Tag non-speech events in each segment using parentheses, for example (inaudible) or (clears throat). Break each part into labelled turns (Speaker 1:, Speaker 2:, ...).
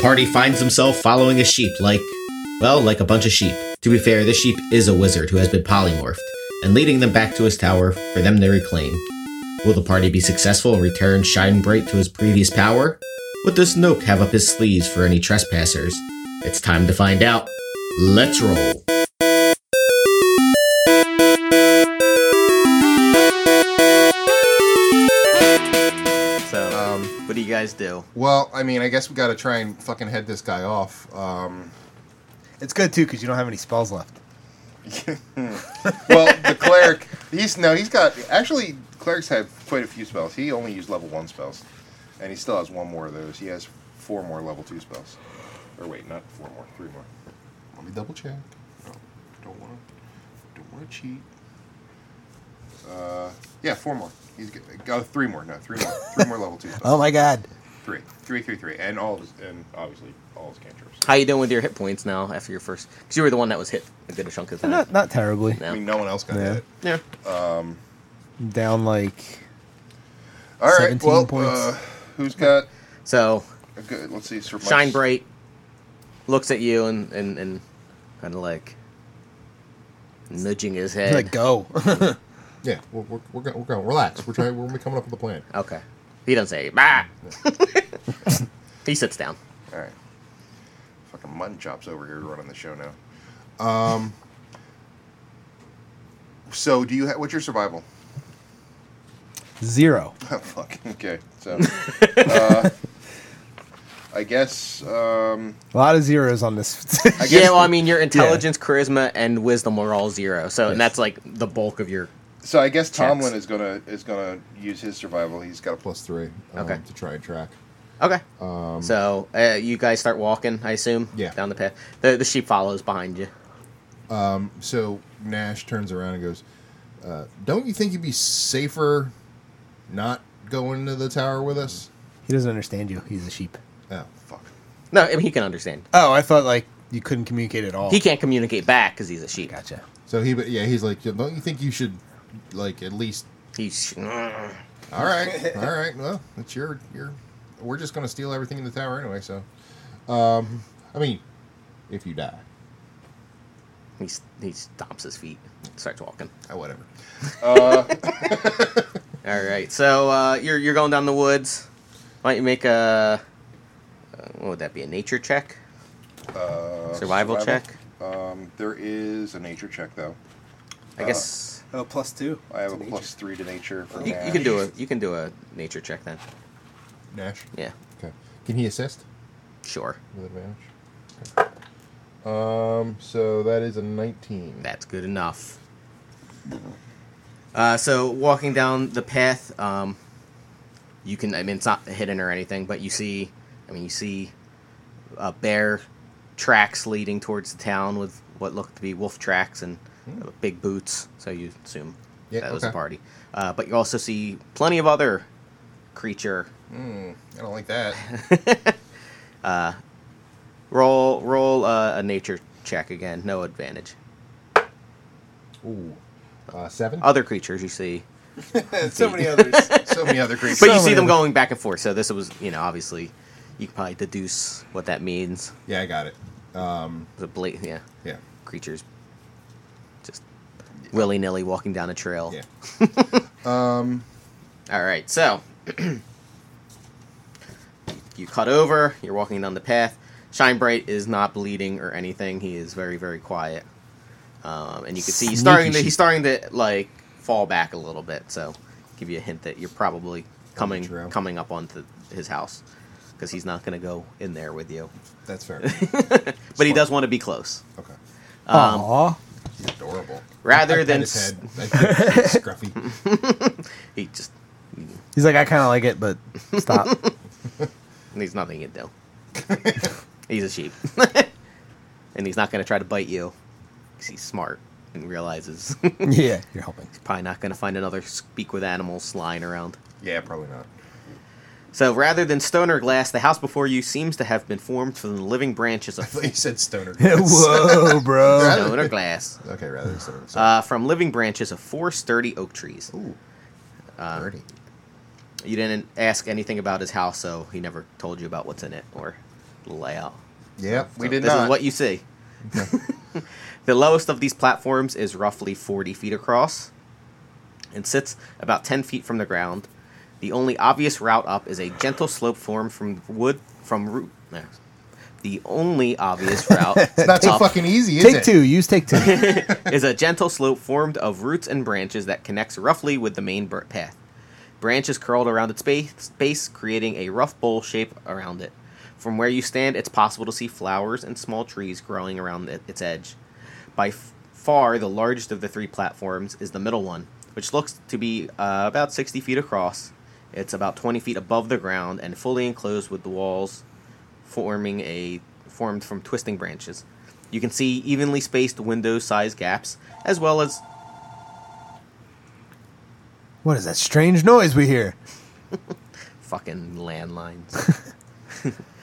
Speaker 1: party finds himself following a sheep like, well, like a bunch of sheep. To be fair, this sheep is a wizard who has been polymorphed, and leading them back to his tower for them to reclaim. Will the party be successful and return Shine Bright to his previous power? What does Snoke have up his sleeves for any trespassers? It's time to find out. Let's roll.
Speaker 2: So, what do you guys do?
Speaker 3: Well, I mean, I guess we got to try and fucking head this guy off. Um,
Speaker 4: It's good too because you don't have any spells left.
Speaker 3: (laughs) well, the cleric, he's no, he's got actually clerics have quite a few spells. He only used level one spells, and he still has one more of those. He has four more level two spells. Or wait, not four more, three more. Let me double check. No, don't want to, don't want to cheat. Uh, yeah, four more. He's good. Go three more. No, three more. Three
Speaker 4: (laughs)
Speaker 3: more level two. Spells.
Speaker 4: Oh my god.
Speaker 3: Three, three, three, three, and all of his, and obviously all his cantrips.
Speaker 2: How you doing with your hit points now after your first? Because you were the one that was hit a good chunk of the time.
Speaker 4: Not not terribly.
Speaker 2: No.
Speaker 3: I mean, no one else got
Speaker 4: Yeah.
Speaker 3: hit.
Speaker 2: Yeah.
Speaker 4: Down like
Speaker 3: All right,
Speaker 4: 17
Speaker 3: well,
Speaker 4: points.
Speaker 3: Uh, who's got?
Speaker 2: So
Speaker 3: A good, let's see. Sir Mike's-
Speaker 2: shine bright looks at you and and, and kind of like nudging his head.
Speaker 4: like go. (laughs)
Speaker 5: Yeah, we're, we're, we're, go- we're going. Relax. We're trying. We're gonna be coming up with a plan.
Speaker 2: okay. He doesn't
Speaker 4: (laughs)
Speaker 2: say bah. he sits down.
Speaker 3: All right. Fucking mutton chops over here running the show now. Um.
Speaker 5: Um,
Speaker 3: So, do you have what's your survival? (laughs)
Speaker 4: Zero.
Speaker 3: Oh, fuck. Okay.
Speaker 2: (laughs)
Speaker 3: So, uh, I guess. Um,
Speaker 4: A lot of zeros on this. (laughs)
Speaker 3: I guess.
Speaker 2: Yeah, well, I mean, your intelligence, charisma, and wisdom are all zero. So, and that's like the bulk of your.
Speaker 3: so I guess
Speaker 2: checks.
Speaker 3: Tomlin is gonna is gonna use his survival. He's got a plus.
Speaker 5: Plus three. Um,
Speaker 2: Okay.
Speaker 5: To try and track.
Speaker 2: Okay. so, uh, you guys start walking, I assume.
Speaker 5: Yeah.
Speaker 2: Down the path. The, the sheep follows behind you.
Speaker 5: So Nash turns around and goes, uh, "Don't you think you'd be safer not going to the tower with us?"
Speaker 4: he doesn't understand you. He's a sheep.
Speaker 5: Oh,
Speaker 3: Fuck.
Speaker 2: No, I mean, he can understand.
Speaker 4: Oh, I thought like you couldn't communicate at
Speaker 6: Oh.
Speaker 4: all.
Speaker 2: He can't communicate back because he's a sheep.
Speaker 4: Gotcha.
Speaker 5: so he, but yeah, he's like, "Don't you think you should, like,
Speaker 2: (laughs)
Speaker 5: at least?"
Speaker 2: (sniffs) He's.
Speaker 5: All right, all right. Well, it's your your. We're just gonna steal everything in the tower anyway. So, um, I mean, if you die,
Speaker 2: He, s- he stomps his feet, starts walking.
Speaker 5: oh, whatever.
Speaker 2: All right, so uh, you're you're going down the woods. Why don't you make a uh, what would that be? A nature check,
Speaker 5: Oh,
Speaker 3: Uh,
Speaker 2: survival, check.
Speaker 3: Um, there is a nature check though.
Speaker 2: I
Speaker 3: Uh,
Speaker 2: guess
Speaker 4: Oh, plus two.
Speaker 3: I have a plus three to nature
Speaker 5: Uh,
Speaker 3: for
Speaker 2: you, you can do a you can do a nature check then.
Speaker 5: Nash.
Speaker 2: Yeah,
Speaker 5: Okay. Can he assist
Speaker 2: sure,
Speaker 5: with advantage? Okay. Um. So that is a nineteen.
Speaker 2: that's good enough. Uh, so walking down the path, um, you can. I mean, it's not hidden or anything, but you see. I mean, you see uh, bear tracks leading towards the town with what looked to be wolf tracks and uh, big boots. So you assume
Speaker 5: Hmm. Yeah,
Speaker 2: that was a
Speaker 5: okay.
Speaker 2: party. Uh, but you also see plenty of other creature. (laughs)
Speaker 5: I don't like that.
Speaker 2: Uh, Roll roll uh, a nature check again. No advantage.
Speaker 5: Ooh. Uh, seven.
Speaker 2: Other creatures you see,
Speaker 4: so many others.
Speaker 3: so
Speaker 2: (laughs)
Speaker 3: many other creatures.
Speaker 2: but you see
Speaker 4: many
Speaker 2: them
Speaker 4: of-
Speaker 2: going back and forth. So this was, you know, obviously, you can probably deduce what that means.
Speaker 5: Yeah, I got it. Uh,
Speaker 2: The bla- yeah,
Speaker 5: Yeah.
Speaker 2: creatures just willy nilly walking down a trail. (laughs)
Speaker 5: Yeah. Um,
Speaker 2: All right, so (clears throat) you cut over. You're walking down the path. Shinebright is not bleeding or anything. He is very, very quiet, um, and you can see he's starting to he's starting to like fall back a little bit. So, give you a hint that you're probably coming
Speaker 5: trail.
Speaker 2: coming up onto his house because he's not going to go in there with you.
Speaker 5: That's
Speaker 2: (laughs)
Speaker 5: fair.
Speaker 2: But he does want to be close,
Speaker 5: okay.
Speaker 2: Um,
Speaker 4: Aww.
Speaker 5: He's adorable.
Speaker 2: rather
Speaker 5: I pet
Speaker 2: than
Speaker 5: his
Speaker 2: s-
Speaker 5: head. I
Speaker 2: (laughs)
Speaker 5: think he's scruffy.
Speaker 2: he just
Speaker 4: He's like, I kind of like it, but
Speaker 2: (laughs)
Speaker 4: stop. (laughs)
Speaker 2: There's nothing you can
Speaker 5: (laughs)
Speaker 2: do. he's a sheep. and he's not going to try to bite you 'cause he's smart and realizes (laughs) he's
Speaker 4: yeah, you're helping.
Speaker 2: probably not going to find another speak with animals lying around.
Speaker 3: yeah, probably
Speaker 5: (laughs)
Speaker 3: not.
Speaker 2: So rather than stone or glass, the house before you seems to have been formed from the living branches
Speaker 5: (laughs)
Speaker 2: of (laughs)
Speaker 5: But you said stoner.
Speaker 4: (laughs) Whoa, bro.
Speaker 2: stone or glass.
Speaker 5: Okay, rather than stoner. So
Speaker 2: Uh, from living branches of four sturdy oak trees. Uh,
Speaker 5: dirty.
Speaker 2: You didn't ask anything about his house, so he never told you about what's in it or layout.
Speaker 7: Yep.
Speaker 5: We did
Speaker 2: this
Speaker 5: not. (laughs)
Speaker 2: is what you see. the lowest of these platforms is roughly 40 feet across and sits about 10 feet from the ground. The only obvious route up is a gentle slope formed from wood from root. no. The only
Speaker 7: (laughs)
Speaker 2: obvious route
Speaker 7: It's not so
Speaker 2: up
Speaker 7: fucking easy, is
Speaker 6: Take
Speaker 7: it?
Speaker 6: two. Use take two.
Speaker 2: (laughs) is a gentle slope formed of roots and branches that connects roughly with the main bur- path. Branches curled around its base, base, creating a rough bowl shape around it. From where you stand, it's possible to see flowers and small trees growing around it- its edge. By f- far, the largest of the three platforms is the middle one, which looks to be uh, about 60 feet across. It's about 20 feet above the ground and fully enclosed with the walls forming a formed from twisting branches. You can see evenly spaced window-sized gaps, as well as
Speaker 6: What is that strange noise we hear?
Speaker 2: fucking landlines.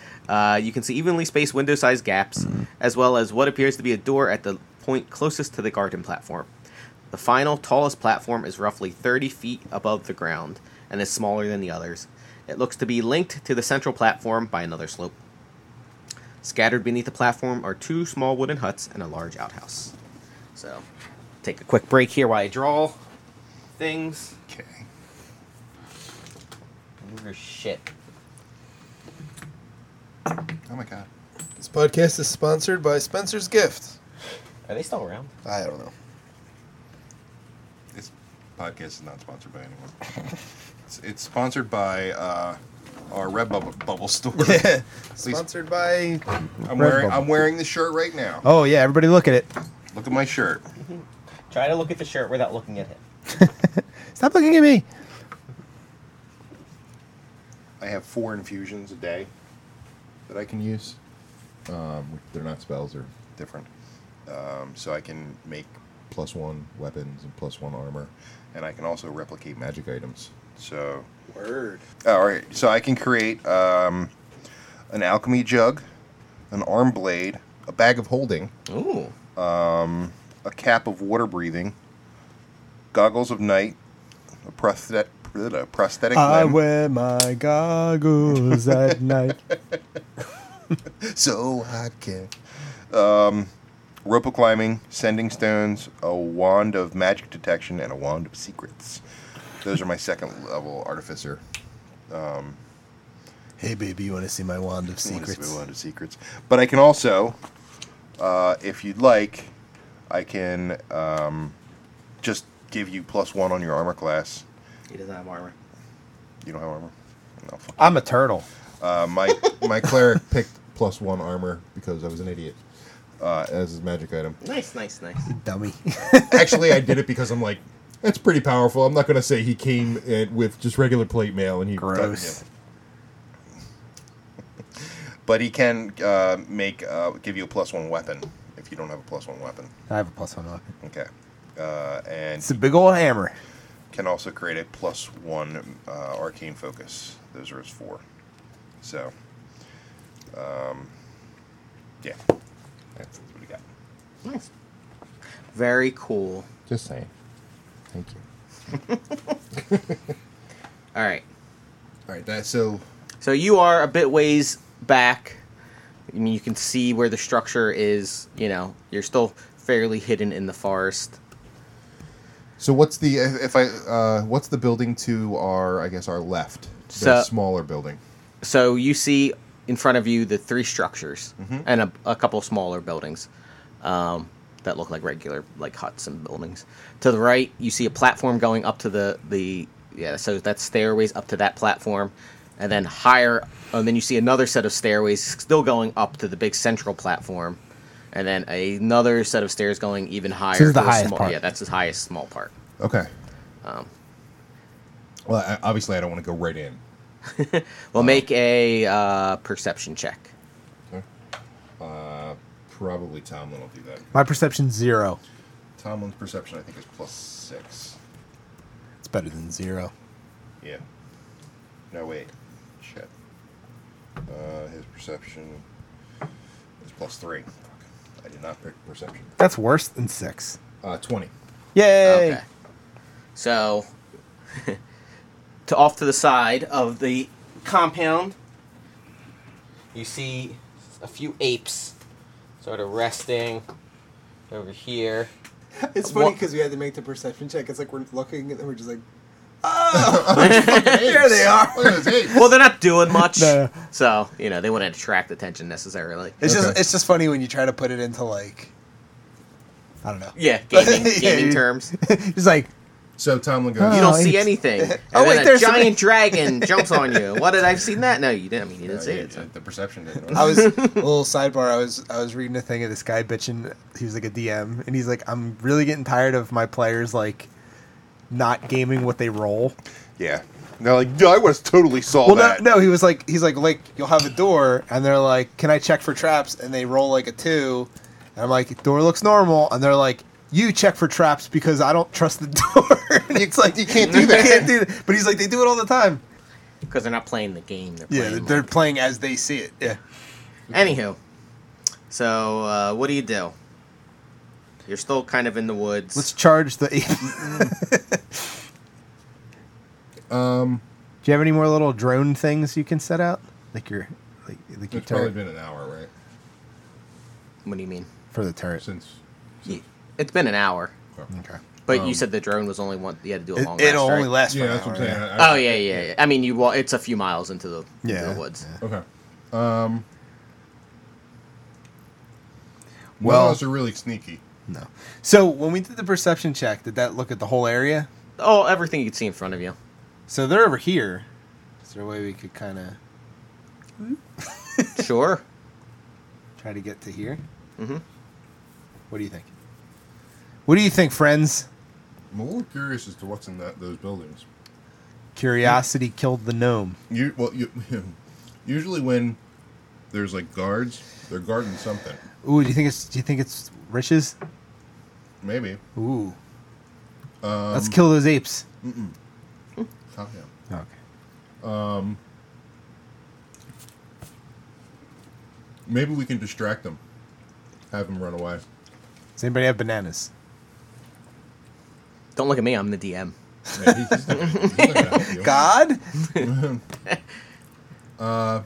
Speaker 2: (laughs) uh, you can see evenly spaced window sized gaps, as well as what appears to be a door at the point closest to the garden platform. The final, tallest platform is roughly 30 feet above the ground and is smaller than the others. It looks to be linked to the central platform by another slope. Scattered beneath the platform are two small wooden huts and a large outhouse. So, take a quick break here while I draw things.
Speaker 7: Okay.
Speaker 2: Where's shit?
Speaker 7: Oh my god.
Speaker 8: This podcast is sponsored by Spencer's Gift.
Speaker 2: Are they still around?
Speaker 8: I don't know.
Speaker 5: This podcast is not sponsored by anyone.
Speaker 8: (laughs)
Speaker 5: It's, it's sponsored by uh, our Red Bubble, Bubble store. (laughs)
Speaker 8: sponsored by
Speaker 5: I'm wearing
Speaker 6: Redbubble.
Speaker 5: I'm wearing the shirt right now.
Speaker 6: Oh yeah, everybody look at it.
Speaker 5: Look at my shirt.
Speaker 2: Try to look at the shirt without looking at it.
Speaker 6: Stop looking at me.
Speaker 5: I have four infusions a day that I
Speaker 7: Can
Speaker 5: can use
Speaker 7: use. Um, they're not spells. They're
Speaker 5: different, um, so I can make
Speaker 7: plus one weapons and plus one armor,
Speaker 5: and I can also replicate magic.
Speaker 7: magic items.
Speaker 5: So oh,
Speaker 8: Word.
Speaker 5: all right, so I can create um, an alchemy jug, an arm blade, a bag of holding,
Speaker 2: Ooh.
Speaker 5: a cap of water breathing, goggles of night, a prosthet- a prosthetic
Speaker 6: I
Speaker 5: limb.
Speaker 6: wear my goggles at night.
Speaker 5: so I can. Um, rope climbing, sending stones, a wand of magic detection, and a wand of secrets. Those are my second level artificer.
Speaker 8: Hey, baby, you want to see my wand of
Speaker 5: What is the
Speaker 8: secrets?
Speaker 5: wand of secrets. But I can also, uh, if you'd like, I can um, just give you plus one on your armor class.
Speaker 2: He doesn't have armor.
Speaker 5: You don't have armor. No, fuck.
Speaker 6: I'm a turtle.
Speaker 5: Uh, my
Speaker 7: My cleric picked plus one armor because I was an idiot. Uh, as his magic item.
Speaker 2: Nice, nice, nice.
Speaker 6: (laughs) Dummy.
Speaker 7: Actually, I did it because I'm like, that's pretty powerful. I'm not gonna say he came in with just regular plate mail and he
Speaker 6: Gross.
Speaker 5: (laughs) but he can uh, make uh, give you a plus one weapon if you don't have a plus one weapon.
Speaker 6: I have a plus one weapon.
Speaker 5: Okay. Uh, and
Speaker 6: It's a big old hammer.
Speaker 5: can also create a plus one uh, arcane focus. Those are his four. So, um, yeah, that's what we got.
Speaker 2: Nice. Very cool.
Speaker 7: Just saying. Thank you.
Speaker 2: All right.
Speaker 7: All right. That so.
Speaker 2: So you are a bit ways back. I mean, you can see where the structure is. You know, you're still fairly hidden in the forest.
Speaker 7: So what's the if I uh, what's the building to our I guess our left the
Speaker 2: So-
Speaker 7: smaller building
Speaker 2: So you see in front of you the three structures and a, a couple smaller buildings um, that look like regular like huts and buildings. To the right, you see a platform going up to the the yeah. So that's stairways up to that platform, and then higher, and then you see another set of stairways still going up to the big central platform, and then another set of stairs going even higher.
Speaker 6: is the
Speaker 2: to
Speaker 6: highest
Speaker 2: small,
Speaker 6: part.
Speaker 2: Yeah, that's the highest small part.
Speaker 7: okay
Speaker 2: Um.
Speaker 7: well I, obviously I don't want to go right in
Speaker 2: Well, make a uh, perception check.
Speaker 7: probably Tomlin will do that
Speaker 6: My perception's zero.
Speaker 7: Tomlin's perception I think is plus six
Speaker 6: It's better than zero.
Speaker 7: yeah
Speaker 5: No, wait. Shit. Uh, his perception is plus three. Fuck. I did not pick perception.
Speaker 6: That's worse than six.
Speaker 7: uh,
Speaker 2: (laughs)
Speaker 7: twenty
Speaker 6: Yay!
Speaker 2: Okay. So, (laughs) to off to the side of the compound, you see a few apes sort of resting over here.
Speaker 9: It's
Speaker 2: Wha-
Speaker 9: funny because we had to make the perception check. It's like we're looking and then we're just like, oh, there they are.
Speaker 5: Look at those apes.
Speaker 2: Well, they're not doing
Speaker 6: (laughs)
Speaker 2: much,
Speaker 4: No.
Speaker 2: so you know they wouldn't attract attention necessarily.
Speaker 6: It's just
Speaker 5: Okay.
Speaker 6: it's just funny when you try to put it into like
Speaker 4: I don't know.
Speaker 2: Yeah, gaming,
Speaker 6: (laughs) Yeah,
Speaker 2: gaming
Speaker 6: you-
Speaker 2: terms.
Speaker 4: He's like,
Speaker 5: So Tomlin goes.
Speaker 2: You
Speaker 4: Oh,
Speaker 2: don't see
Speaker 4: it's-
Speaker 2: anything. And
Speaker 6: (laughs) Oh, wait,
Speaker 2: then a
Speaker 6: there's some-
Speaker 2: giant
Speaker 6: (laughs)
Speaker 2: dragon jumps on you. What did I've seen that? No, you didn't. I mean, you didn't
Speaker 3: Uh,
Speaker 2: see
Speaker 3: yeah,
Speaker 2: it. so-
Speaker 3: yeah, the perception didn't.
Speaker 5: (laughs)
Speaker 6: I was a little sidebar. I was I was reading a thing of this guy bitching. He was like a DM, and he's like, "I'm really getting tired of my players like not gaming what they roll."
Speaker 3: yeah. They're like, yeah, I was totally saw
Speaker 6: Well,
Speaker 3: that.
Speaker 6: no, no. He was like, he's like, like you'll have a door, and they're like, "Can I check for traps?" And they roll like a two, and I'm like, "Door looks normal," and they're like. You check for traps because I don't trust the (laughs) door. And it's like you can't do that. can't do that. But he's like, they do it all the time.
Speaker 2: because they're not playing the game. They're
Speaker 6: Yeah,
Speaker 2: playing.
Speaker 6: they're,
Speaker 2: like-
Speaker 6: they're playing as they see it. Yeah.
Speaker 2: Anywho, so uh, what do you do? You're still kind of in the woods.
Speaker 4: let's charge the ape.
Speaker 5: Um,
Speaker 4: Do you have any more little drone things you can set out? Like your, like, like your
Speaker 5: it's probably
Speaker 4: turret
Speaker 5: been an hour, right?
Speaker 2: what do you mean?
Speaker 4: for the turret.
Speaker 5: Since
Speaker 2: Y- It's been an hour,
Speaker 4: Okay.
Speaker 2: but you
Speaker 5: Um,
Speaker 2: said the drone was only one. You had to do a long
Speaker 6: It,
Speaker 2: rest,
Speaker 6: it'll
Speaker 2: right?
Speaker 6: only last for
Speaker 5: yeah,
Speaker 6: an
Speaker 5: that's what I'm
Speaker 6: hour,
Speaker 5: saying.
Speaker 6: yeah.
Speaker 5: I-
Speaker 2: Oh yeah, yeah, yeah. I mean, you walk. It's a few miles into the, into
Speaker 4: Yeah,
Speaker 2: the woods.
Speaker 5: I- okay. Um, well,
Speaker 4: Well-
Speaker 5: those are really sneaky.
Speaker 4: No.
Speaker 6: So when we did the perception check, did that look at the whole area?
Speaker 2: Oh, everything you could see in front of
Speaker 6: (laughs)
Speaker 2: you.
Speaker 6: So they're over here. Is there a way we could kind of
Speaker 2: Sure.
Speaker 6: try to get to here?
Speaker 2: Mm-hmm.
Speaker 6: What do you think? What do you think, friends?
Speaker 5: I'm a little curious as to what's in that those buildings.
Speaker 6: Curiosity killed the gnome.
Speaker 5: You well, you (laughs) usually when there's like guards, they're guarding something.
Speaker 6: Ooh, do you think it's? Do you think it's riches?
Speaker 5: Maybe.
Speaker 6: Ooh,
Speaker 5: Um,
Speaker 6: let's kill those apes.
Speaker 5: fuck Oh, yeah.
Speaker 4: Okay.
Speaker 5: Um, maybe we can distract them, have them run away.
Speaker 6: Does anybody have bananas?
Speaker 2: Don't look at me. I'm the DM.
Speaker 5: Yeah, he's- he's not gonna- he's not gonna (laughs) help you.
Speaker 6: God,
Speaker 5: Uh,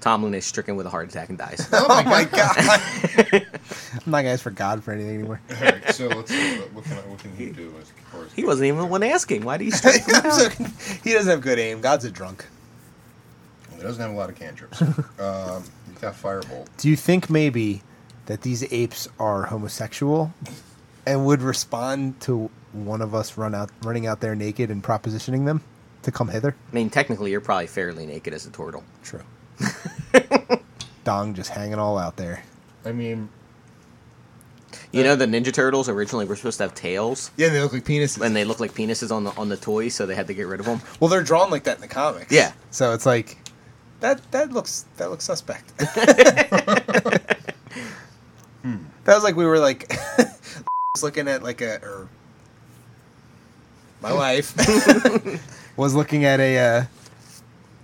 Speaker 2: Tomlin is stricken with a heart attack and
Speaker 6: (laughs)
Speaker 2: dies.
Speaker 5: oh my, god!
Speaker 6: (laughs) I'm not gonna ask for God for anything (laughs) anymore.
Speaker 3: All right, so let's see. What, what can I, what can he do as far as
Speaker 2: he wasn't even the one asking. Why do you
Speaker 6: (laughs)
Speaker 2: strike him
Speaker 6: I'm so-
Speaker 2: out?
Speaker 6: he doesn't have good aim. God's a drunk.
Speaker 5: He doesn't have a lot
Speaker 2: (laughs)
Speaker 5: of cantrips. um, he's got firebolt.
Speaker 4: Do you think maybe that these apes are homosexual
Speaker 6: and would respond to one of us run out running out there naked and propositioning them to come hither.
Speaker 2: I mean, technically, you're probably fairly naked as a turtle.
Speaker 6: True. (laughs) Dong just hanging all out there.
Speaker 5: I mean,
Speaker 2: You know, the Ninja Turtles originally were supposed to have tails,
Speaker 6: Yeah, they look like penises.
Speaker 2: and they look like penises on the on the toy, so they had to get rid of
Speaker 6: (laughs)
Speaker 2: them.
Speaker 6: well, they're drawn like that in the comics.
Speaker 2: Yeah.
Speaker 6: So it's like that that looks that
Speaker 2: (laughs)
Speaker 6: looks suspect. That was like we were like (laughs) was looking at like a or my
Speaker 2: (laughs)
Speaker 6: wife was looking at a uh,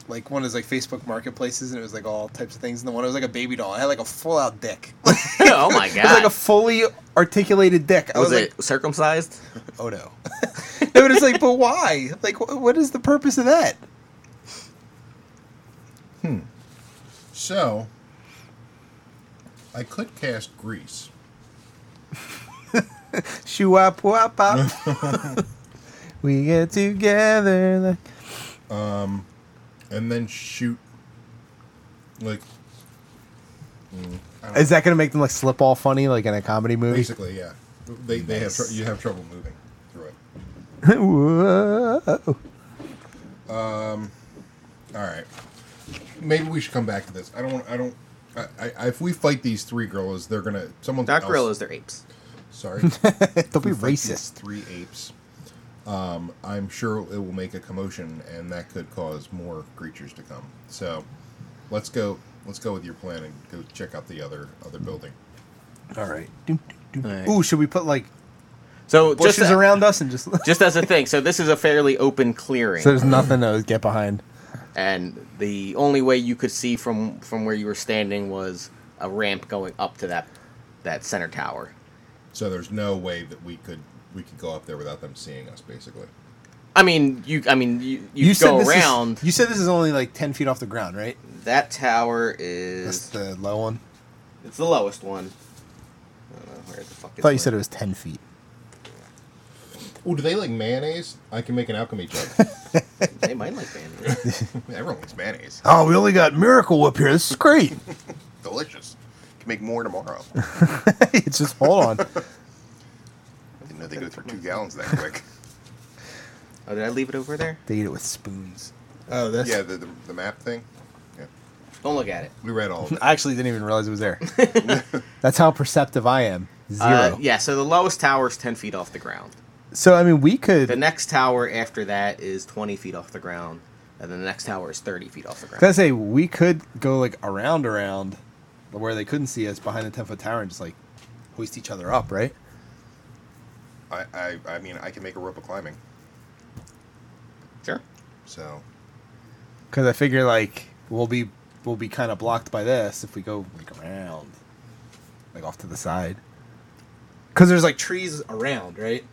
Speaker 6: like one of those like Facebook marketplaces and it was like all types of things and the one it was like a baby doll. I had like a full out dick.
Speaker 2: (laughs) oh my god!
Speaker 6: (laughs) It was like a fully articulated dick. I
Speaker 2: was
Speaker 6: was,
Speaker 2: it circumcised?
Speaker 6: like, oh no. (laughs) no, but it's like, but why? Like, wh- what is the purpose of that?
Speaker 5: so I could cast grease.
Speaker 6: Shoo up, wop up.
Speaker 4: (laughs) we get together like
Speaker 5: and then shoot like
Speaker 4: is that gonna make them like slip all funny like in a comedy movie
Speaker 6: (laughs)
Speaker 5: basically yeah they, they have tr- you have trouble moving through it
Speaker 4: Whoa.
Speaker 5: all right maybe we should come back to this i don't want i don't I, I, I- if we fight these three gorillas, they're gonna someone.
Speaker 2: Not
Speaker 5: else-
Speaker 2: gorillas, they're apes. (laughs)
Speaker 5: Sorry,
Speaker 4: don't be
Speaker 5: If we fight these
Speaker 4: racist
Speaker 5: Three apes. Um, I'm sure it will make a commotion, and that could cause more creatures to come. So, let's go. Let's go with your plan and go check out the other other building.
Speaker 6: all right.
Speaker 4: Doom, doom, doom.
Speaker 2: Alright.
Speaker 6: Ooh, should we put like
Speaker 2: So
Speaker 6: bushes
Speaker 2: just a-
Speaker 6: around us and just
Speaker 2: just as a thing. So this is a fairly open clearing,
Speaker 6: (laughs) so there's nothing to get behind?
Speaker 2: and the only way you could see from from where you were standing was a ramp going up to that that center tower.
Speaker 5: So there's no way that we could we could go up there without them seeing us, basically.
Speaker 2: I mean, you. I mean, you. You,
Speaker 6: You said
Speaker 2: go
Speaker 6: this is-
Speaker 2: around.
Speaker 6: you said this is only like ten feet off the ground, right?
Speaker 2: That tower
Speaker 6: That's
Speaker 2: is.
Speaker 6: the low one.
Speaker 2: it's the lowest one. I don't know where the fuck.
Speaker 6: I thought you said it was ten feet.
Speaker 5: Oh, do they like mayonnaise? I can make an alchemy jug.
Speaker 4: (laughs)
Speaker 2: They might like
Speaker 6: (laughs)
Speaker 2: bandits.
Speaker 5: (laughs) Everyone likes mayonnaise.
Speaker 6: Oh, we only got Miracle Whip here. This is great. (laughs)
Speaker 3: Delicious. Can make
Speaker 4: (laughs)
Speaker 3: more tomorrow.
Speaker 6: it's just hold on.
Speaker 3: I didn't know they go through two gallons that
Speaker 4: (laughs)
Speaker 3: quick.
Speaker 2: oh, did I leave it over there?
Speaker 6: They eat it with spoons.
Speaker 9: Oh, that's
Speaker 3: yeah, the, the, the map thing. Yeah,
Speaker 2: Don't look at it.
Speaker 5: We read all of it.
Speaker 6: I actually didn't even realize it was (laughs) there. That's how perceptive I am. Zero.
Speaker 2: Uh, yeah. So the lowest tower is ten feet off the ground.
Speaker 6: So I mean, we could.
Speaker 2: The next tower after that is twenty feet off the ground, and then the next tower is thirty feet off the
Speaker 6: I was gonna
Speaker 2: ground.
Speaker 6: say we could go like around around where they couldn't see us behind the ten foot tower and just like hoist each other up, right?
Speaker 3: I, I, I mean, I can make a rope of climbing.
Speaker 2: Sure.
Speaker 3: So
Speaker 6: Because I figure like we'll be we'll be kind of blocked by this if we go like around, like off to the side. Because there's like trees around, right?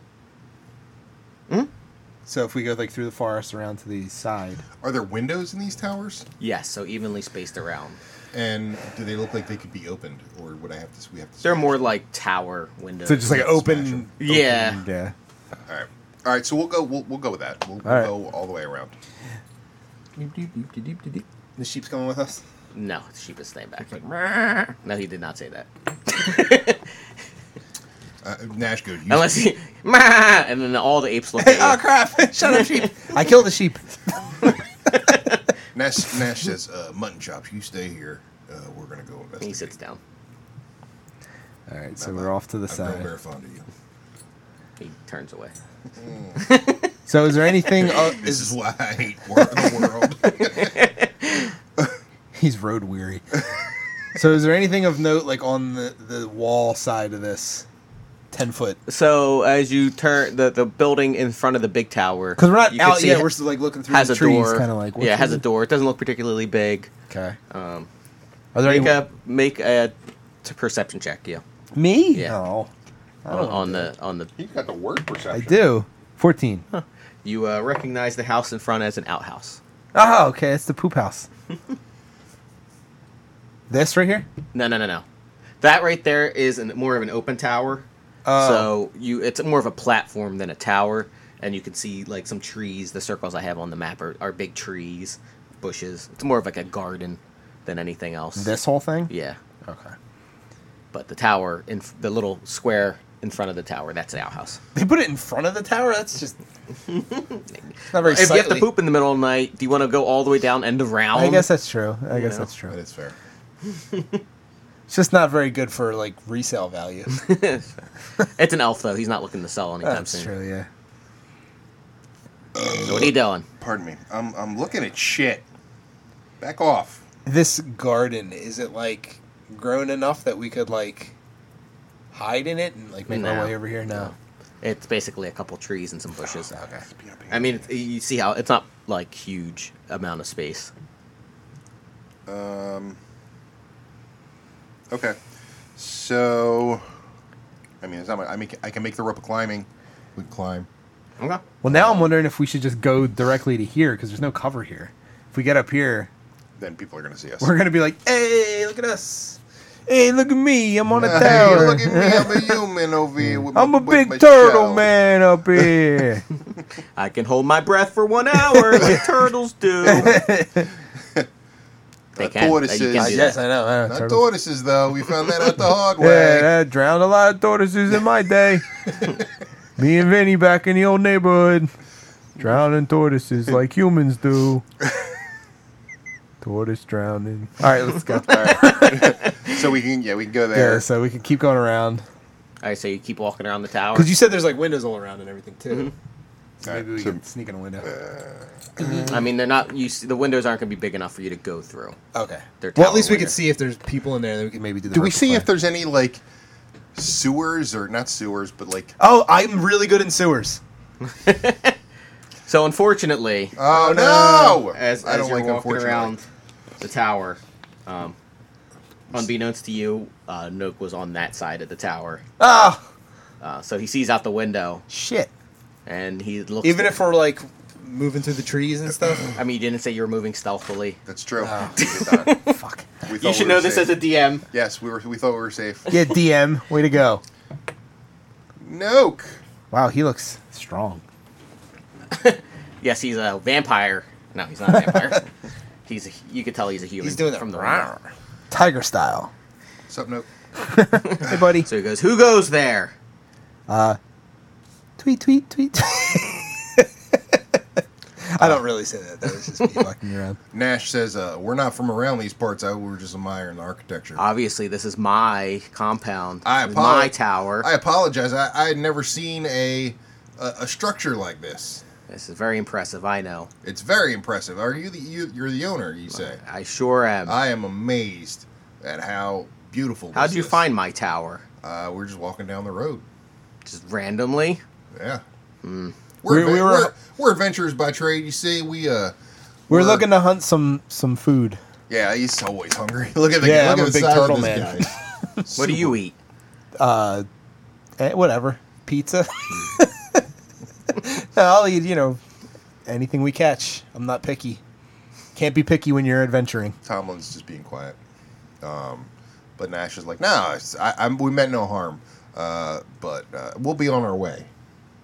Speaker 6: Hmm?
Speaker 2: Mhm.
Speaker 6: So if we go like through the forest around to the side,
Speaker 5: Are there windows in these towers?
Speaker 2: Yes. So evenly spaced around.
Speaker 5: And do they look like they could be opened, or would I have to? We have to.
Speaker 2: They're
Speaker 5: smash
Speaker 2: more
Speaker 5: them?
Speaker 2: like tower windows.
Speaker 6: so just like
Speaker 5: Smash 'em.
Speaker 6: open.
Speaker 2: Yeah.
Speaker 6: Yeah.
Speaker 3: all right, all right. So we'll go. We'll, we'll go with that. We'll, we'll
Speaker 6: right.
Speaker 3: go all the way around.
Speaker 9: the sheep's coming with us.
Speaker 2: No, the sheep is staying back. Like, "Meow." no, he did not say that. (laughs)
Speaker 5: Uh, Nash, go. You
Speaker 2: Unless he, (laughs) "Meow," and then all the apes
Speaker 6: (laughs)
Speaker 2: look at you.
Speaker 6: Oh, crap! Shut up,
Speaker 2: (laughs)
Speaker 6: sheep. I killed the sheep.
Speaker 5: Nash, Nash says, uh, "Mutton chops, you stay here. Uh, we're gonna go investigate."
Speaker 2: He sits down.
Speaker 6: All right, so we're off to
Speaker 5: I'm
Speaker 6: the
Speaker 5: real
Speaker 6: side.
Speaker 5: very fond of you.
Speaker 2: He turns away.
Speaker 6: So is there (laughs) anything? Uh,
Speaker 5: This is why I hate war in the world.
Speaker 6: (laughs) he's road weary. so is there anything of note like on the the wall side of this ten foot?
Speaker 2: So as you turn the, the building in front of the big tower,
Speaker 6: Because we're not
Speaker 2: you can
Speaker 6: out
Speaker 2: see
Speaker 6: yet.
Speaker 2: it
Speaker 6: We're still like looking through
Speaker 2: has
Speaker 6: the
Speaker 2: a
Speaker 6: trees,
Speaker 2: door.
Speaker 6: kind of like
Speaker 2: yeah, it has a
Speaker 6: what's-
Speaker 2: door. It doesn't look particularly big.
Speaker 6: Okay.
Speaker 2: Um,
Speaker 6: Are there
Speaker 2: make
Speaker 6: any
Speaker 2: a make a t- perception check. Yeah,
Speaker 6: me?
Speaker 2: Yeah.
Speaker 6: No, I
Speaker 2: on,
Speaker 6: don't
Speaker 2: on the on the
Speaker 3: He's got the word
Speaker 6: I
Speaker 3: perception.
Speaker 6: do. Fourteen.
Speaker 2: you uh, recognize the house in front as an outhouse.
Speaker 6: Oh, okay. It's the
Speaker 2: (laughs)
Speaker 6: poop house. this right here.
Speaker 2: No, no, no, no. That right there is an, more of an open tower.
Speaker 6: Oh.
Speaker 2: So you, it's more of a platform than a tower, and you can see like some trees. The circles I have on the map are, are big trees, bushes. It's more of like a garden than anything else.
Speaker 6: This whole thing.
Speaker 2: yeah.
Speaker 6: Okay.
Speaker 2: But the tower in f- the little square in front of the tower, that's an outhouse.
Speaker 6: They put it in front of the tower. That's just it's not very.
Speaker 2: if you have to
Speaker 6: sightly.
Speaker 2: poop in the middle of the night, do you want to go all the way down and around?
Speaker 6: I guess that's true. I guess
Speaker 2: know.
Speaker 6: that's true.
Speaker 5: that is fair.
Speaker 6: It's just not very good for like
Speaker 2: (laughs)
Speaker 6: resale value.
Speaker 2: it's an elf though. He's not looking to sell anytime
Speaker 6: That's
Speaker 2: soon.
Speaker 6: true. Yeah.
Speaker 2: So what are you doing?
Speaker 3: Pardon me. I'm, I'm looking at shit. Back off.
Speaker 6: This garden is it like grown enough that we could like hide in it and like make
Speaker 2: No.
Speaker 6: our way over here? No.
Speaker 2: It's basically a couple trees and some bushes.
Speaker 3: Oh,
Speaker 6: Okay.
Speaker 2: I mean, it's- you see how it's not like huge amount of space.
Speaker 3: Um. Okay. So, I mean, it's not my, I make I can make the rope of climbing.
Speaker 5: We can climb.
Speaker 2: Okay.
Speaker 6: Well, now I'm wondering if we should just go directly to here because there's no cover here. If we get up here,
Speaker 3: Then people are gonna see us.
Speaker 6: we're gonna be like, "Hey, look at us! Hey, look at me!
Speaker 2: (laughs)
Speaker 6: I'm on a
Speaker 3: Hey,
Speaker 6: tower.
Speaker 3: look at me,
Speaker 6: (laughs)
Speaker 3: I'm a human over here. With
Speaker 6: I'm
Speaker 3: my,
Speaker 6: a
Speaker 3: with my
Speaker 6: big turtle
Speaker 3: shell."
Speaker 6: man up here."
Speaker 2: I can hold my breath for one hour like turtles
Speaker 3: (laughs)
Speaker 2: do. they
Speaker 3: The
Speaker 2: can.
Speaker 3: tortoises.
Speaker 2: You can
Speaker 3: Uh,
Speaker 2: do
Speaker 3: yes,
Speaker 2: that.
Speaker 6: I know. I know.
Speaker 5: Not
Speaker 6: turtles.
Speaker 5: tortoises, though. We found that
Speaker 6: (laughs)
Speaker 5: out the hard
Speaker 6: Yeah,
Speaker 5: way.
Speaker 6: that drowned a lot of tortoises in my (laughs) day. Me and Vinny back in the old neighborhood, drowning (laughs) tortoises like humans do. Tortoise drowning. All right, let's (laughs) go.
Speaker 3: So we can yeah we can go there.
Speaker 6: yeah, so we can keep going around.
Speaker 2: All right, so you keep walking around the tower.
Speaker 9: Because you said there's like windows all around and everything too.
Speaker 6: Mm-hmm. So
Speaker 3: All right,
Speaker 6: maybe we
Speaker 3: so-
Speaker 6: can sneak in a window.
Speaker 2: I mean, they're not. You see, the windows aren't going to be big enough for you to go through.
Speaker 6: Okay.
Speaker 2: They're
Speaker 6: Well, at least we
Speaker 2: tower
Speaker 6: could see if there's people in there. Then we could maybe do. The
Speaker 3: Do we
Speaker 6: virtual
Speaker 3: see
Speaker 6: play.
Speaker 3: if there's any like sewers or not sewers, but like
Speaker 6: Oh, I'm really good in sewers.
Speaker 2: So unfortunately,
Speaker 3: oh, no,
Speaker 2: as,
Speaker 3: I
Speaker 2: as
Speaker 3: don't
Speaker 2: you're
Speaker 3: like
Speaker 2: walking
Speaker 3: unfortunately.
Speaker 2: around the tower, um, unbeknownst to you, uh, Nook was on that side of the tower.
Speaker 6: Ah,
Speaker 2: Uh, so he sees out the window
Speaker 6: shit.
Speaker 2: and he looks.
Speaker 9: Even if we're like moving through the trees and stuff.
Speaker 2: I mean, you didn't say you were moving stealthily.
Speaker 3: That's true.
Speaker 6: Oh.
Speaker 9: Ah.
Speaker 3: We did not.
Speaker 6: Fuck.
Speaker 3: We thought
Speaker 2: You
Speaker 3: we
Speaker 2: should
Speaker 3: were
Speaker 2: know this
Speaker 3: safe.
Speaker 2: as a DM.
Speaker 3: Yes, we were. We thought we were safe.
Speaker 6: Yeah, DM, way to go.
Speaker 3: Nope.
Speaker 6: Wow, he looks.
Speaker 4: Strong.
Speaker 2: Yes, he's a vampire. No, he's not a vampire. he's a, you could tell he's a human.
Speaker 9: He's doing that
Speaker 2: from the
Speaker 9: rawr.
Speaker 2: remote.
Speaker 6: Tiger style.
Speaker 3: What's up, Nope?
Speaker 6: Hey, buddy.
Speaker 2: So he goes, "Who goes there?"
Speaker 6: Uh, tweet, tweet, tweet. (laughs) I don't really say that. That was just me (laughs) fucking around.
Speaker 5: Nash says, uh, "We're not from around these parts. I we're just a mire in architecture." I,
Speaker 2: Obviously, this is my compound.
Speaker 5: I
Speaker 2: This is my
Speaker 5: apolo-
Speaker 2: tower.
Speaker 5: apologize. I, I had never seen a, a a structure like this.
Speaker 2: this is very impressive. I know.
Speaker 5: It's very impressive. Are you the you, you're the owner? You say.
Speaker 2: I sure am.
Speaker 5: I am amazed at how beautiful.
Speaker 2: How'd
Speaker 5: this
Speaker 2: you
Speaker 5: is.
Speaker 2: find my tower?
Speaker 5: Uh, we're just walking down the road.
Speaker 2: Just randomly?
Speaker 5: Yeah. We're,
Speaker 6: We- we
Speaker 5: we
Speaker 6: were-
Speaker 5: are we're adventurers by trade. You see, we uh,
Speaker 6: We're,
Speaker 5: We're-
Speaker 6: looking to hunt some some food.
Speaker 5: yeah, he's always hungry. (laughs) look at the
Speaker 6: Yeah,
Speaker 5: look at
Speaker 6: I'm a
Speaker 5: the
Speaker 6: big
Speaker 5: size
Speaker 6: turtle
Speaker 5: of this
Speaker 6: man.
Speaker 5: guy.
Speaker 2: What do you eat?
Speaker 6: Uh, eh, whatever, (laughs) pizza. No, I'll eat, you know, anything we catch. I'm not picky. Can't be picky when you're adventuring.
Speaker 5: Tomlin's just being quiet. Um, but Nash is like, no, it's, I, I'm, we meant no harm. Uh, but uh, we'll be on our way.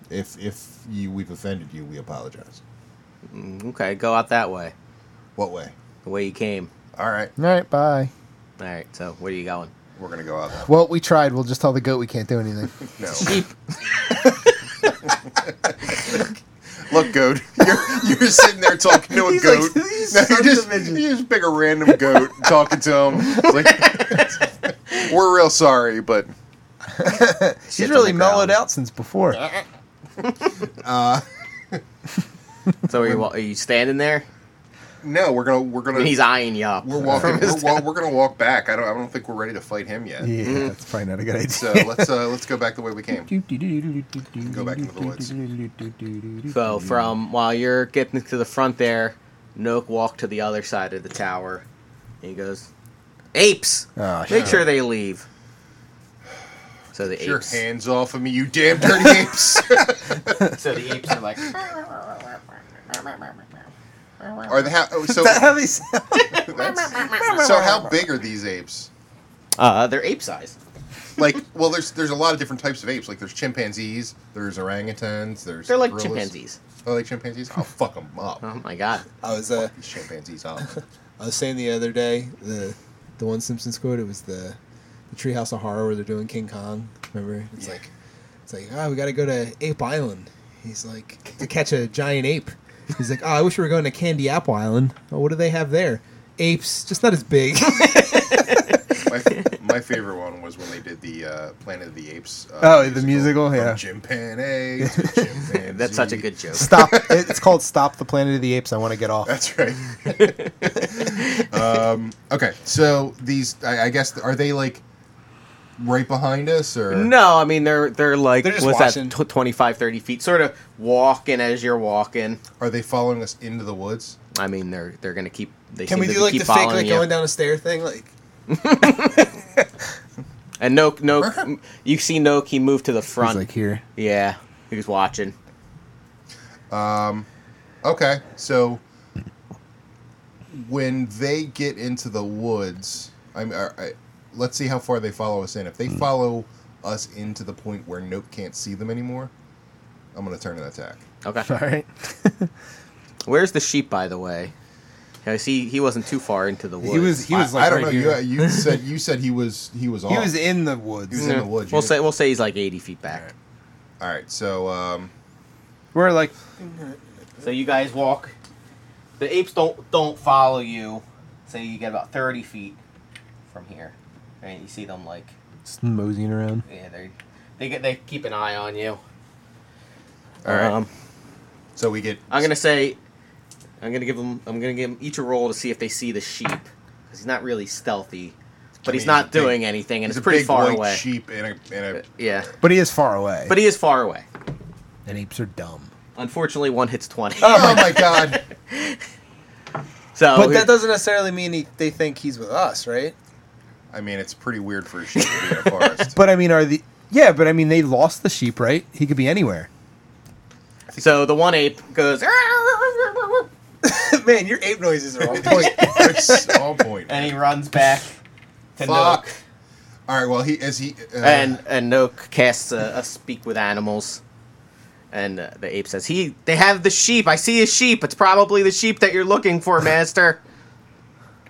Speaker 5: If if you we've offended you, we apologize.
Speaker 2: Mm, Okay, go out that way.
Speaker 5: What way?
Speaker 2: The way you came.
Speaker 5: All right,
Speaker 6: All right, bye.
Speaker 2: All right, so where are you going?
Speaker 3: We're gonna go out.
Speaker 6: Well, we tried. We'll just tell the goat we can't do (laughs) anything.
Speaker 3: No.
Speaker 2: (laughs) Sheep.
Speaker 3: (laughs) Look, goat. You're, you're sitting there talking to a
Speaker 9: He's
Speaker 3: goat.
Speaker 9: like, "These
Speaker 3: No, you
Speaker 9: sons
Speaker 3: just
Speaker 9: of bitches."
Speaker 3: you just pick a random goat and talking to him. It's like, (laughs) we're real sorry, but
Speaker 6: She's
Speaker 2: on
Speaker 6: really
Speaker 2: the
Speaker 6: mellowed
Speaker 2: ground.
Speaker 6: out since before.
Speaker 2: So are you, wa- are you standing there?
Speaker 3: no, we're gonna we're gonna
Speaker 2: And he's eyeing you up.
Speaker 3: we're
Speaker 2: (laughs) from
Speaker 3: walking.
Speaker 2: his
Speaker 3: We're, wa- we're gonna walk back. I don't I don't think we're ready to fight him yet.
Speaker 6: Yeah, that's probably not a good (laughs)
Speaker 3: Mm-hmm. So
Speaker 6: idea.
Speaker 3: let's uh, let's go back the way we came.
Speaker 5: go back into the woods.
Speaker 2: So
Speaker 6: Mm-hmm.
Speaker 2: from while you're getting to the front there, Nook walked to the other side of the tower, and he goes, "Apes,
Speaker 6: Oh,
Speaker 2: make
Speaker 6: shit.
Speaker 2: sure they leave." So the
Speaker 3: Get your
Speaker 2: apes,
Speaker 3: hands off of me, you damn dirty apes! (laughs)
Speaker 2: so the apes are like,
Speaker 3: are they how? oh, So
Speaker 6: That how they sound?
Speaker 3: that's- so how big are these apes?
Speaker 2: uh, they're ape size.
Speaker 3: Like, well,
Speaker 5: there's there's a lot of different types of apes. Like there's chimpanzees, there's orangutans, there's
Speaker 2: They're like
Speaker 5: gorillas.
Speaker 2: chimpanzees.
Speaker 5: Oh, like chimpanzees? I'll fuck them up.
Speaker 2: Oh my god!
Speaker 9: I was uh,
Speaker 5: These chimpanzees up.
Speaker 9: I was saying the other day the the one Simpsons quote. It was the the Treehouse of Horror where they're doing King Kong. Remember? It's like it's like ah, we got to go to Ape Island. He's like to catch a giant ape. He's like, oh, I wish we were going to Candy Apple Island. Oh, what do they have there? Apes, just not as big.
Speaker 2: (laughs)
Speaker 3: my, my favorite one was when they did the uh, Planet of the Apes. Uh,
Speaker 6: Oh, the musical, yeah.
Speaker 3: Chimpanzee. chimpanzee.
Speaker 2: (laughs) That's such a good
Speaker 9: (laughs)
Speaker 2: joke.
Speaker 6: Stop. It's called Stop the Planet of the Apes. I want to get off.
Speaker 5: (laughs)
Speaker 3: That's right.
Speaker 5: Um, Okay, so these, I, I guess, are they like right behind us or
Speaker 2: No, I mean they're they're like
Speaker 9: They're just
Speaker 2: what's
Speaker 9: watching.
Speaker 2: that tw- 25, 30 feet, sort of walking as you're walking.
Speaker 5: are they following us into the woods?
Speaker 2: I mean they're they're gonna keep. They
Speaker 9: Can
Speaker 2: seem
Speaker 9: we
Speaker 2: to
Speaker 9: do like
Speaker 2: keep
Speaker 9: the fake
Speaker 2: following
Speaker 9: like
Speaker 2: you.
Speaker 9: going down a stair thing? Like
Speaker 2: And Noak, Noak, you see Noak. He moved to the front.
Speaker 6: He's like here.
Speaker 2: Yeah, he was watching.
Speaker 5: Okay, so when they get into the woods, I'm. I, I, let's see how far they follow us in. If they follow us into the point where Nope can't see them anymore, I'm gonna turn an attack.
Speaker 2: Okay,
Speaker 6: All right.
Speaker 2: where's the sheep, by the way? I see he wasn't too far into the woods.
Speaker 6: He was. He was
Speaker 5: I,
Speaker 6: like.
Speaker 5: I don't
Speaker 6: right
Speaker 5: know.
Speaker 6: here.
Speaker 5: You, you said you said he was he was off.
Speaker 6: He was in the
Speaker 5: He
Speaker 6: woods.
Speaker 5: was in the woods.
Speaker 2: We'll
Speaker 5: you-
Speaker 2: say we'll say he's like eighty feet back.
Speaker 5: All right, so um,
Speaker 6: We're like.
Speaker 2: So you guys walk. The apes don't don't follow you. Say you get about thirty feet from here, and you see them like
Speaker 6: Just moseying around.
Speaker 2: yeah they they get they keep an eye on you.
Speaker 5: all
Speaker 6: Uh-huh.
Speaker 5: right.
Speaker 2: Um,
Speaker 5: so we get.
Speaker 2: I'm gonna say, I'm gonna give them. I'm gonna give them each a roll to see if they see the sheep, because he's not really stealthy, but
Speaker 5: I
Speaker 2: he's
Speaker 5: mean,
Speaker 2: not
Speaker 5: he's a big-
Speaker 2: doing anything, and
Speaker 5: he's
Speaker 2: it's
Speaker 5: a
Speaker 2: pretty
Speaker 5: big
Speaker 2: far
Speaker 5: white
Speaker 2: away.
Speaker 5: Sheep and a, and a
Speaker 2: Yeah,
Speaker 6: But he is far away.
Speaker 2: but he is far away.
Speaker 6: and apes are dumb.
Speaker 2: Unfortunately, one hits twenty.
Speaker 5: oh my god.
Speaker 3: Oh,
Speaker 2: so,
Speaker 9: But that doesn't necessarily mean he, they think he's with us, right?
Speaker 5: I mean, it's pretty weird for a sheep to be in
Speaker 6: (laughs)
Speaker 5: a forest.
Speaker 6: But I mean, are the yeah? But I mean, they lost the sheep, right? He could be anywhere.
Speaker 2: So the one ape goes,
Speaker 9: Man, your ape noises are on
Speaker 5: (laughs)
Speaker 9: point.
Speaker 5: Point. It's all point.
Speaker 2: and he
Speaker 1: (laughs)
Speaker 2: runs back to
Speaker 5: Fuck.
Speaker 2: Nook,
Speaker 5: All right. Well, he as he uh,
Speaker 2: and and Nook casts a, a speak with animals, and uh, the ape says, "He, they have the sheep. I see a sheep. It's probably the sheep that you're looking for, master."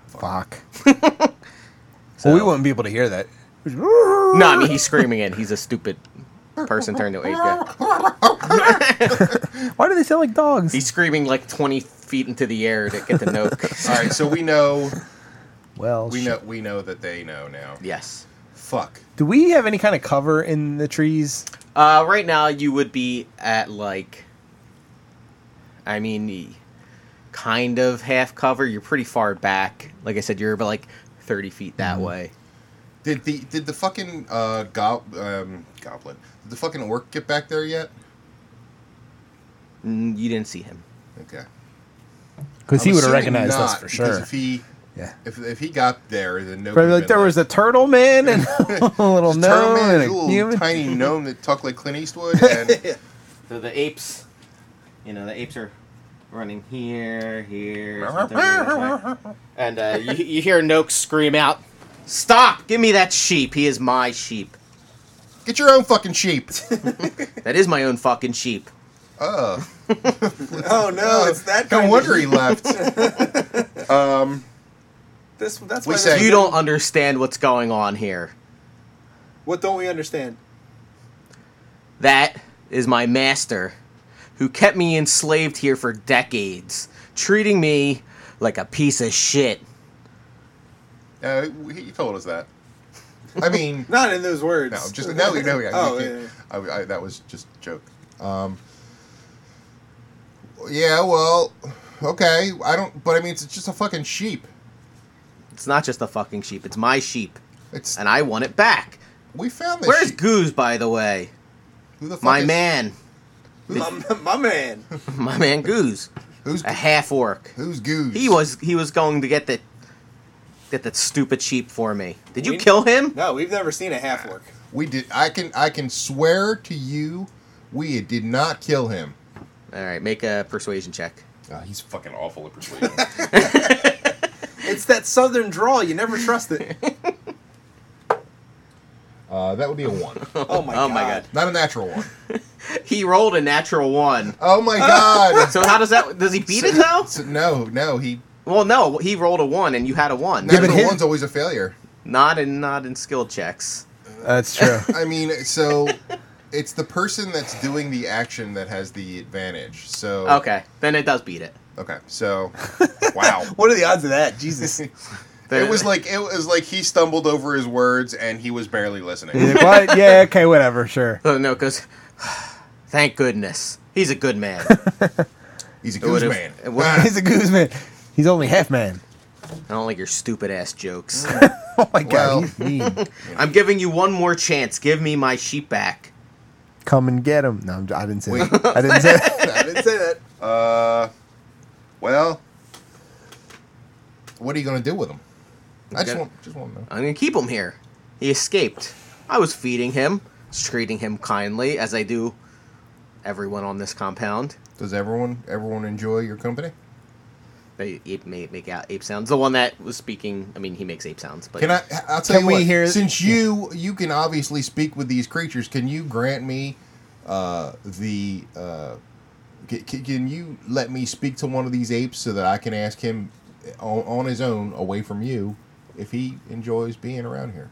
Speaker 6: Fuck.
Speaker 2: So-
Speaker 6: (laughs) Well, we wouldn't be able to hear that.
Speaker 2: No, I mean he's screaming it. He's a stupid person turned to ape guy.
Speaker 4: Why do they sound like dogs?
Speaker 2: He's screaming like 20 feet into the air to get to Nook. (laughs)
Speaker 5: all right. So we know
Speaker 4: well,
Speaker 5: we
Speaker 4: shit.
Speaker 5: know we know that they know now.
Speaker 2: yes.
Speaker 5: Fuck.
Speaker 6: Do we have any kind of cover in the trees?
Speaker 2: Uh, right now you would be at like, I mean, y- kind of half cover. You're pretty far back. Like I said, you're about like 30 feet that way.
Speaker 5: Did the did the fucking uh gob um goblin did the fucking orc get back there yet?
Speaker 2: Mm, you didn't see him.
Speaker 5: Okay.
Speaker 4: because he
Speaker 5: I'm
Speaker 4: would have
Speaker 5: assuming
Speaker 4: recognized us
Speaker 5: not,
Speaker 4: for
Speaker 5: because
Speaker 4: sure.
Speaker 5: If he
Speaker 4: Yeah.
Speaker 5: if, if he got there, then no.
Speaker 4: Probably like there was a turtle man
Speaker 6: (laughs)
Speaker 4: and a little gnome and a
Speaker 5: little
Speaker 4: human.
Speaker 5: tiny
Speaker 9: (laughs)
Speaker 5: gnome that talked like Clint Eastwood, and
Speaker 2: So the apes, you know, the apes are running here, here, and uh, you, you hear Noak scream out, "Stop! Give me that sheep. He is my sheep.
Speaker 5: get your own fucking
Speaker 9: (laughs)
Speaker 5: sheep.
Speaker 2: That is my own fucking sheep."
Speaker 5: Oh,
Speaker 9: oh no, it's that kind
Speaker 5: no
Speaker 9: of
Speaker 5: wonder he
Speaker 9: (laughs)
Speaker 5: left. Um,
Speaker 9: This, that's
Speaker 5: We
Speaker 9: why
Speaker 5: say-
Speaker 9: this-
Speaker 2: You don't understand what's going on here.
Speaker 9: What don't we understand?
Speaker 2: That is my master, who kept me enslaved here for decades, treating me like a piece of shit.
Speaker 5: uh, he told us that. I
Speaker 9: (laughs)
Speaker 5: mean,
Speaker 9: Not in those words.
Speaker 5: No, I'm just no, no, yeah.
Speaker 9: Oh,
Speaker 5: you
Speaker 9: yeah,
Speaker 5: can't-
Speaker 9: yeah.
Speaker 5: I, I, that was just a joke. Um, yeah, well, okay. I don't, but I mean, it's just a fucking sheep.
Speaker 2: It's not just a fucking sheep, it's my sheep,
Speaker 5: It's
Speaker 2: and I want it back.
Speaker 5: we found this.
Speaker 2: Where's
Speaker 5: sheep.
Speaker 2: Goose, by the way?
Speaker 5: Who the fuck
Speaker 2: My
Speaker 5: is-
Speaker 2: man.
Speaker 9: (laughs) my, my man.
Speaker 2: My man Goose.
Speaker 5: Who's
Speaker 2: A half orc.
Speaker 5: who's goose?
Speaker 2: He was he was going to get the get that stupid sheep for me. Did you
Speaker 9: We-
Speaker 2: kill him?
Speaker 9: No, we've never seen a half orc.
Speaker 5: We did. I can. I can swear to you, we did not kill him.
Speaker 2: Alright, make a persuasion check.
Speaker 5: Oh, he's fucking awful at persuasion.
Speaker 9: It's that southern drawl. You never trust it.
Speaker 5: uh, that would be a one,
Speaker 9: Oh my
Speaker 2: Oh
Speaker 9: god.
Speaker 2: my god.
Speaker 5: not a natural one.
Speaker 2: He rolled a natural one.
Speaker 5: Oh my god.
Speaker 2: So how does that? Does he
Speaker 5: (laughs)
Speaker 2: beat it though?
Speaker 5: So, no, no, he
Speaker 2: Well, no. He rolled a one, and you had a one.
Speaker 5: natural
Speaker 4: his-
Speaker 5: one's always a failure.
Speaker 2: Not in not in skill checks.
Speaker 4: That's true.
Speaker 3: (laughs)
Speaker 5: I mean, so it's the person that's doing the action that has the advantage. So
Speaker 2: Okay, then it does beat it.
Speaker 5: okay,
Speaker 9: (laughs)
Speaker 5: so wow.
Speaker 9: What are the odds of that? Jesus.
Speaker 2: Then-
Speaker 5: It was like it was like he stumbled over his words and he was barely listening.
Speaker 4: He's like, what? Yeah, okay, whatever, sure.
Speaker 2: oh, no, because (sighs) thank goodness he's a good
Speaker 5: (laughs)
Speaker 2: man.
Speaker 5: He's a
Speaker 2: It
Speaker 5: goose
Speaker 2: would've-
Speaker 5: man.
Speaker 2: it would've-
Speaker 5: Ah,
Speaker 4: (laughs) He's a goose man. He's only half man. (laughs)
Speaker 2: I don't like your stupid ass jokes.
Speaker 5: Mm.
Speaker 4: Oh my god,
Speaker 5: Well.
Speaker 4: he's mean.
Speaker 2: I'm giving you one more chance. Give me my sheep back.
Speaker 4: Come and get him. No, I'm, I didn't say
Speaker 5: Wait.
Speaker 4: that. I didn't say
Speaker 5: (laughs)
Speaker 4: that.
Speaker 9: (laughs) I didn't say that.
Speaker 5: uh, well, what are you gonna do with him? I just
Speaker 2: Okay.
Speaker 5: want just want to know.
Speaker 2: I'm gonna keep him here. He escaped. I was feeding him, treating him kindly as I do everyone on this compound.
Speaker 5: Does everyone everyone enjoy your company?
Speaker 2: They ape may make out ape sounds. The one that was speaking, I mean, he makes ape sounds, but
Speaker 5: Can I? I'll tell
Speaker 4: Can
Speaker 5: you
Speaker 4: we
Speaker 5: what.
Speaker 4: hear-
Speaker 5: since you you can obviously speak with these creatures, can you grant me uh, the? Uh, can, can you let me speak to one of these apes so that I can ask him uh, on, on his own, away from you, if he enjoys being around here?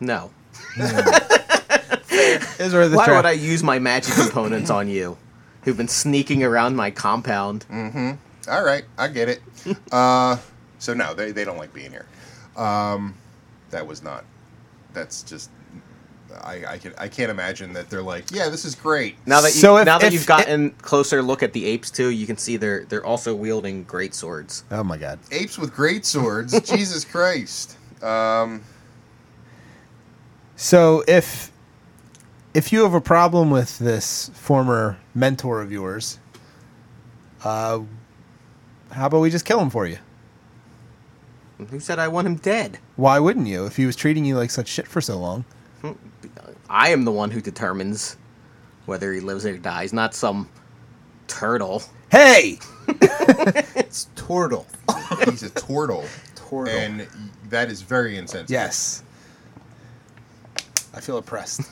Speaker 2: no.
Speaker 4: Is where the
Speaker 2: Why
Speaker 4: trap-
Speaker 2: would I use my magic components on you, who've been sneaking around my compound?
Speaker 5: Mm. All right, I get (laughs) it. uh, so no, they they don't like being here. Um, that was not. That's just. I, I can I can't imagine that they're like yeah this is great
Speaker 2: Now that you,
Speaker 4: So if-
Speaker 2: now that
Speaker 4: if-
Speaker 2: you've gotten closer look at the apes too, you can see they're they're also wielding great swords.
Speaker 4: Oh my god.
Speaker 5: apes with great (laughs) swords. Jesus Christ. Um,
Speaker 4: So if if you have a problem with this former mentor of yours, uh, how about we just kill him for you?
Speaker 2: Who said I want him dead?
Speaker 4: Why wouldn't you? If he was treating you like such shit for so long,
Speaker 2: I am the one who determines whether he lives or dies, not some turtle.
Speaker 6: Hey,
Speaker 9: It's turtle.
Speaker 5: He's a turtle,
Speaker 9: Turtle.
Speaker 5: and that is very insensitive.
Speaker 6: yes. I feel oppressed.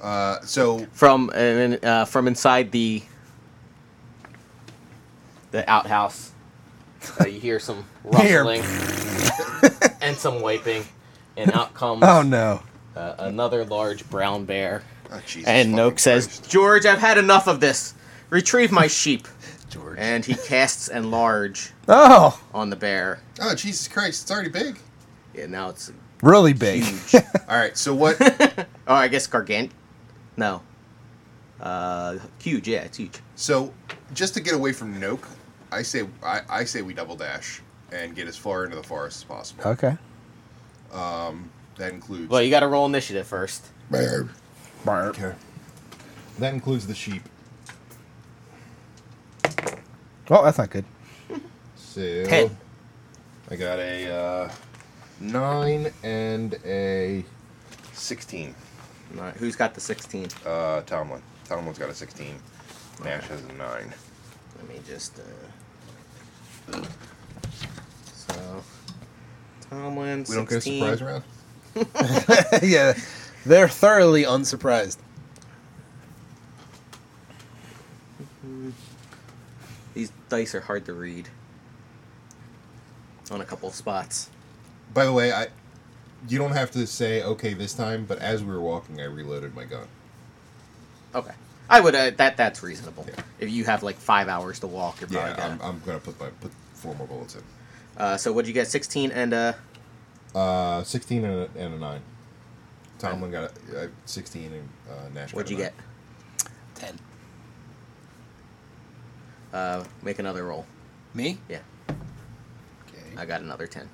Speaker 5: Uh, so
Speaker 2: From and uh, from inside the the outhouse, uh, you hear some rustling and some wiping, and out comes
Speaker 6: oh no.
Speaker 2: uh, another large brown bear.
Speaker 5: oh, Jesus
Speaker 2: And
Speaker 5: fucking
Speaker 2: Noak says,
Speaker 5: Christ.
Speaker 2: George, I've had enough of this. Retrieve my sheep. George. And he casts enlarge
Speaker 6: Oh,
Speaker 2: on the bear.
Speaker 5: "Oh Jesus Christ, it's already (laughs) big."
Speaker 2: Yeah, now it's
Speaker 6: really
Speaker 4: (laughs)
Speaker 6: big.
Speaker 2: huge.
Speaker 5: All right, so what?
Speaker 2: oh, I guess gargant. No. Uh, huge. Yeah, it's huge.
Speaker 5: so just to get away from Noak, I say I, I say we double dash and get as far into the forest as possible.
Speaker 6: Okay.
Speaker 5: That includes
Speaker 2: Well, you got to roll initiative first.
Speaker 5: Okay.
Speaker 3: That includes the sheep.
Speaker 6: Well, that's not good.
Speaker 5: so
Speaker 2: Ten.
Speaker 5: I got a uh, nine and a
Speaker 3: Sixteen.
Speaker 2: All right, who's got the sixteen?
Speaker 5: uh, Tomlin. Tomlin's got a sixteen.
Speaker 3: Nash has a nine.
Speaker 2: Let me just. Uh... So, Tomlin.
Speaker 5: We don't get a
Speaker 2: 16.
Speaker 5: surprise round.
Speaker 6: yeah.
Speaker 9: They're thoroughly unsurprised.
Speaker 2: These dice are hard to read. On a couple of spots.
Speaker 5: By the way, I you don't have to say okay this time, but as we were walking, I reloaded my gun.
Speaker 2: Okay. I would uh, that that's reasonable.
Speaker 5: Yeah.
Speaker 2: If you have like five hours to walk, you're probably
Speaker 5: Yeah,
Speaker 2: gonna.
Speaker 5: I'm, I'm gonna put my put four more bullets in.
Speaker 2: uh, so what'd you get? Sixteen and uh.
Speaker 5: Uh, sixteen and a, and a nine. Tomlin got a, uh, sixteen and uh, Nash. got
Speaker 2: What'd
Speaker 5: a
Speaker 2: you
Speaker 5: nine.
Speaker 2: get?
Speaker 9: Ten.
Speaker 2: Uh, make another roll.
Speaker 9: Me?
Speaker 2: Yeah, I got another ten.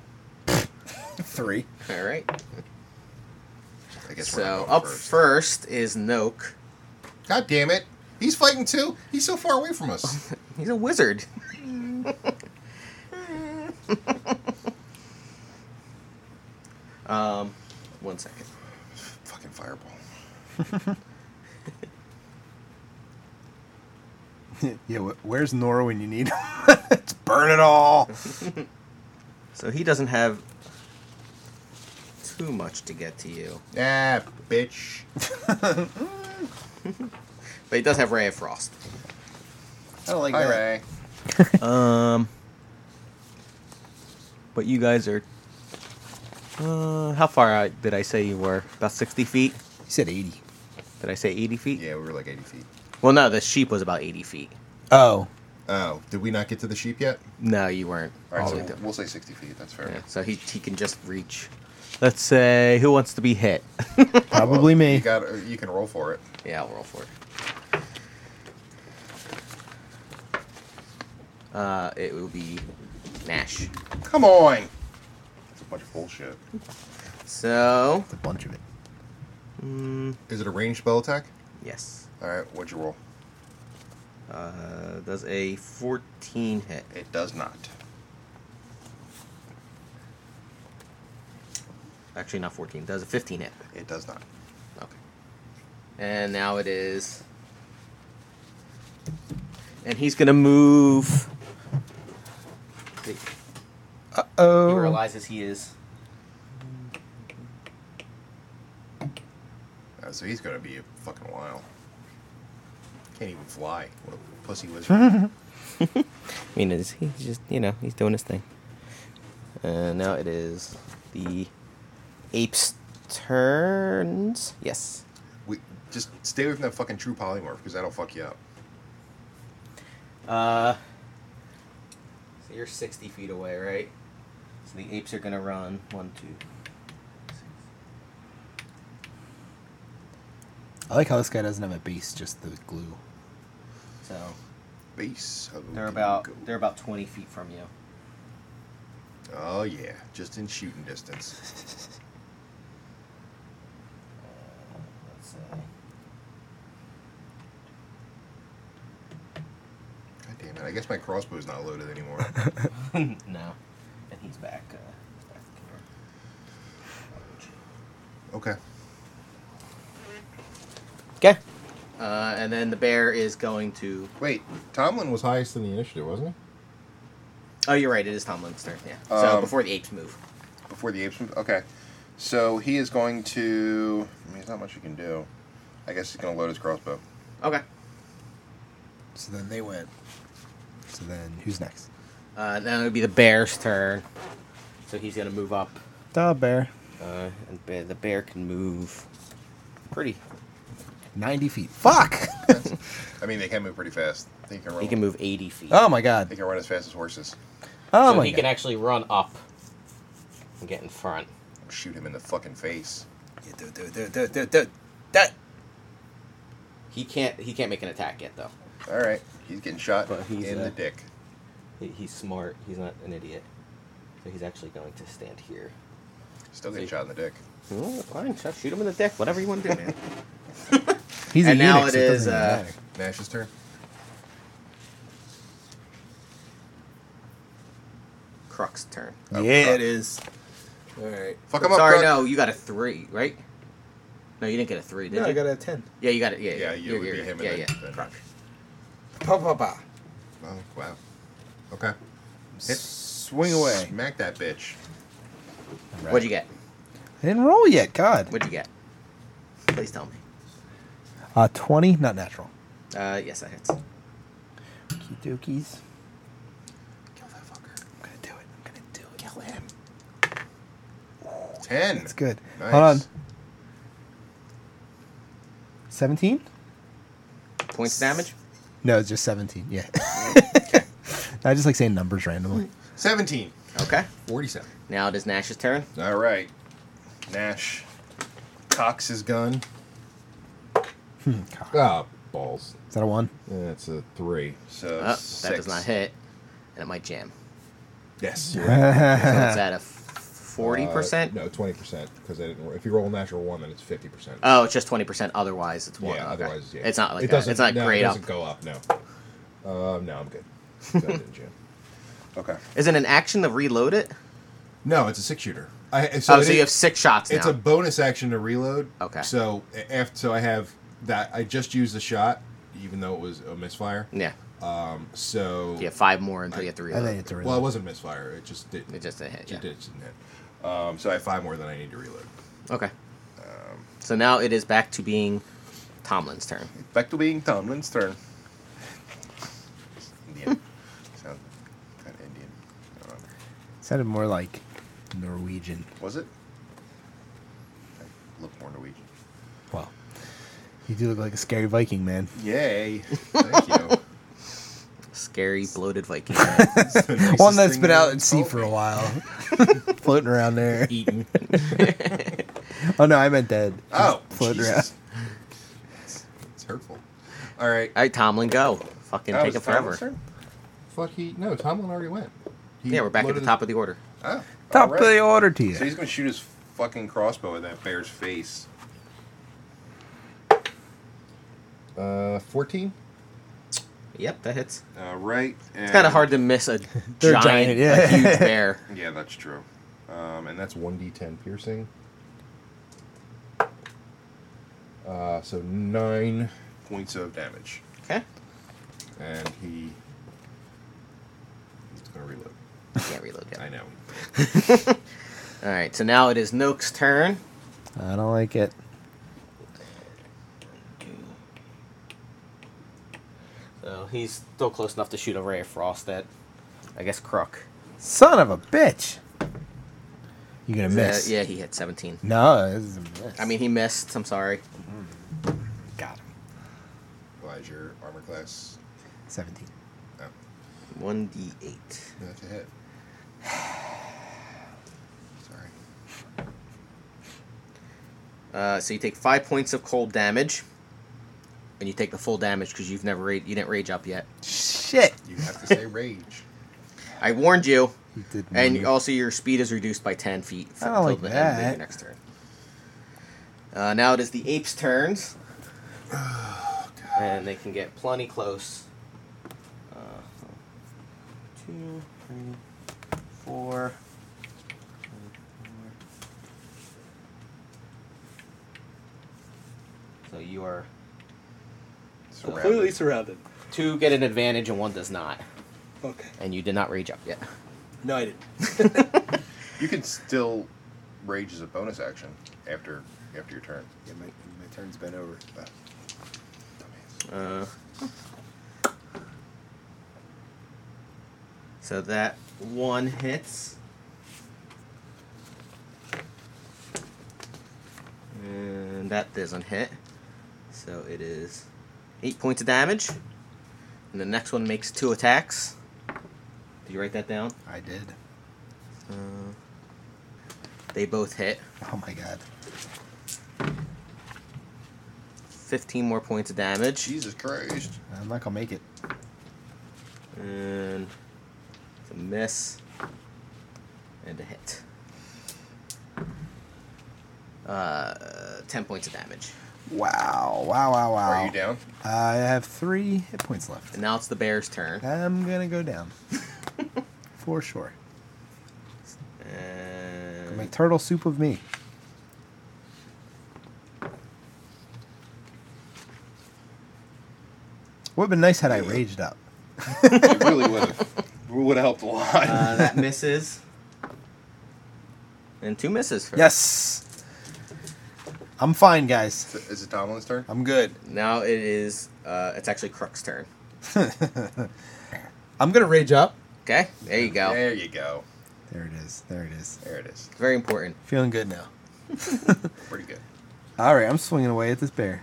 Speaker 2: (laughs)
Speaker 6: Three.
Speaker 2: All right.
Speaker 5: I guess we're
Speaker 2: So
Speaker 5: not going
Speaker 2: up first is Noak.
Speaker 5: God damn it! He's fighting too. He's so far away
Speaker 2: (laughs)
Speaker 5: from us.
Speaker 2: He's a wizard. um, one second.
Speaker 5: Fucking fireball.
Speaker 6: Yeah. wh- Where's Nora when you need him? (laughs) Let's burn it all.
Speaker 2: So he doesn't have too much to get to you,
Speaker 5: Ah, bitch.
Speaker 2: but he does have Ray of Frost.
Speaker 6: I don't like
Speaker 5: All
Speaker 6: that.
Speaker 5: right.
Speaker 2: (laughs) Um, but you guys are. Uh, how far out did I say you were? About sixty feet.
Speaker 9: He said eighty.
Speaker 2: Did I say eighty feet?
Speaker 5: Yeah, we were like eighty feet.
Speaker 2: Well, no, the sheep was about eighty feet.
Speaker 6: Oh.
Speaker 5: Oh, did we not get to the sheep yet?
Speaker 2: No, you weren't.
Speaker 3: All right,
Speaker 2: all
Speaker 3: so
Speaker 2: the
Speaker 6: Oh.
Speaker 3: we'll,
Speaker 2: way down.
Speaker 3: we'll say sixty feet. That's fair.
Speaker 2: Yeah, so he he can just reach. Let's say who wants to be hit.
Speaker 6: Probably
Speaker 5: You
Speaker 6: me.
Speaker 5: got. uh, You can roll for it.
Speaker 2: (laughs) yeah, I'll roll for it. Uh, it will be Nash.
Speaker 5: Come on.
Speaker 3: It's a bunch of bullshit.
Speaker 2: So mm,
Speaker 6: A bunch of it.
Speaker 5: Is it a ranged spell attack?
Speaker 2: yes,
Speaker 5: All right. What'd you roll?
Speaker 2: uh, does a fourteen hit?
Speaker 3: It does not.
Speaker 2: Actually, not fourteen. Does a fifteen hit?
Speaker 3: It does not.
Speaker 2: Okay. And now it is. And he's gonna move. He
Speaker 6: Oh.
Speaker 2: realizes he is.
Speaker 5: Uh, so he's gonna be a fucking while. Can't even fly. What a pussy
Speaker 6: (laughs)
Speaker 5: wizard.
Speaker 2: I mean, it's, he's just, you know, he's doing his thing. And now it is the ape's turns. Yes.
Speaker 5: we, just stay away from that fucking true polymorph because that'll fuck you up.
Speaker 2: Uh, so you're 60 feet away, right? So the apes are going to run. One, two.
Speaker 6: I like how this guy doesn't have a base, just the glue.
Speaker 2: So
Speaker 5: Base. oh,
Speaker 2: they're
Speaker 5: there
Speaker 2: about
Speaker 5: you go.
Speaker 2: they're about 20 feet from you.
Speaker 5: Oh yeah, just in shooting distance.
Speaker 2: Let's say.
Speaker 5: God damn it! I guess my crossbow's not loaded anymore.
Speaker 2: (laughs) no. And he's back. Uh, he's back here.
Speaker 5: okay.
Speaker 6: Okay.
Speaker 2: Uh, and then the bear is going to.
Speaker 3: Wait,
Speaker 5: Tomlin was highest in the initiative, wasn't he?
Speaker 2: Oh, you're right. It is Tomlin's turn. Yeah. So
Speaker 3: Um,
Speaker 2: before the apes move.
Speaker 3: before the apes move? Okay. So he is going to. I mean, there's not much he can do. I guess he's going to load his crossbow.
Speaker 2: Okay.
Speaker 6: So then they win. So then who's next?
Speaker 2: Uh, now it would be the bear's turn. So he's going to move up.
Speaker 6: The bear.
Speaker 2: Uh, and bear, the bear can move pretty.
Speaker 6: 90 feet. Fuck! (laughs)
Speaker 3: I mean, they can move pretty fast. They can run.
Speaker 2: He can move 80 feet.
Speaker 6: oh my god.
Speaker 3: They can run as fast as horses.
Speaker 6: Oh
Speaker 2: so
Speaker 6: my
Speaker 2: he
Speaker 6: god.
Speaker 2: can actually run up and get in front.
Speaker 3: Shoot him in the fucking face.
Speaker 6: Yeah, do, it, do, it, do, it, do, it, do, it, do, it. That-
Speaker 2: He can't. He can't make an attack yet, though.
Speaker 3: All right, he's getting shot
Speaker 2: But he's,
Speaker 3: in
Speaker 2: uh,
Speaker 3: the dick.
Speaker 2: He, he's smart. He's not an idiot. So he's actually going to stand here.
Speaker 3: Still getting
Speaker 2: see.
Speaker 3: shot in the dick.
Speaker 2: Oh, fine, Chuck, shoot him in the dick. Whatever you want to do, man.
Speaker 6: He's
Speaker 2: and
Speaker 6: a
Speaker 2: now
Speaker 6: eunuch,
Speaker 2: it
Speaker 6: so doesn't
Speaker 2: is.
Speaker 6: even
Speaker 2: Uh,
Speaker 6: matter.
Speaker 5: Nash's turn.
Speaker 2: (laughs) Crux turn.
Speaker 6: yeah, it is.
Speaker 9: All right.
Speaker 3: Oh, Fuck him up,
Speaker 2: Sorry,
Speaker 3: Grug.
Speaker 2: no, you got a three, right? No, you didn't get a three, did
Speaker 9: No,
Speaker 2: you?
Speaker 9: I got a ten.
Speaker 2: Yeah, you got it. Yeah,
Speaker 3: Yeah,
Speaker 2: yeah,
Speaker 3: you
Speaker 2: you're-
Speaker 3: would
Speaker 2: you're-
Speaker 3: be him and
Speaker 2: yeah,
Speaker 3: then-
Speaker 2: yeah.
Speaker 3: then-
Speaker 2: Crux.
Speaker 9: Pa pa pa.
Speaker 5: Oh, wow. Okay.
Speaker 6: Swing away.
Speaker 3: Smack that bitch.
Speaker 2: What'd you get?
Speaker 6: I didn't roll yet. God.
Speaker 2: What'd you get? Please tell me.
Speaker 6: Uh, 20, not natural.
Speaker 2: Uh, yes, that hits.
Speaker 6: Okie dokies.
Speaker 9: Kill that fucker.
Speaker 6: I'm gonna do it. I'm gonna do it.
Speaker 9: Kill him.
Speaker 3: Ten.
Speaker 6: That's good.
Speaker 3: Nice.
Speaker 6: Hold on. 17?
Speaker 2: Points damage.
Speaker 6: No, it's just 17. Yeah. (laughs) I just like saying numbers randomly.
Speaker 3: Seventeen.
Speaker 2: Okay.
Speaker 5: Forty-seven.
Speaker 2: Now it is Nash's turn.
Speaker 3: All right. Nash cocks his gun.
Speaker 2: Hmm,
Speaker 5: Ah, balls.
Speaker 6: Is that a one?
Speaker 5: That's a three.
Speaker 3: So
Speaker 2: Oh, that
Speaker 3: six.
Speaker 2: does not hit, and it might
Speaker 5: (laughs)
Speaker 2: jam. (laughs)
Speaker 5: Yes.
Speaker 6: (laughs)
Speaker 5: Uh,
Speaker 2: So it's at a forty percent.
Speaker 5: no, twenty percent. Because I didn't. If you roll a natural one, then it's fifty percent.
Speaker 2: Oh, it's just twenty percent. Otherwise, it's
Speaker 5: yeah.
Speaker 2: one. Okay.
Speaker 5: Otherwise, yeah.
Speaker 2: It's not like
Speaker 5: it
Speaker 2: a,
Speaker 5: doesn't.
Speaker 2: it's not
Speaker 5: no,
Speaker 2: great
Speaker 5: it
Speaker 2: up.
Speaker 5: doesn't go up. No. Uh, no,
Speaker 2: (laughs)
Speaker 5: I'm good. So I didn't jam.
Speaker 3: Okay.
Speaker 2: Is it an action to reload it?
Speaker 5: No, it's a six shooter. I, so
Speaker 2: Oh,
Speaker 5: it
Speaker 2: so you
Speaker 5: is-
Speaker 2: have six shots
Speaker 5: It's
Speaker 2: now.
Speaker 5: a bonus action to reload.
Speaker 2: Okay.
Speaker 5: So a- after, so I have that. I just used the shot, even though it was a misfire.
Speaker 2: yeah.
Speaker 5: So
Speaker 2: You have five more until you have to
Speaker 6: I think
Speaker 2: reload.
Speaker 6: it's a
Speaker 5: well, it
Speaker 6: real.
Speaker 5: wasn't a misfire. It just didn't.
Speaker 2: It just a hit.
Speaker 5: it
Speaker 2: Yeah.
Speaker 5: just didn't hit. Um, so I have five more than I need to reload.
Speaker 2: Okay.
Speaker 5: Um.
Speaker 2: so now it is back to being Tomlin's turn.
Speaker 3: Back to being Tomlin's
Speaker 9: (laughs)
Speaker 3: turn. Indian. Sound kind of Indian. I don't know.
Speaker 6: sounded more like Norwegian.
Speaker 3: Was it? I look more Norwegian.
Speaker 6: Well, you do look like a scary Viking, man.
Speaker 3: Yay! Thank (laughs) you.
Speaker 2: Scary bloated Viking.
Speaker 5: (laughs) It's the nicest
Speaker 6: One that's
Speaker 5: thing
Speaker 6: been
Speaker 5: you
Speaker 6: out
Speaker 5: ever
Speaker 6: at sea
Speaker 5: told
Speaker 6: for
Speaker 5: me.
Speaker 6: a while, (laughs) floating around there.
Speaker 5: Eaten.
Speaker 6: (laughs) Oh no, I meant dead.
Speaker 5: Oh,
Speaker 6: Float
Speaker 5: Jesus. It's hurtful. All right.
Speaker 2: All right, Tomlin, go. Fucking
Speaker 3: Oh,
Speaker 2: take
Speaker 3: is
Speaker 2: it
Speaker 3: it Tomlin's
Speaker 2: forever.
Speaker 3: turn?
Speaker 5: Fuck he. No, Tomlin already went. He
Speaker 2: Yeah, we're back at the
Speaker 5: loaded
Speaker 2: top of the order.
Speaker 3: Oh,
Speaker 6: Top
Speaker 3: all
Speaker 6: of the
Speaker 3: right.
Speaker 6: order to you.
Speaker 3: So he's gonna shoot his fucking crossbow at that bear's face.
Speaker 5: his- Uh, fourteen.
Speaker 2: Yep, that hits.
Speaker 3: Uh, right.
Speaker 2: It's kind of hard to miss a giant,
Speaker 6: (laughs) They're giant, yeah.
Speaker 2: a
Speaker 6: (laughs)
Speaker 2: huge bear.
Speaker 3: Yeah, that's true. Um, and that's
Speaker 5: That's one d10 piercing. Uh, so nine,
Speaker 3: points of damage.
Speaker 2: (laughs) Okay.
Speaker 5: and he. He's gonna reload.
Speaker 2: You Can't reload yet.
Speaker 5: I know.
Speaker 2: All right, so now it is Nook's turn.
Speaker 6: I don't like it.
Speaker 2: So he's still close enough to shoot a ray of frost at, I guess, Crook.
Speaker 6: Son of a bitch. You gonna miss?
Speaker 2: Uh, yeah, he hit 17.
Speaker 6: No, this is a miss.
Speaker 2: I mean, he missed. I'm sorry.
Speaker 6: got him.
Speaker 5: Why is your armor class?
Speaker 6: Seventeen.
Speaker 5: Oh,
Speaker 2: 1d8.
Speaker 5: that's a hit. (sighs) Sorry.
Speaker 2: Uh, so you take five points of cold damage, and you take the full damage because you've never ra- you didn't rage up yet.
Speaker 6: Shit.
Speaker 5: You have
Speaker 2: (laughs)
Speaker 5: to say rage.
Speaker 2: I warned you,
Speaker 6: He did.
Speaker 2: and
Speaker 6: move.
Speaker 2: also your speed is reduced by ten feet f-
Speaker 6: Mm-hmm. I don't like
Speaker 2: the end of
Speaker 6: that.
Speaker 2: your next turn. Uh, now it is the apes' turns, and they can get plenty close. Uh, two, three, four. So you are
Speaker 10: Completely surrounded.
Speaker 2: Two get an advantage and one does not.
Speaker 10: Okay.
Speaker 2: And you did not rage up yet.
Speaker 10: No, I didn't.
Speaker 5: You can still rage as a bonus action after after your turn.
Speaker 11: Yeah, my, my turn's been over. Uh,
Speaker 2: Uh, so that one hits. And that doesn't hit. So it is eight points of damage. And the next one makes two attacks. Did you write that down? Uh,
Speaker 6: I did.
Speaker 2: They both hit.
Speaker 6: Oh my god.
Speaker 2: 15 more points of damage.
Speaker 5: Jesus Christ.
Speaker 6: I'm not gonna make it.
Speaker 2: And it's a miss. And a hit. Uh, 10 points of damage.
Speaker 6: Wow! Wow! Wow! Wow!
Speaker 5: Are you down?
Speaker 6: I have three hit points left.
Speaker 2: And now it's the bear's turn.
Speaker 6: I'm gonna go (laughs) down. For sure. Make
Speaker 2: And
Speaker 6: turtle soup of me. Would have been nice had I raged up.
Speaker 5: You really would have. Would have helped a lot.
Speaker 2: uh, that misses. And two misses. For
Speaker 6: Yes. I'm fine, guys.
Speaker 5: Is it Tomlin's turn?
Speaker 6: I'm good.
Speaker 2: Now it is, uh, it's actually Crook's turn.
Speaker 6: I'm gonna rage up.
Speaker 2: Okay, there you go.
Speaker 5: There you go.
Speaker 6: There it is. There it is.
Speaker 5: There it is.
Speaker 2: It's very important.
Speaker 6: Feeling good now.
Speaker 5: Pretty good.
Speaker 6: All right, I'm swinging away at this bear.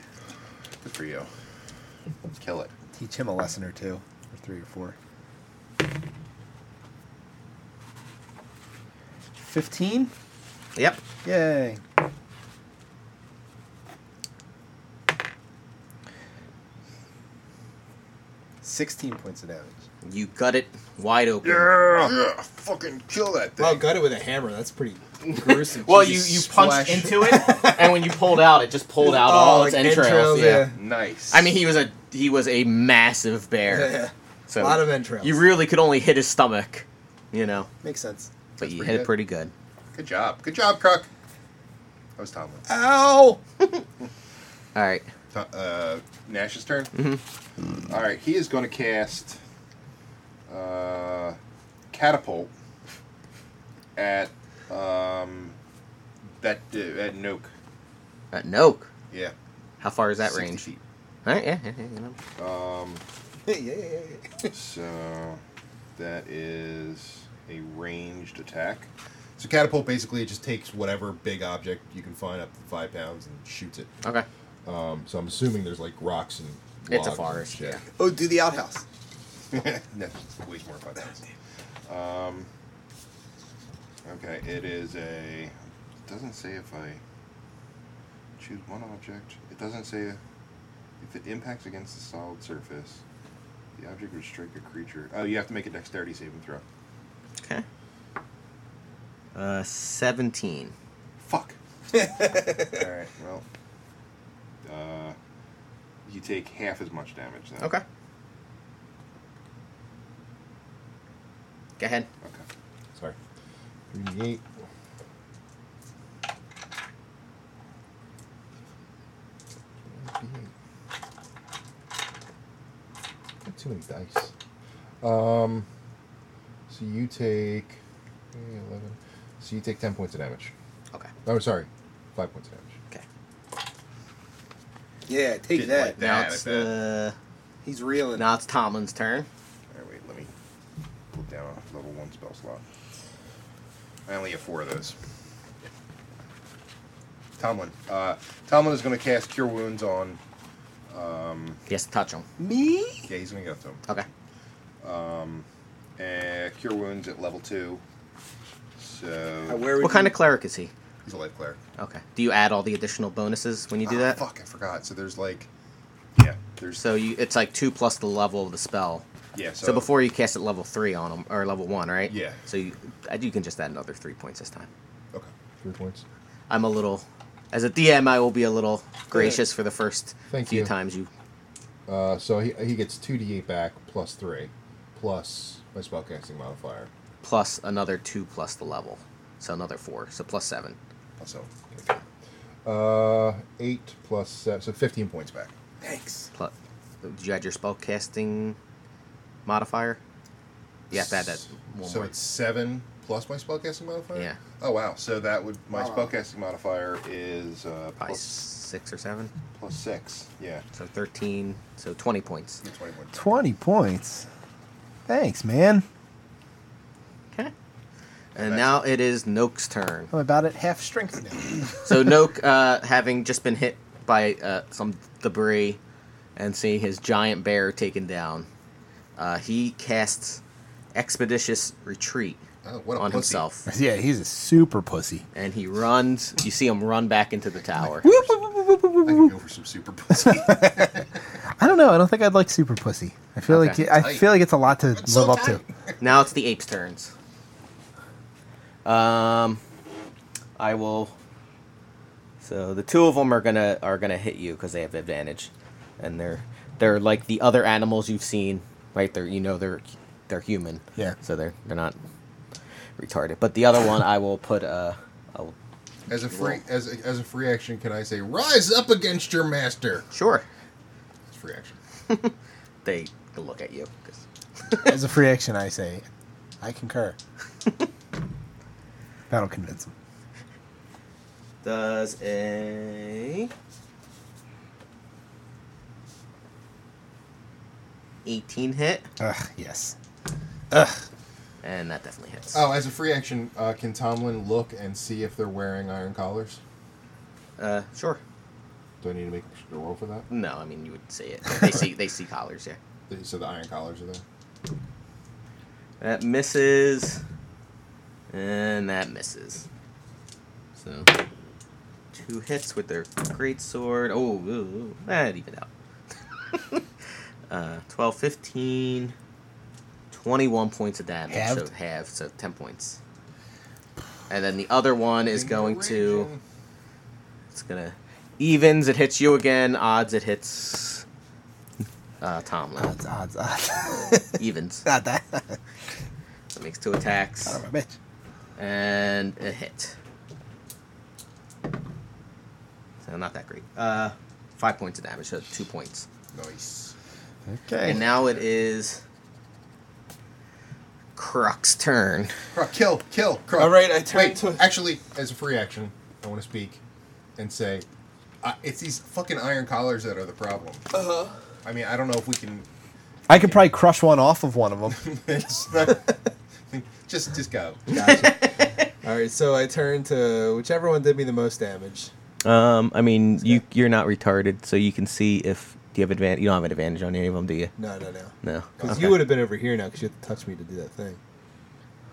Speaker 5: Good for you. Kill it.
Speaker 6: Teach him a lesson or two, or three or four. Fifteen.
Speaker 2: Yep.
Speaker 6: Yay. Sixteen points of damage.
Speaker 2: You cut it wide open.
Speaker 5: Yeah, fucking kill that thing.
Speaker 9: Well, got it with a hammer. That's
Speaker 2: (laughs)
Speaker 9: pretty gruesome.
Speaker 2: Well, you,
Speaker 9: Jesus.
Speaker 2: you punched into it, and when you pulled out, it just (laughs) pulled out all its
Speaker 9: Oh, like
Speaker 2: Oh, entrails.
Speaker 9: entrails,
Speaker 2: yeah.
Speaker 9: yeah.
Speaker 5: nice.
Speaker 2: I mean, he was a he was a massive bear.
Speaker 9: Yeah.
Speaker 2: So
Speaker 9: a lot of entrails.
Speaker 2: you really could only hit his stomach, you know.
Speaker 6: Makes sense.
Speaker 2: But you
Speaker 5: pretty
Speaker 2: hit it
Speaker 5: good.
Speaker 2: pretty good.
Speaker 5: Good job. Good job, Croc. That was Tomlin.
Speaker 9: Ow! (laughs)
Speaker 2: All right.
Speaker 5: To- uh, Nash's turn.
Speaker 2: Mm-hmm.
Speaker 5: All right, he is going to cast uh, catapult at um, that uh, at Nook.
Speaker 2: Uh, Noak.
Speaker 5: Yeah,
Speaker 2: How far is that
Speaker 5: 60
Speaker 2: range?
Speaker 5: feet.
Speaker 2: All right. Yeah. yeah, yeah you know.
Speaker 5: Um,
Speaker 9: yeah, yeah, yeah, yeah.
Speaker 5: so that is a ranged attack.
Speaker 11: So catapult basically it just takes whatever big object you can find up to five pounds and shoots it.
Speaker 2: Okay.
Speaker 11: Um, so I'm assuming there's like rocks and
Speaker 2: It's a
Speaker 11: logs and
Speaker 2: forest,
Speaker 11: shit.
Speaker 2: yeah.
Speaker 9: Oh, do the outhouse.
Speaker 5: (laughs) no, weighs more than five pounds. Um, okay, it is a. It doesn't say if I choose one object. It doesn't say if it impacts against a solid surface. The object would strike a creature. Oh, you have to make a dexterity saving throw.
Speaker 2: Okay. Uh, seventeen.
Speaker 11: (laughs)
Speaker 5: Fuck. All right. Well, uh, you take half as much damage then.
Speaker 2: Okay. Go ahead.
Speaker 5: Okay.
Speaker 11: Sorry. 3d8. Got Too many dice. Um, so you take eh, eleven. So you take ten points of damage.
Speaker 2: Okay.
Speaker 11: Oh, sorry, five points of damage.
Speaker 2: Okay.
Speaker 12: Yeah, take
Speaker 5: Didn't
Speaker 12: that.
Speaker 5: like
Speaker 2: Now
Speaker 5: that,
Speaker 2: it's
Speaker 5: I bet.
Speaker 2: the
Speaker 12: He's reeling.
Speaker 2: now it's Tomlin's turn.
Speaker 5: All right, wait, let me put down a level one spell slot. I only have four of those. Tomlin. Uh, Tomlin is going to cast Cure Wounds on.
Speaker 2: He has to touch him.
Speaker 12: Me?
Speaker 5: Yeah, he's going to go to him.
Speaker 2: Okay.
Speaker 5: Uh, Cure Wounds at level two.
Speaker 12: Now,
Speaker 5: So
Speaker 12: Where would
Speaker 2: What kind of cleric is he?
Speaker 5: he's a life cleric.
Speaker 2: Okay. Do you add all the additional bonuses when you do
Speaker 5: Ah,
Speaker 9: Oh,
Speaker 2: that?
Speaker 5: Fuck, I forgot. So there's like, yeah, there's
Speaker 2: So you, it's like two plus the level of the spell.
Speaker 5: yeah.
Speaker 2: So,
Speaker 5: So,
Speaker 2: before you cast at level three on them or level one, right?
Speaker 5: Yeah.
Speaker 2: So you, uh, you can just add another three points this time.
Speaker 11: Okay, three points.
Speaker 2: I'm a little, as a DM, I will be a little gracious for the first
Speaker 11: Thank
Speaker 2: few
Speaker 11: you.
Speaker 2: times you.
Speaker 11: Uh, so he, he gets two d8 back plus three, plus my spellcasting modifier.
Speaker 2: Plus another two plus the level, so another four, so plus seven.
Speaker 11: Also, uh, eight plus seven, so fifteen points back.
Speaker 9: Thanks.
Speaker 2: Plus, Did you add your spell casting modifier? You have to add that one
Speaker 5: So
Speaker 2: more.
Speaker 5: it's seven plus my spellcasting modifier.
Speaker 2: Yeah.
Speaker 5: Oh wow! So that would my spellcasting modifier is uh,
Speaker 2: Probably
Speaker 5: plus,
Speaker 2: six or seven.
Speaker 5: plus six. Yeah,
Speaker 2: So 13. So 20 points.
Speaker 5: it's twenty points.
Speaker 4: 20 points. Thanks, man.
Speaker 2: Okay. And now it is Noak's turn.
Speaker 4: I'm about at half strength now.
Speaker 2: So Noak, uh, having just been hit by uh, some debris and seeing his giant bear taken down, uh, he casts Expeditious Retreat
Speaker 5: Oh, what a
Speaker 2: on
Speaker 5: pussy.
Speaker 2: himself.
Speaker 4: (laughs) yeah, he's a super pussy.
Speaker 2: And he runs. You see him run back into the tower.
Speaker 5: I can go for some super pussy.
Speaker 4: I don't know. I don't think I'd like super pussy. I feel
Speaker 2: Okay.
Speaker 4: like I
Speaker 5: Tight.
Speaker 4: feel like it's a lot to
Speaker 5: It's so
Speaker 4: live up to.
Speaker 5: tight.
Speaker 2: Now it's the ape's turns. Um, I will. So the two of them are gonna are gonna hit you because they have advantage, and they're they're like the other animals you've seen, right? They're you know they're they're human.
Speaker 4: Yeah.
Speaker 2: So they're they're not retarded. But the other one, I will put uh, I'll,
Speaker 5: As a free as a, as a free action, can I say rise up against your master?
Speaker 2: sure.
Speaker 5: It's free action.
Speaker 2: They look at you 'cause-
Speaker 4: As a free action, I say, I (laughs) concur. That'll convince him.
Speaker 2: Does a eighteen hit,
Speaker 4: Ugh, yes.
Speaker 2: and that definitely hits.
Speaker 5: Oh, as a free action, uh, can Tomlin look and see if they're wearing iron collars?
Speaker 2: Uh, sure.
Speaker 5: Do I need to make a roll for that?
Speaker 2: No, I mean you would see it. They see they see collars. Yeah,
Speaker 5: So the iron collars are there.
Speaker 2: that misses, and that misses. So two hits with their great sword. Oh, ooh, ooh, that evened out. (laughs) uh, 12, 15, 21 points of damage. So
Speaker 4: Halved?
Speaker 2: half, so ten points. And then the other one is going to. It's gonna evens. It hits you again. Odds. It hits. Uh, Tomlin.
Speaker 4: Odds, odds, odds. (laughs)
Speaker 2: evens.
Speaker 4: Not that.
Speaker 2: It makes two attacks
Speaker 4: Son of a bitch.
Speaker 2: and a hit. So not that great. Uh, five points of damage. So two points.
Speaker 5: Nice.
Speaker 4: Okay.
Speaker 2: And now it is Crux' turn.
Speaker 5: Croc, kill, kill, Croc.
Speaker 13: All right, I turn
Speaker 5: Wait,
Speaker 13: to-
Speaker 5: actually, as a free action, I want to speak and say, uh, it's these fucking iron collars that are the problem. Uh
Speaker 13: Uh-huh.
Speaker 5: huh. I mean, I don't know if we can. (laughs)
Speaker 4: I could probably crush one off of one of them.
Speaker 5: it's
Speaker 13: (laughs)
Speaker 5: not- just, just go.
Speaker 9: All right, so I turn to whichever one did me the most damage.
Speaker 2: Um, I mean, you you're not retarded, so you can see if do you have advantage. You don't have an advantage on any of them, do you?
Speaker 9: No, no, no.
Speaker 2: No.
Speaker 9: Because you would have been over here now because you had to touch me to do that thing.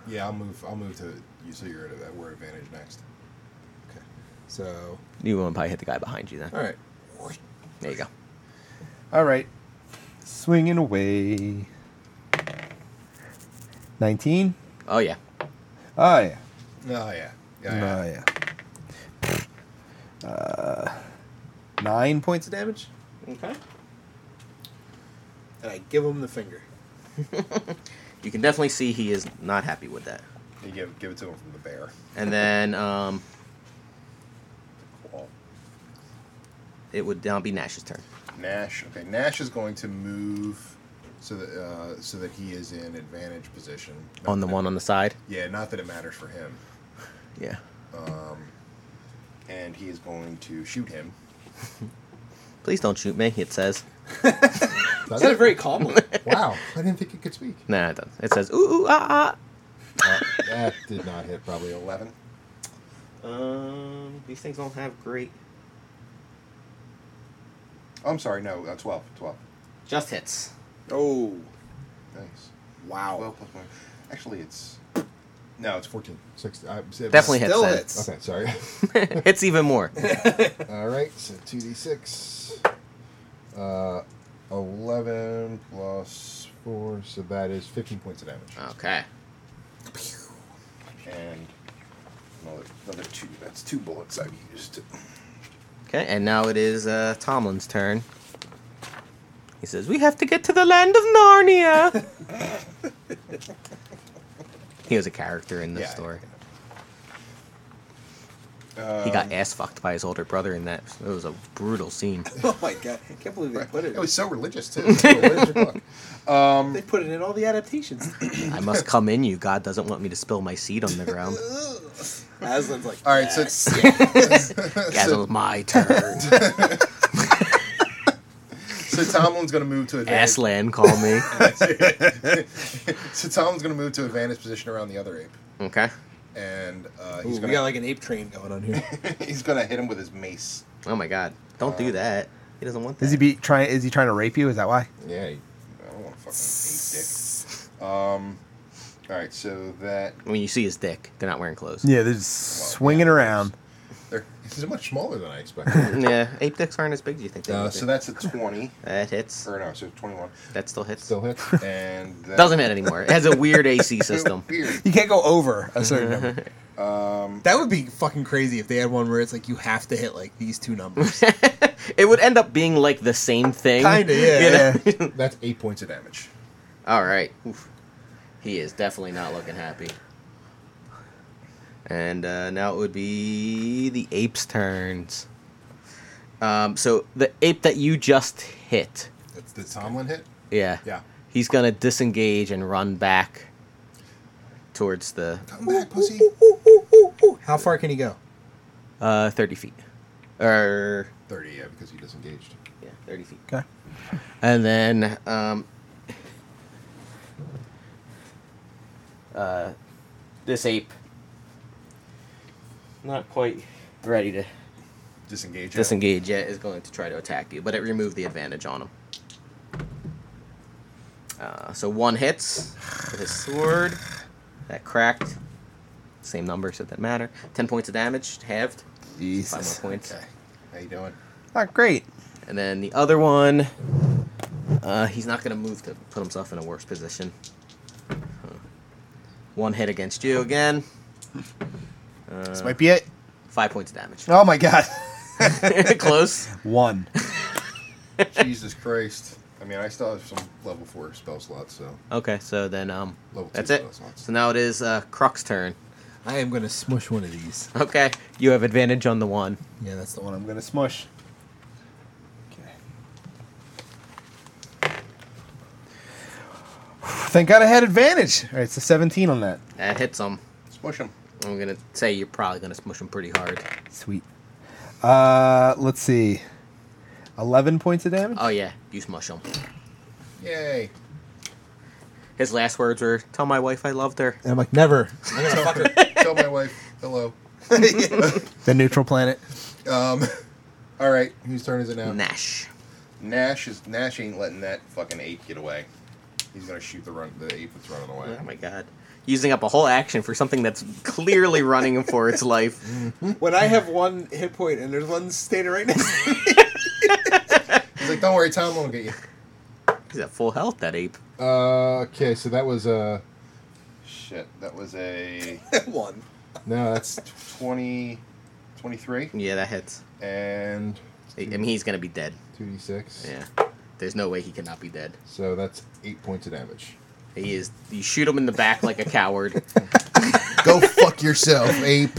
Speaker 5: Yeah, I'll move. I'll move to you. So you're at that word advantage next.
Speaker 9: So,
Speaker 2: You won't probably hit the guy behind you then.
Speaker 9: all right.
Speaker 5: Oh,
Speaker 2: There you go.
Speaker 4: All right. Swinging away. 19?
Speaker 2: Oh yeah.
Speaker 9: Ah,
Speaker 4: Oh, yeah.
Speaker 5: Oh yeah. Yeah. yeah.
Speaker 4: Oh, yeah. Uh, nine points of damage?
Speaker 2: Okay.
Speaker 9: And I give him the finger.
Speaker 2: You can definitely see he is not happy with that.
Speaker 5: You give give it to him from the bear.
Speaker 2: And then um, it would now be Nash's turn.
Speaker 5: Nash. Okay, Nash is going to move so that uh, so that he is in advantage position Not
Speaker 2: On the
Speaker 5: that-
Speaker 2: one on the side?
Speaker 5: Yeah, not that it matters for him.
Speaker 2: Yeah.
Speaker 5: And he is going to shoot him.
Speaker 2: Please don't shoot me, it says.
Speaker 13: Is that a very calm one?
Speaker 5: wow, I didn't think he could
Speaker 2: (laughs)
Speaker 5: speak.
Speaker 2: Nah, it doesn't. It says, ooh, ooh, ah,
Speaker 5: Uh, that did not hit. Probably eleven.
Speaker 2: ah. Um, these things don't have great.
Speaker 5: Oh, I'm sorry. No, uh, twelve. Twelve.
Speaker 2: Just hits.
Speaker 13: (laughs)
Speaker 2: (laughs)
Speaker 13: Oh,
Speaker 5: Nice.
Speaker 13: wow.
Speaker 5: Twelve plus one. Actually, it's no, it's fourteen. Six. I said-
Speaker 2: Definitely hits.
Speaker 13: Still
Speaker 2: that.
Speaker 13: hits.
Speaker 5: Okay, sorry. (laughs)
Speaker 2: hits even (laughs) more.
Speaker 5: All right, so two d six. Uh, eleven plus four, so that is fifteen points of damage.
Speaker 2: okay.
Speaker 5: And another, another two. That's two bullets I've used.
Speaker 2: Okay, and now it is uh, Tomlin's turn. He says, We have to get to the land of
Speaker 4: (laughs)
Speaker 2: Narnia. he was a character in the
Speaker 5: Yeah,
Speaker 2: story. he
Speaker 4: Um,
Speaker 2: got ass fucked by his older brother in that. It was a brutal scene.
Speaker 13: (laughs) Oh my god! I can't believe they put it.
Speaker 5: It was so religious too. (laughs) Where's your book?
Speaker 13: They put it in all the adaptations.
Speaker 2: I must come in you. God doesn't want me to spill my seed on the
Speaker 4: (laughs)
Speaker 2: ground.
Speaker 13: Aslan's like,
Speaker 5: All right, so (laughs)
Speaker 2: Gazzle
Speaker 4: (laughs)
Speaker 2: my turn.
Speaker 5: so Tomlin's going to move to advantage.
Speaker 2: Aslan, call me.
Speaker 5: (laughs) So Tomlin's going to move to advantage position around the other ape,
Speaker 2: Okay.
Speaker 5: and uh,
Speaker 9: Ooh,
Speaker 5: he's (laughs)
Speaker 9: we got
Speaker 5: going
Speaker 9: like an ape train going on here.
Speaker 5: to he's going to hit him with his mace.
Speaker 2: Oh my god. Don't do that. He doesn't want
Speaker 4: Uh,
Speaker 2: that.
Speaker 4: Is he be trying? Is he trying to rape you? Is that why?
Speaker 5: Yeah, he- I don't want to fucking ape dick. Um, all right, so that
Speaker 2: when you see his dick, they're not wearing clothes.
Speaker 4: Yeah, they're just swinging around.
Speaker 5: there, this is much smaller than I (laughs) expected.
Speaker 2: Yeah, ape dicks aren't as big as you think they
Speaker 5: uh,
Speaker 2: would
Speaker 5: so
Speaker 2: be.
Speaker 5: that's a twenty,
Speaker 2: that hits.
Speaker 5: or no, so twenty-one.
Speaker 2: That still hits.
Speaker 5: Still hits, (laughs) and that,
Speaker 2: Doesn't hit anymore. It has a weird AC system.
Speaker 5: Weird. Um,
Speaker 6: You can't go over a certain number.
Speaker 9: That would be fucking crazy if they had one where it's like you have to hit like these two numbers.
Speaker 2: (laughs) It would end up being like the same thing.
Speaker 9: Kinda,
Speaker 2: (laughs)
Speaker 9: yeah,
Speaker 2: yeah.
Speaker 5: That's eight points of damage.
Speaker 2: All right. Oof. He is definitely not looking happy. And uh, now it would be the ape's turns. Um, so the ape that you just hit,
Speaker 5: That's the Tomlin hit.
Speaker 2: yeah,
Speaker 5: Yeah.
Speaker 2: he's gonna disengage and run back towards the
Speaker 5: Come back, pussy.
Speaker 9: How far can he go?
Speaker 2: uh, thirty feet, or
Speaker 5: Thirty, yeah, because he disengaged.
Speaker 2: yeah, thirty feet.
Speaker 4: Okay.
Speaker 2: And then um, uh, this ape, not quite ready to
Speaker 5: Disengage. yeah.
Speaker 2: disengage yet, is going to try to attack you, but it removed the advantage on him. Uh, so one hits with his sword. That cracked. Same number, so it doesn't matter. Ten points of damage, halved. Five more points.
Speaker 5: Okay. How you doing?
Speaker 4: Not great.
Speaker 2: And then the other one, uh, he's not going to move to put himself in a worse position. Huh. One hit against you again.
Speaker 9: Uh.
Speaker 4: this might be it.
Speaker 2: Five points of damage.
Speaker 4: Oh my god. (laughs)
Speaker 2: (laughs) Close.
Speaker 4: One.
Speaker 5: Jesus Christ. I mean, I still have some level four spell slots, so
Speaker 2: Okay, so then um,
Speaker 5: Level two
Speaker 2: that's it.
Speaker 5: spell slots.
Speaker 2: So now it is uh, Crux turn.
Speaker 9: I am gonna smush one of these.
Speaker 2: Okay, you have advantage on the one.
Speaker 9: Yeah, that's the one I'm
Speaker 6: I'm gonna smush. Okay. Thank God I had advantage. All right, so 17 on that.
Speaker 2: That hits him.
Speaker 5: smush him.
Speaker 2: I'm gonna say you're probably gonna smush him pretty hard.
Speaker 6: Sweet. Uh, let's see. 11 points of damage.
Speaker 2: Oh yeah, you smush him.
Speaker 5: Yay.
Speaker 2: His last words were, "Tell my wife I loved her."
Speaker 9: And I'm like, never.
Speaker 5: Tell, (laughs) tell my wife (laughs) hello.
Speaker 6: The neutral planet.
Speaker 5: Um, (laughs) all right, whose turn is it now?
Speaker 2: Nash.
Speaker 5: Nash is Nash ain't letting that fucking ape get away. He's gonna shoot the run the ape that's running away.
Speaker 2: Oh my god. Using up a whole action for something that's clearly running for its life.
Speaker 13: (laughs) when I have one hit point and there's one standing right next to me,
Speaker 5: He's like, "Don't worry, Tom, won't get you."
Speaker 2: He's at full health, that ape.
Speaker 5: (laughs) Uh, okay, so that was uh, a shit. That was a
Speaker 13: (laughs) one.
Speaker 5: (laughs) no. That's 20, 23,
Speaker 2: Yeah, that hits.
Speaker 5: and
Speaker 2: I I mean, he's gonna be dead.
Speaker 5: two d six.
Speaker 2: Yeah. There's no way he cannot be dead.
Speaker 5: So that's eight points of damage.
Speaker 2: He is. You shoot him in the back like a (laughs) coward.
Speaker 5: Go fuck yourself, ape.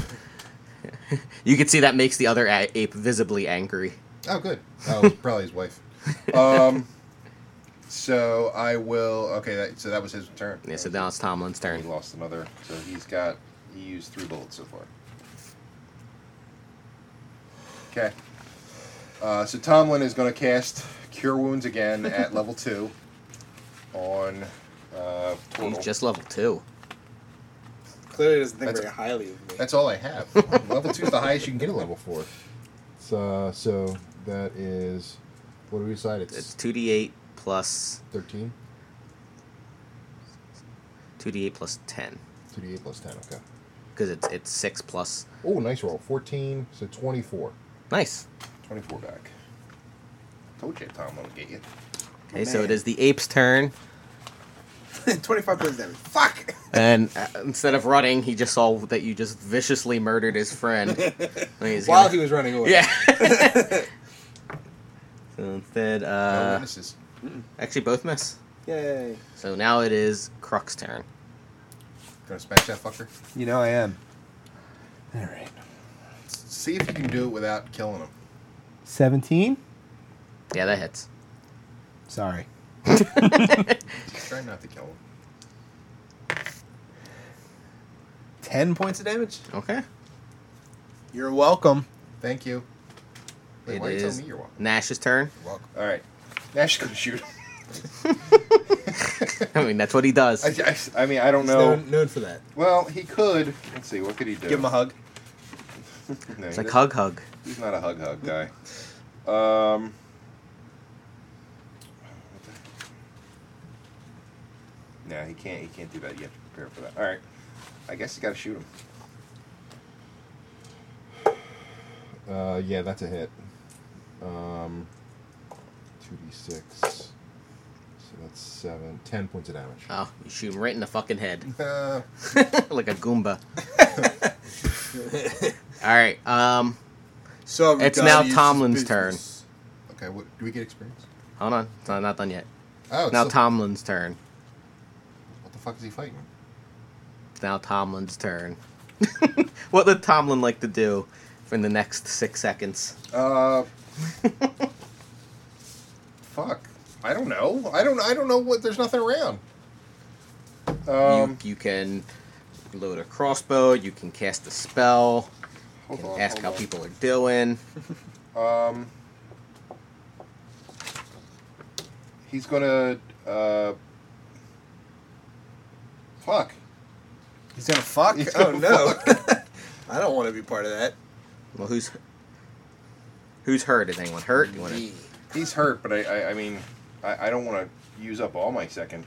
Speaker 2: You can see that makes the other a- ape visibly angry.
Speaker 5: (laughs) Oh, good. Oh, it was probably
Speaker 2: (laughs)
Speaker 5: his wife. Um, so I will. Okay, that, so that was his turn.
Speaker 2: Yeah, so now it's Tomlin's
Speaker 5: He
Speaker 2: turn.
Speaker 5: lost another. So he's got. He used three bullets so far. Okay. Uh, so Tomlin is going to cast Cure Wounds
Speaker 2: (laughs)
Speaker 5: again at level two. On. Uh,
Speaker 2: He's
Speaker 5: Tortle.
Speaker 2: just level two.
Speaker 13: Clearly doesn't think
Speaker 5: That's-
Speaker 13: very highly of me.
Speaker 5: That's all
Speaker 2: (laughs)
Speaker 5: I have. level two is the highest you can get at level four. So, uh, so that is. What do we decide?
Speaker 2: It's two d eight plus
Speaker 5: thirteen.
Speaker 2: two d eight plus ten
Speaker 5: 2d8 plus 10, okay.
Speaker 2: because it's it's six plus.
Speaker 5: Oh, nice roll. 14, so 24.
Speaker 2: Nice.
Speaker 5: 24 back. Told you Tom would get you.
Speaker 2: Okay, so it is the ape's (laughs) turn,
Speaker 13: 25 points damage. Fuck!
Speaker 2: (laughs) and uh, instead of running, he just saw that you just viciously murdered his (laughs) friend. And he's
Speaker 9: While
Speaker 2: gonna-
Speaker 9: he was running away.
Speaker 2: Yeah. (laughs) so instead,
Speaker 5: no
Speaker 2: uh,
Speaker 5: witnesses.
Speaker 2: actually both miss.
Speaker 13: Yay.
Speaker 2: So now it is Crux turn.
Speaker 5: Gonna smash that fucker?
Speaker 6: You know I am. All right.
Speaker 5: see if you can do it without killing him.
Speaker 4: 17?
Speaker 2: Yeah, that hits.
Speaker 4: Sorry.
Speaker 5: Try not to kill him.
Speaker 6: 10 points of damage.
Speaker 2: Okay.
Speaker 6: You're welcome.
Speaker 5: Thank you. Wait,
Speaker 2: It
Speaker 5: why are you
Speaker 2: is
Speaker 5: telling me you're welcome?
Speaker 2: Nash's turn.
Speaker 5: All right, Nash gonna shoot. him.
Speaker 2: I mean, that's what he does.
Speaker 5: I, I, I mean, I don't
Speaker 9: He's
Speaker 5: know.
Speaker 9: known, known for that.
Speaker 5: Well, he could. Let's see. What could he do?
Speaker 6: Give him a hug.
Speaker 5: (laughs)
Speaker 2: It's like
Speaker 5: No, he doesn't-
Speaker 2: hug, hug.
Speaker 5: He's not a hug hug guy. Um. what the- No, he can't. He can't do that. You have to prepare for that. All right. I guess you got to shoot him. Uh, yeah, that's a hit. Um, two d six. So that's seven, ten points of damage.
Speaker 2: Oh, you shoot him right in the fucking head, (laughs)
Speaker 5: Uh,
Speaker 2: like a
Speaker 5: (laughs)
Speaker 2: goomba. All right. Um,
Speaker 6: So every
Speaker 2: It's now
Speaker 6: dog uses
Speaker 2: Tomlin's
Speaker 6: business.
Speaker 5: okay. What do we get experience?
Speaker 2: hold on. It's not, not done yet.
Speaker 5: Oh, it's
Speaker 2: Now
Speaker 5: still-
Speaker 2: Tomlin's turn.
Speaker 5: What the fuck is he fighting?
Speaker 2: It's now Tomlin's turn. (laughs) what did Tomlin like to do for the next six seconds?
Speaker 5: Uh, fuck. I don't know. I don't. I don't know what. There's nothing around. Um,
Speaker 2: you, you can load a crossbow. You can cast a spell. You
Speaker 5: hold
Speaker 2: can
Speaker 5: on,
Speaker 2: ask
Speaker 5: hold
Speaker 2: how
Speaker 5: on.
Speaker 2: people are doing.
Speaker 5: Um, he's gonna. Uh, fuck.
Speaker 6: He's gonna fuck.
Speaker 5: He's
Speaker 6: oh
Speaker 5: gonna
Speaker 6: no!
Speaker 5: (laughs)
Speaker 6: I don't want to be part of that.
Speaker 2: Well, who's who's hurt? Is anyone hurt? You want to?
Speaker 5: He's hurt, but I. I, I mean, I, I don't want to use up all my second.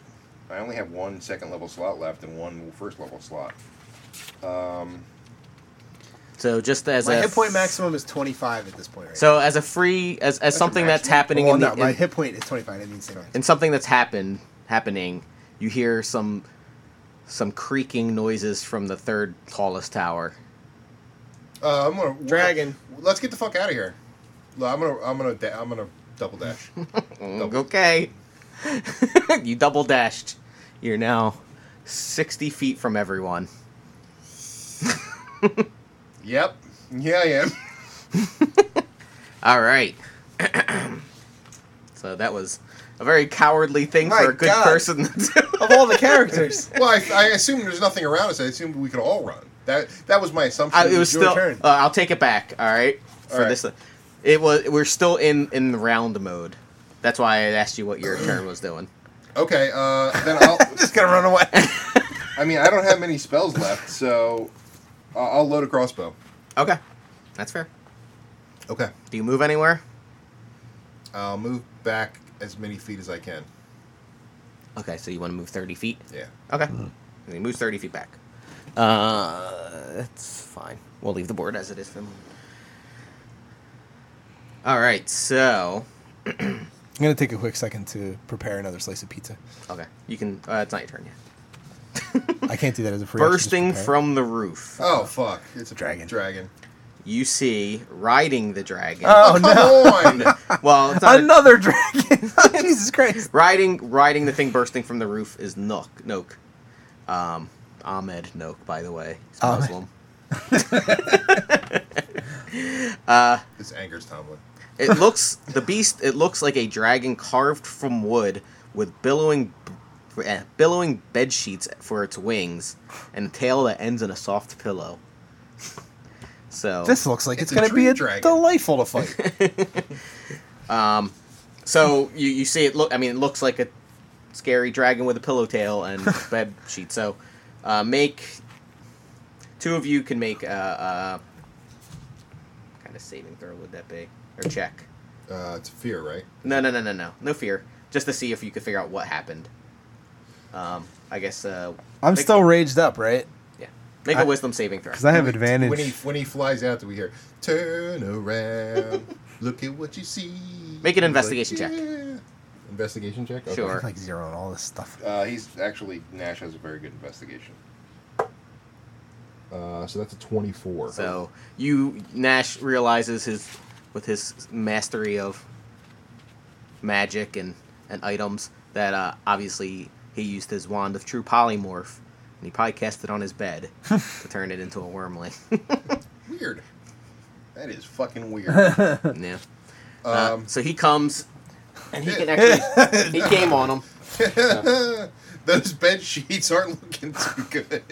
Speaker 5: I only have one second level slot left and one first level slot. Um,
Speaker 2: So just as
Speaker 6: My
Speaker 2: a
Speaker 6: hit point maximum is 25 at this point, right?
Speaker 2: So as a free as, as something that's
Speaker 5: maximum.
Speaker 2: happening
Speaker 6: well,
Speaker 2: in,
Speaker 6: no,
Speaker 2: the,
Speaker 6: my
Speaker 2: in,
Speaker 6: hit point is 25. I didn't say that.
Speaker 2: in something that's happened happening, you hear some some creaking noises from the third tallest tower.
Speaker 5: uh, I'm gonna
Speaker 6: Dragon.
Speaker 5: Let's get the fuck out of here. No, I'm gonna. I'm gonna. Da- I'm gonna double dash. (laughs)
Speaker 2: Mm, Okay, (laughs) you double dashed. You're now sixty feet from everyone.
Speaker 5: Yep. Yeah, I am. (laughs)
Speaker 2: All right. (clears throat) so that was a very cowardly thing
Speaker 6: My
Speaker 2: for a good
Speaker 6: God.
Speaker 2: person to
Speaker 6: (laughs)
Speaker 2: do.
Speaker 6: Of all the
Speaker 5: (laughs)
Speaker 6: characters,
Speaker 5: Well, I, I assume there's nothing around us. I assumed we could all run. That that was my assumption.
Speaker 2: I, it was
Speaker 6: your
Speaker 2: still.
Speaker 6: turn.
Speaker 2: Uh, I'll take it back. All right. For
Speaker 5: All right.
Speaker 2: this, uh, it was. We're still in in the round mode. That's why I asked you what your turn was
Speaker 6: (clears throat)
Speaker 2: doing.
Speaker 5: okay. Uh, then I'll.
Speaker 6: just gonna
Speaker 4: (laughs)
Speaker 6: run away.
Speaker 5: I mean, I don't have many spells left, so I'll, I'll load a crossbow.
Speaker 2: Okay, that's fair.
Speaker 5: Okay.
Speaker 2: Do you move anywhere?
Speaker 5: I'll move back as many feet as I can.
Speaker 2: Okay, so you want to move thirty feet.
Speaker 5: Yeah.
Speaker 2: Okay, and he moves thirty feet back. Uh, that's fine. We'll leave the board as it is for the moment. All right. So,
Speaker 4: I'm going to take a quick second to prepare another slice of pizza.
Speaker 2: okay, you can. Uh, it's not your turn yet.
Speaker 4: I can't do that as a free action, just
Speaker 2: Bursting
Speaker 4: prepare.
Speaker 2: from the roof,
Speaker 5: Oh fuck! It's a
Speaker 4: Dragon.
Speaker 5: Dragon.
Speaker 2: you see riding the dragon. (laughs)
Speaker 5: Oh no! Come on.
Speaker 2: well,
Speaker 5: (laughs)
Speaker 2: it's not a-
Speaker 4: Another dragon! (laughs) Oh, Jesus Christ.
Speaker 2: riding riding the thing bursting from the roof is Nook Nook, um, Ahmed Nook by the way, he's a
Speaker 4: Ahmed.
Speaker 2: Muslim.
Speaker 5: this angers Tomlin.
Speaker 2: It looks the beast. It looks like a dragon carved from wood with billowing b- eh, billowing bed sheets for its wings and a tail that ends in a soft pillow. So
Speaker 4: This looks like it's,
Speaker 5: It's a
Speaker 4: going to be
Speaker 5: tree
Speaker 4: a
Speaker 5: dragon.
Speaker 4: delightful to
Speaker 2: (laughs)
Speaker 4: fight.
Speaker 2: so you you see it look. I mean, it looks like a scary dragon with a pillow
Speaker 4: (laughs)
Speaker 2: tail and bed sheet. So uh, make two of you can make a, a kind of saving throw. Would that be or check?
Speaker 5: Uh, it's fear, right?
Speaker 2: No, no, no, no, no, no fear. Just to see if you could figure out what happened. Um, I guess. Uh,
Speaker 4: I'm
Speaker 2: make-
Speaker 4: still raged up, right?
Speaker 2: Yeah. Make a
Speaker 4: I-
Speaker 2: wisdom saving throw.
Speaker 4: Because I have
Speaker 5: When he
Speaker 4: advantage.
Speaker 5: when he flies out, do we hear
Speaker 2: (laughs)
Speaker 5: "Turn around, look at what you see"?
Speaker 2: Make an
Speaker 5: He's
Speaker 2: investigation check.
Speaker 5: Investigation check. Okay.
Speaker 2: Sure.
Speaker 4: Like zero on all this stuff.
Speaker 5: Uh, he's actually Nash has a very good investigation. Uh, so that's a twenty-four.
Speaker 2: So you Nash realizes his with his mastery of magic and and items that uh, obviously he used his wand of true polymorph
Speaker 6: (laughs)
Speaker 2: and he probably cast it on his bed to turn it into a wormling.
Speaker 5: weird. That is fucking weird.
Speaker 2: (laughs)
Speaker 6: (laughs)
Speaker 5: Um,
Speaker 2: Yeah. Uh,
Speaker 5: (laughs)
Speaker 2: so he comes, and he can actually (laughs) he came on him.
Speaker 5: Those bed sheets aren't looking too good.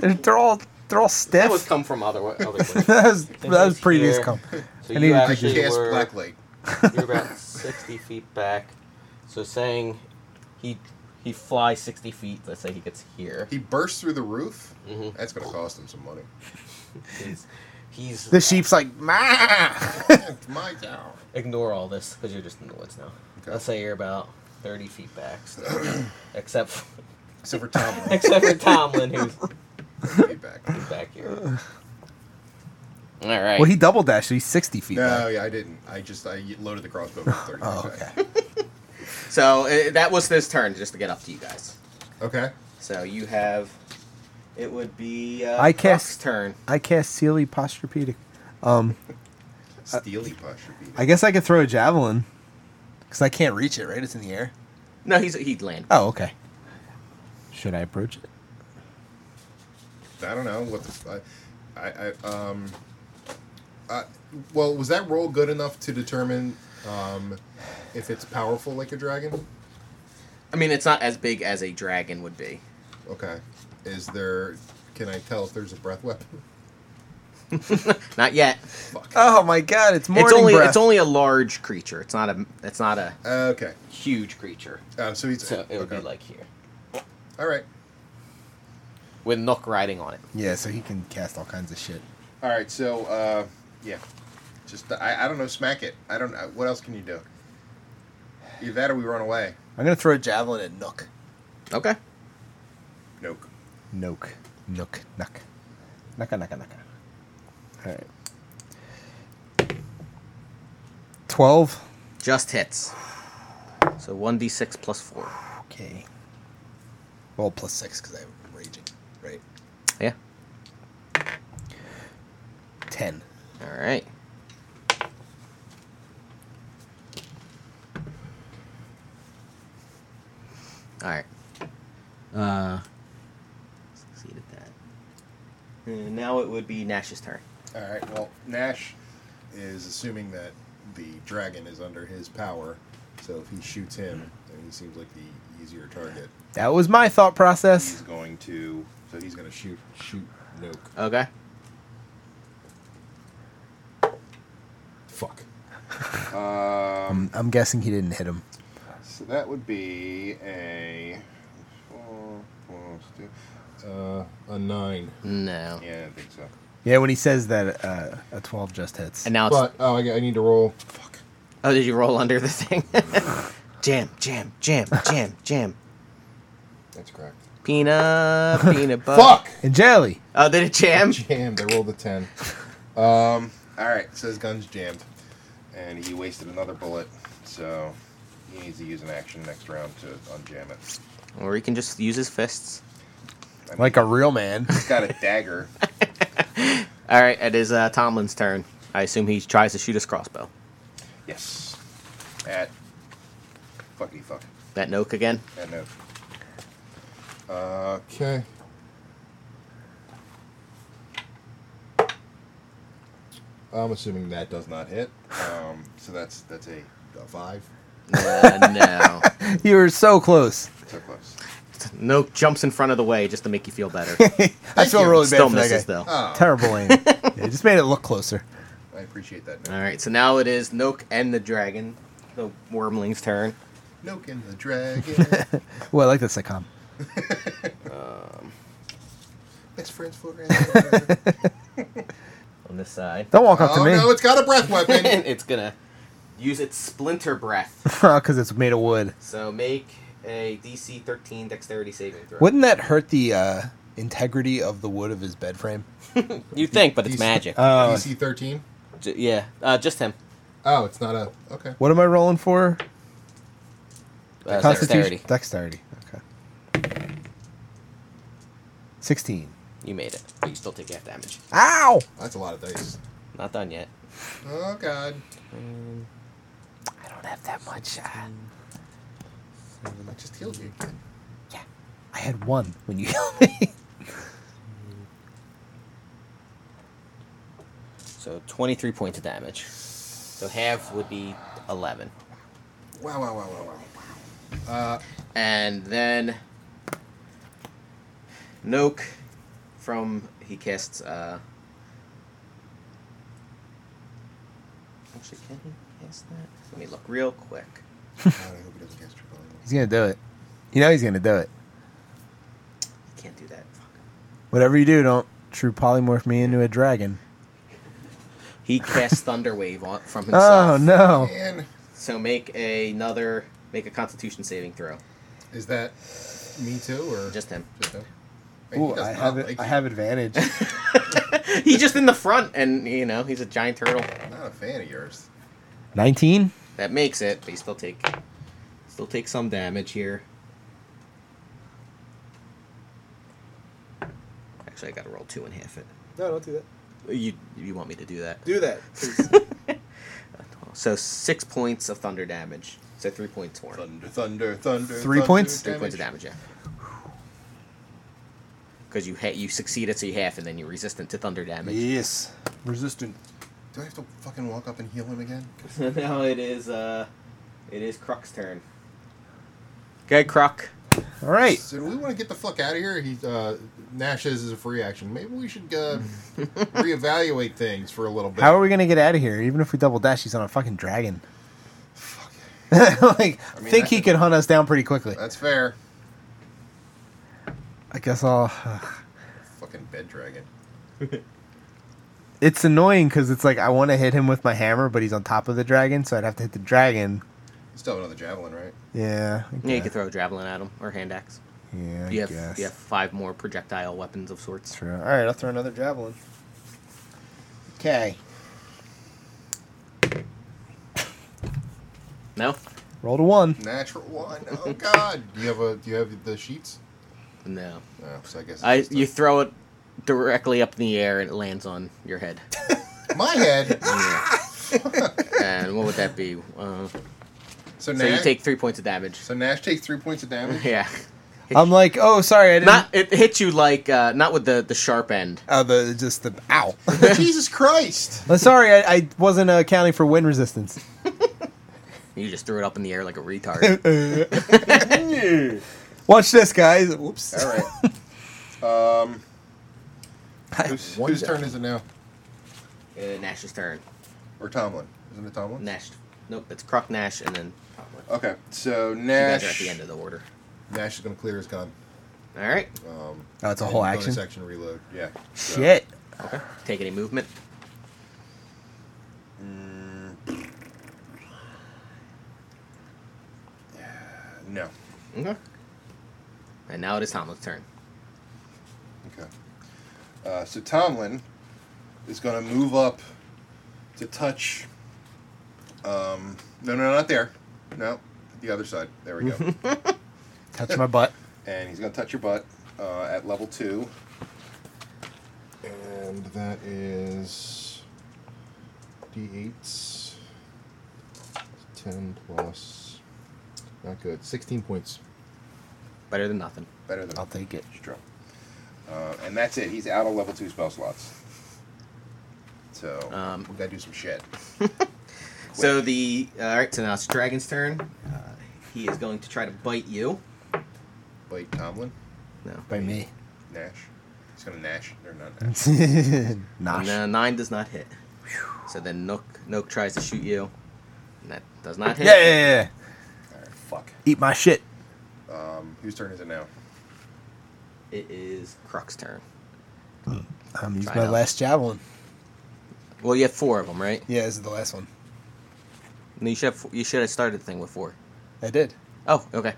Speaker 6: They're, they're all they're all
Speaker 2: That was
Speaker 6: stiff.
Speaker 4: (laughs)
Speaker 2: come from other other
Speaker 6: (laughs)
Speaker 2: places.
Speaker 6: That was, that was previous
Speaker 14: Here.
Speaker 6: come.
Speaker 14: So
Speaker 6: I
Speaker 14: you
Speaker 6: needed to
Speaker 14: actually
Speaker 5: Cast
Speaker 14: were
Speaker 5: black light.
Speaker 14: you're about sixty feet back. So saying he he flies sixty feet. Let's say he gets here.
Speaker 5: He bursts through the roof.
Speaker 14: Mhm.
Speaker 5: That's going to cost him some money.
Speaker 14: He's, he's
Speaker 6: The sheep's like, "Mah!"
Speaker 5: It's my tower.
Speaker 14: ignore all this because you're just in the woods now.
Speaker 5: Okay.
Speaker 14: Let's say you're about thirty feet back,
Speaker 6: (coughs)
Speaker 14: so- except
Speaker 2: (laughs)
Speaker 14: for,
Speaker 5: Except for
Speaker 6: (laughs)
Speaker 5: Tom.
Speaker 14: except for Tomlin who's
Speaker 5: I'll be back.
Speaker 14: back here. All right.
Speaker 6: Well, he double dashed. so He's sixty feet.
Speaker 5: No,
Speaker 6: back.
Speaker 5: yeah, I didn't. I just I loaded the crossbow. With 30
Speaker 6: Oh,
Speaker 5: okay.
Speaker 6: okay.
Speaker 2: So uh, that was his turn, just to get up to you guys.
Speaker 5: Okay.
Speaker 2: So you have, it would be uh,
Speaker 6: I cast-
Speaker 2: Puck's turn.
Speaker 6: I cast Sealy Posturpedic. Uh,
Speaker 5: Steely push would be.
Speaker 6: I guess I could throw a javelin because I can't reach it. Right? It's in the air.
Speaker 2: No, he's he'd land.
Speaker 6: Oh, okay. Should I approach it?
Speaker 5: I don't know what the. I, I, I um. I, well, was that roll good enough to determine um, if it's powerful like a dragon?
Speaker 2: I mean, it's not as big as a dragon would be.
Speaker 5: Okay. Is there? Can I tell if there's a breath weapon?
Speaker 2: Not yet.
Speaker 6: Oh my God! It's morning
Speaker 2: it's only
Speaker 6: breath.
Speaker 2: it's only a large creature. It's not a it's not a
Speaker 5: Uh, okay.
Speaker 2: huge creature.
Speaker 5: Uh, so he's.
Speaker 14: so it would
Speaker 5: okay.
Speaker 14: be like here
Speaker 5: All right.
Speaker 2: with Nook riding on it.
Speaker 15: Yeah, so he can cast all kinds of shit.
Speaker 5: All right. So uh, yeah. Just I, I don't know. Smack it. I don't. know. What else can you do? Either that or we run away.
Speaker 6: I'm gonna throw a javelin at Nook.
Speaker 2: Okay.
Speaker 5: Nope.
Speaker 6: Nook. Nook. Nuck. Nucka, nucka, nucka. All right. 12.
Speaker 2: Just hits. So one d six plus four.
Speaker 6: Okay. Well, plus
Speaker 15: Six, because I'm raging, right?
Speaker 2: Yeah.
Speaker 6: 10.
Speaker 2: All right. All right. Uh, succeed at that. And now it would be Nash's turn.
Speaker 5: All right. Well, Nash is assuming that the dragon is under his power, so if he shoots him, and he seems like the easier target,
Speaker 6: That was my thought
Speaker 5: he's
Speaker 6: process.
Speaker 5: going to. So he's going to shoot shoot Nook.
Speaker 2: Okay.
Speaker 5: Fuck. Um.
Speaker 6: I'm guessing he didn't hit him.
Speaker 5: So that would be a four plus two, uh, a nine.
Speaker 2: No.
Speaker 5: Yeah, I don't think so.
Speaker 6: Yeah, when he says that, uh, a 12 just hits.
Speaker 2: And now it's.
Speaker 16: But oh, I, got- I need to roll. Fuck.
Speaker 2: Oh, did you roll under the thing? (laughs) jam, jam, jam, jam, jam.
Speaker 16: That's correct.
Speaker 2: Peanut,
Speaker 16: (laughs)
Speaker 2: peanut
Speaker 5: Uh,
Speaker 2: butter.
Speaker 16: Fuck.
Speaker 6: And Jelly.
Speaker 2: Oh, did it jam?
Speaker 16: Damn, they rolled a ten.
Speaker 5: (laughs) Um. All right. So his gun's jammed, and he wasted another bullet. So he needs to use an action next round to unjam it.
Speaker 2: Or he can just use his fists.
Speaker 6: Like a real man. (laughs)
Speaker 5: He's got a
Speaker 16: (laughs)
Speaker 5: dagger.
Speaker 2: All right, it is uh, Tomlin's turn. I assume he tries to shoot his crossbow.
Speaker 5: Yes. At fuckity fuck.
Speaker 2: That
Speaker 14: (laughs)
Speaker 2: Noak again.
Speaker 5: At no. Okay.
Speaker 16: I'm assuming that does not hit.
Speaker 5: Um. So that's that's a, a five.
Speaker 2: Uh, no.
Speaker 6: you were so close.
Speaker 5: So close.
Speaker 2: Noak jumps in front of the way just to make you feel
Speaker 14: (laughs)
Speaker 2: better.
Speaker 6: I feel really bad
Speaker 2: Still
Speaker 6: for that guy.
Speaker 2: misses, though.
Speaker 14: Ah.
Speaker 5: Oh,
Speaker 2: (laughs)
Speaker 6: Terrible aim. yeah, just made it look closer.
Speaker 5: I appreciate that.
Speaker 2: All right, so now it is Noak and the dragon, the wormling's turn.
Speaker 5: Nook and the dragon.
Speaker 6: Well, I like that sitcom.
Speaker 5: Best
Speaker 2: (laughs)
Speaker 5: friends forever.
Speaker 14: on this side.
Speaker 6: Don't walk up
Speaker 5: oh
Speaker 6: to me.
Speaker 5: no,
Speaker 6: (laughs)
Speaker 5: it's got a breath weapon.
Speaker 14: it's gonna.
Speaker 2: Use its splinter breath.
Speaker 6: Because Oh, it's made of wood.
Speaker 2: So make a DC 13 dexterity saving throw.
Speaker 6: Wouldn't that hurt the uh, integrity of the wood of his bed frame?
Speaker 14: You think, but it's
Speaker 5: He's-
Speaker 14: magic.
Speaker 6: Oh,
Speaker 5: DC thirteen.
Speaker 14: J- yeah, uh, just him.
Speaker 5: (laughs) Oh, it's not a okay.
Speaker 6: what am I rolling for?
Speaker 14: Uh,
Speaker 6: Constitution-
Speaker 14: dexterity.
Speaker 6: Dexterity. Okay. Sixteen.
Speaker 14: You made it, but you still take half damage.
Speaker 6: Ow!
Speaker 5: That's a lot of dice.
Speaker 14: Not done yet.
Speaker 5: Oh god.
Speaker 6: I don't have that much. Uh,
Speaker 5: I just healed you. again.
Speaker 6: I had one when (laughs) you killed me.
Speaker 17: So 23 points of damage. So half would be 11.
Speaker 5: Wow, wow, wow, wow, wow.
Speaker 2: And then Noke from he casts uh Actually can he cast that? Let me look real quick.
Speaker 5: God, I hope he doesn't cast triple anyways.
Speaker 6: He's gonna do it. You know he's gonna do it.
Speaker 2: He can't do that. Fuck.
Speaker 6: Whatever you do, don't true polymorph me into a dragon.
Speaker 2: He casts Thunder Wave on, from
Speaker 6: (laughs) Oh
Speaker 2: himself.
Speaker 6: no!
Speaker 5: Man,
Speaker 2: So make another make a constitution saving throw.
Speaker 5: is that me too, or
Speaker 2: Just him.
Speaker 5: just him? Man, he
Speaker 6: Ooh,
Speaker 5: does
Speaker 6: I
Speaker 5: not
Speaker 6: have
Speaker 5: like
Speaker 6: it. I
Speaker 5: you.
Speaker 6: have advantage. (laughs)
Speaker 2: He's just in the front and you know, he's a giant turtle.
Speaker 5: I'm not a fan of yours.
Speaker 6: Nineteen.
Speaker 2: That makes it, but he still take still take some damage here. Actually, I gotta roll two and half it.
Speaker 18: No, don't do that.
Speaker 2: You you want me to do that? Oh,
Speaker 18: Do that. 'cause
Speaker 2: So six points of thunder damage. So three points more.
Speaker 5: (laughs) Thunder, thunder, thunder.
Speaker 6: Three
Speaker 5: thunder,
Speaker 6: points?
Speaker 2: Three points of damage, yeah. Because you ha- you succeeded, so you half, and then you're resistant to thunder (laughs) damage.
Speaker 9: Yes. Resistant.
Speaker 5: Do I have to fucking walk up and heal him again?
Speaker 2: So now it is uh, it is Croc's turn. Okay, Croc.
Speaker 6: All right.
Speaker 5: So do we want to get the fuck out of here? He uh, Nash says is a free action. Maybe we should uh, reevaluate things for a little bit.
Speaker 6: How are we gonna get out of here? Even if we double dash, he's on a fucking dragon. (laughs) like, I
Speaker 5: mean,
Speaker 6: think
Speaker 5: that-
Speaker 6: he could hunt us down pretty quickly.
Speaker 5: That's fair.
Speaker 6: I guess I'll. (sighs)
Speaker 5: Fucking bed dragon.
Speaker 6: it's annoying because it's like I want to hit him with my hammer, but he's on top of the dragon, so I'd have to hit the dragon.
Speaker 5: You still have another javelin, right?
Speaker 6: Yeah. I
Speaker 2: Yeah, you can
Speaker 6: guess.
Speaker 2: throw a javelin at him or hand axe.
Speaker 6: Yeah. I
Speaker 2: You have
Speaker 6: guess.
Speaker 2: you have five more projectile weapons of sorts.
Speaker 6: True. All right, I'll throw another javelin. Okay.
Speaker 2: No,
Speaker 6: Roll to (laughs) one.
Speaker 5: Natural one.
Speaker 6: (laughs)
Speaker 5: Oh god. Do you have a? Do you have the sheets?
Speaker 2: no.
Speaker 5: No. So I guess it's
Speaker 2: I
Speaker 5: just a-
Speaker 2: you throw it directly up in the air and it lands on your
Speaker 6: (laughs)
Speaker 2: head.
Speaker 5: (laughs)
Speaker 2: (laughs)
Speaker 5: my head.
Speaker 2: and what would that be? Uh, so
Speaker 5: So, Nash.
Speaker 2: you take three points of damage.
Speaker 5: so Nash takes three points of damage.
Speaker 2: Yeah.
Speaker 6: I'm like, oh, sorry, I didn't.
Speaker 2: Not it hits you like uh, not with the the sharp end.
Speaker 6: uh, the just the ow. (laughs)
Speaker 5: Jesus
Speaker 2: (laughs)
Speaker 5: Christ.
Speaker 6: Uh, sorry, I, I wasn't uh, accounting for wind resistance.
Speaker 2: You just threw it up in the air like a
Speaker 6: (laughs)
Speaker 2: retard.
Speaker 6: Watch this, guys. Whoops.
Speaker 5: All
Speaker 2: (laughs)
Speaker 5: right. Um.
Speaker 6: I
Speaker 5: Whose,
Speaker 6: wonder.
Speaker 5: whose turn is it now?
Speaker 2: uh, Nash's turn.
Speaker 5: Or Tomlin? Isn't it Tomlin?
Speaker 2: Nash. Nope, it's Croc Nash, and then
Speaker 5: Okay. So
Speaker 2: you guys are at
Speaker 5: Nash.
Speaker 2: the end of the order.
Speaker 5: Nash is gonna clear his gun.
Speaker 2: All right.
Speaker 5: Um,
Speaker 6: Oh, it's a
Speaker 5: and
Speaker 6: whole
Speaker 5: bonus
Speaker 6: action.
Speaker 5: Action reload. Yeah. so-
Speaker 6: Shit.
Speaker 2: Okay. Take any movement.
Speaker 5: Mm. No.
Speaker 2: Okay. And now it is Tomlin's turn.
Speaker 5: Okay. Uh, so Tomlin is going to move up to touch. Um, no, no, not there. No, the other side. There we go.
Speaker 6: Touch my (laughs) butt.
Speaker 5: and he's going to touch your butt uh, at level two. And that is d8s. 10 plus. Not good. 16 points.
Speaker 2: Better than nothing.
Speaker 5: Better than
Speaker 6: I'll take it.
Speaker 5: Sure. Uh, and that's it. He's out of level two spell slots. So
Speaker 2: Um,
Speaker 5: we gotta do some shit.
Speaker 2: So the uh, all right. So now it's Dragon's turn. Uh, he is going to try to bite you.
Speaker 5: Bite Tomlin,
Speaker 2: No.
Speaker 6: By me.
Speaker 5: Nash. He's gonna Nash. They're not Nash.
Speaker 2: And,
Speaker 6: Nosh.
Speaker 2: uh, nine does not hit. So then Nook Nook tries to shoot you, and that does not hit.
Speaker 6: Yeah, yeah, yeah, yeah.
Speaker 5: All right, fuck.
Speaker 6: Eat my shit.
Speaker 5: Um, whose turn is it now?
Speaker 2: It is Croc's turn.
Speaker 6: I'm using
Speaker 2: Try
Speaker 6: Um, my
Speaker 2: out.
Speaker 6: last javelin.
Speaker 2: Well, you have four of them, right?
Speaker 9: Yeah, this is the last one.
Speaker 2: No, you should have, you should have started the thing with four.
Speaker 9: I did.
Speaker 2: Oh, okay.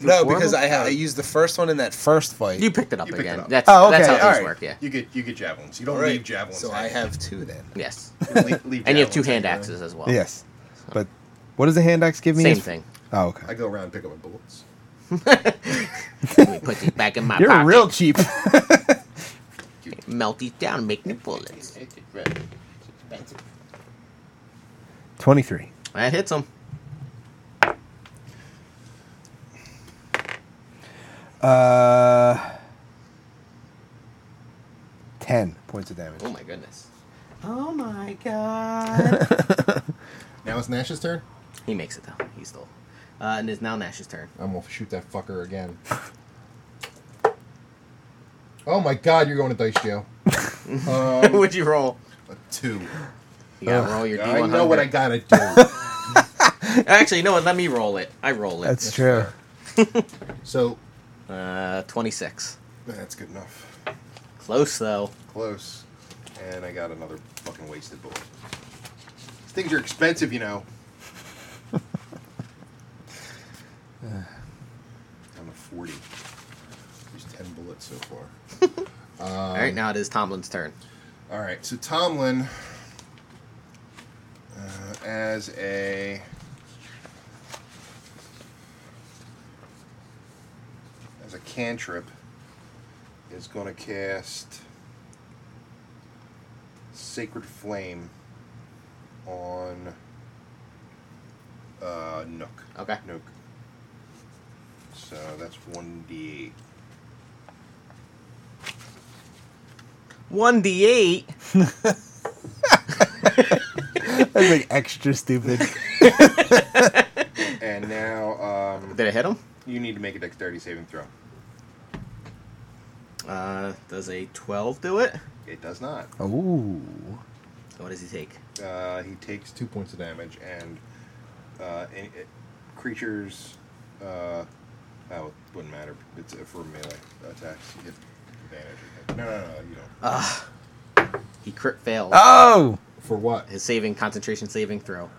Speaker 9: no,
Speaker 2: four
Speaker 9: because
Speaker 2: of
Speaker 9: I had I used the first one in that first fight.
Speaker 2: You picked it up
Speaker 5: You picked it
Speaker 2: again.
Speaker 5: up.
Speaker 2: That's
Speaker 6: Oh,
Speaker 2: that's
Speaker 6: okay,
Speaker 2: how things
Speaker 6: alright.
Speaker 2: work. Yeah.
Speaker 5: You get you get javelins. You don't
Speaker 9: Right.
Speaker 5: leave javelins.
Speaker 9: So
Speaker 5: (laughs)
Speaker 9: I have two then.
Speaker 2: Yes.
Speaker 5: leave,
Speaker 2: And you have two hand axes as well.
Speaker 6: Yes. But what does the hand axe give me?
Speaker 2: Same thing.
Speaker 6: Oh, okay.
Speaker 5: I go around and pick up my bullets.
Speaker 2: Let me put these back in my
Speaker 6: You're
Speaker 2: pocket.
Speaker 6: real (laughs) cheap.
Speaker 2: Melt these down, make new bullets.
Speaker 5: Right.
Speaker 6: 23.
Speaker 2: That hits him.
Speaker 6: Uh, 10 points of damage.
Speaker 2: Oh my goodness.
Speaker 19: Oh
Speaker 2: (laughs)
Speaker 19: my god.
Speaker 5: Now it's Nash's turn.
Speaker 2: He makes it though. He's still. Uh, and it's now Nash's turn. (laughs)
Speaker 5: I'm gonna shoot that fucker again. Oh my god, you're going to dice
Speaker 2: (laughs)
Speaker 5: jail. um,
Speaker 2: What'd you roll?
Speaker 5: a two.
Speaker 2: You gotta roll your
Speaker 5: I
Speaker 2: D100.
Speaker 5: know what I gotta do.
Speaker 2: Actually, you know what? Let me roll it. I roll it.
Speaker 6: That's true.
Speaker 5: (laughs) so
Speaker 2: Uh, 26.
Speaker 5: that's good enough.
Speaker 2: Close though.
Speaker 5: Close. And I got another fucking wasted bullet. These things are expensive, you know. I'm at 40. There's 10 bullets so far.
Speaker 2: All
Speaker 5: Um.
Speaker 2: right, now it is Tomlin's turn.
Speaker 5: All right, so Tomlin, uh, as a as a cantrip, is going to cast Sacred Flame on uh, Nook.
Speaker 2: Okay.
Speaker 5: Nook. So that's one d8.
Speaker 2: 1d8.
Speaker 6: (laughs) That's like extra stupid.
Speaker 5: And now um,
Speaker 2: Did it hit him?
Speaker 5: you need to make a dexterity saving throw.
Speaker 2: Uh, does a 12 do it?
Speaker 5: It does not.
Speaker 6: (laughs) Ooh.
Speaker 2: What does he take?
Speaker 5: Uh, he takes two points of damage, and uh, any, it, creatures. Uh, oh, it wouldn't matter. It's uh, for melee attacks. You get advantage. I think. No, no, no. You don't.
Speaker 2: Ah. He crit failed.
Speaker 5: Ah.
Speaker 6: Oh.
Speaker 5: For what?
Speaker 2: His saving, concentration saving throw.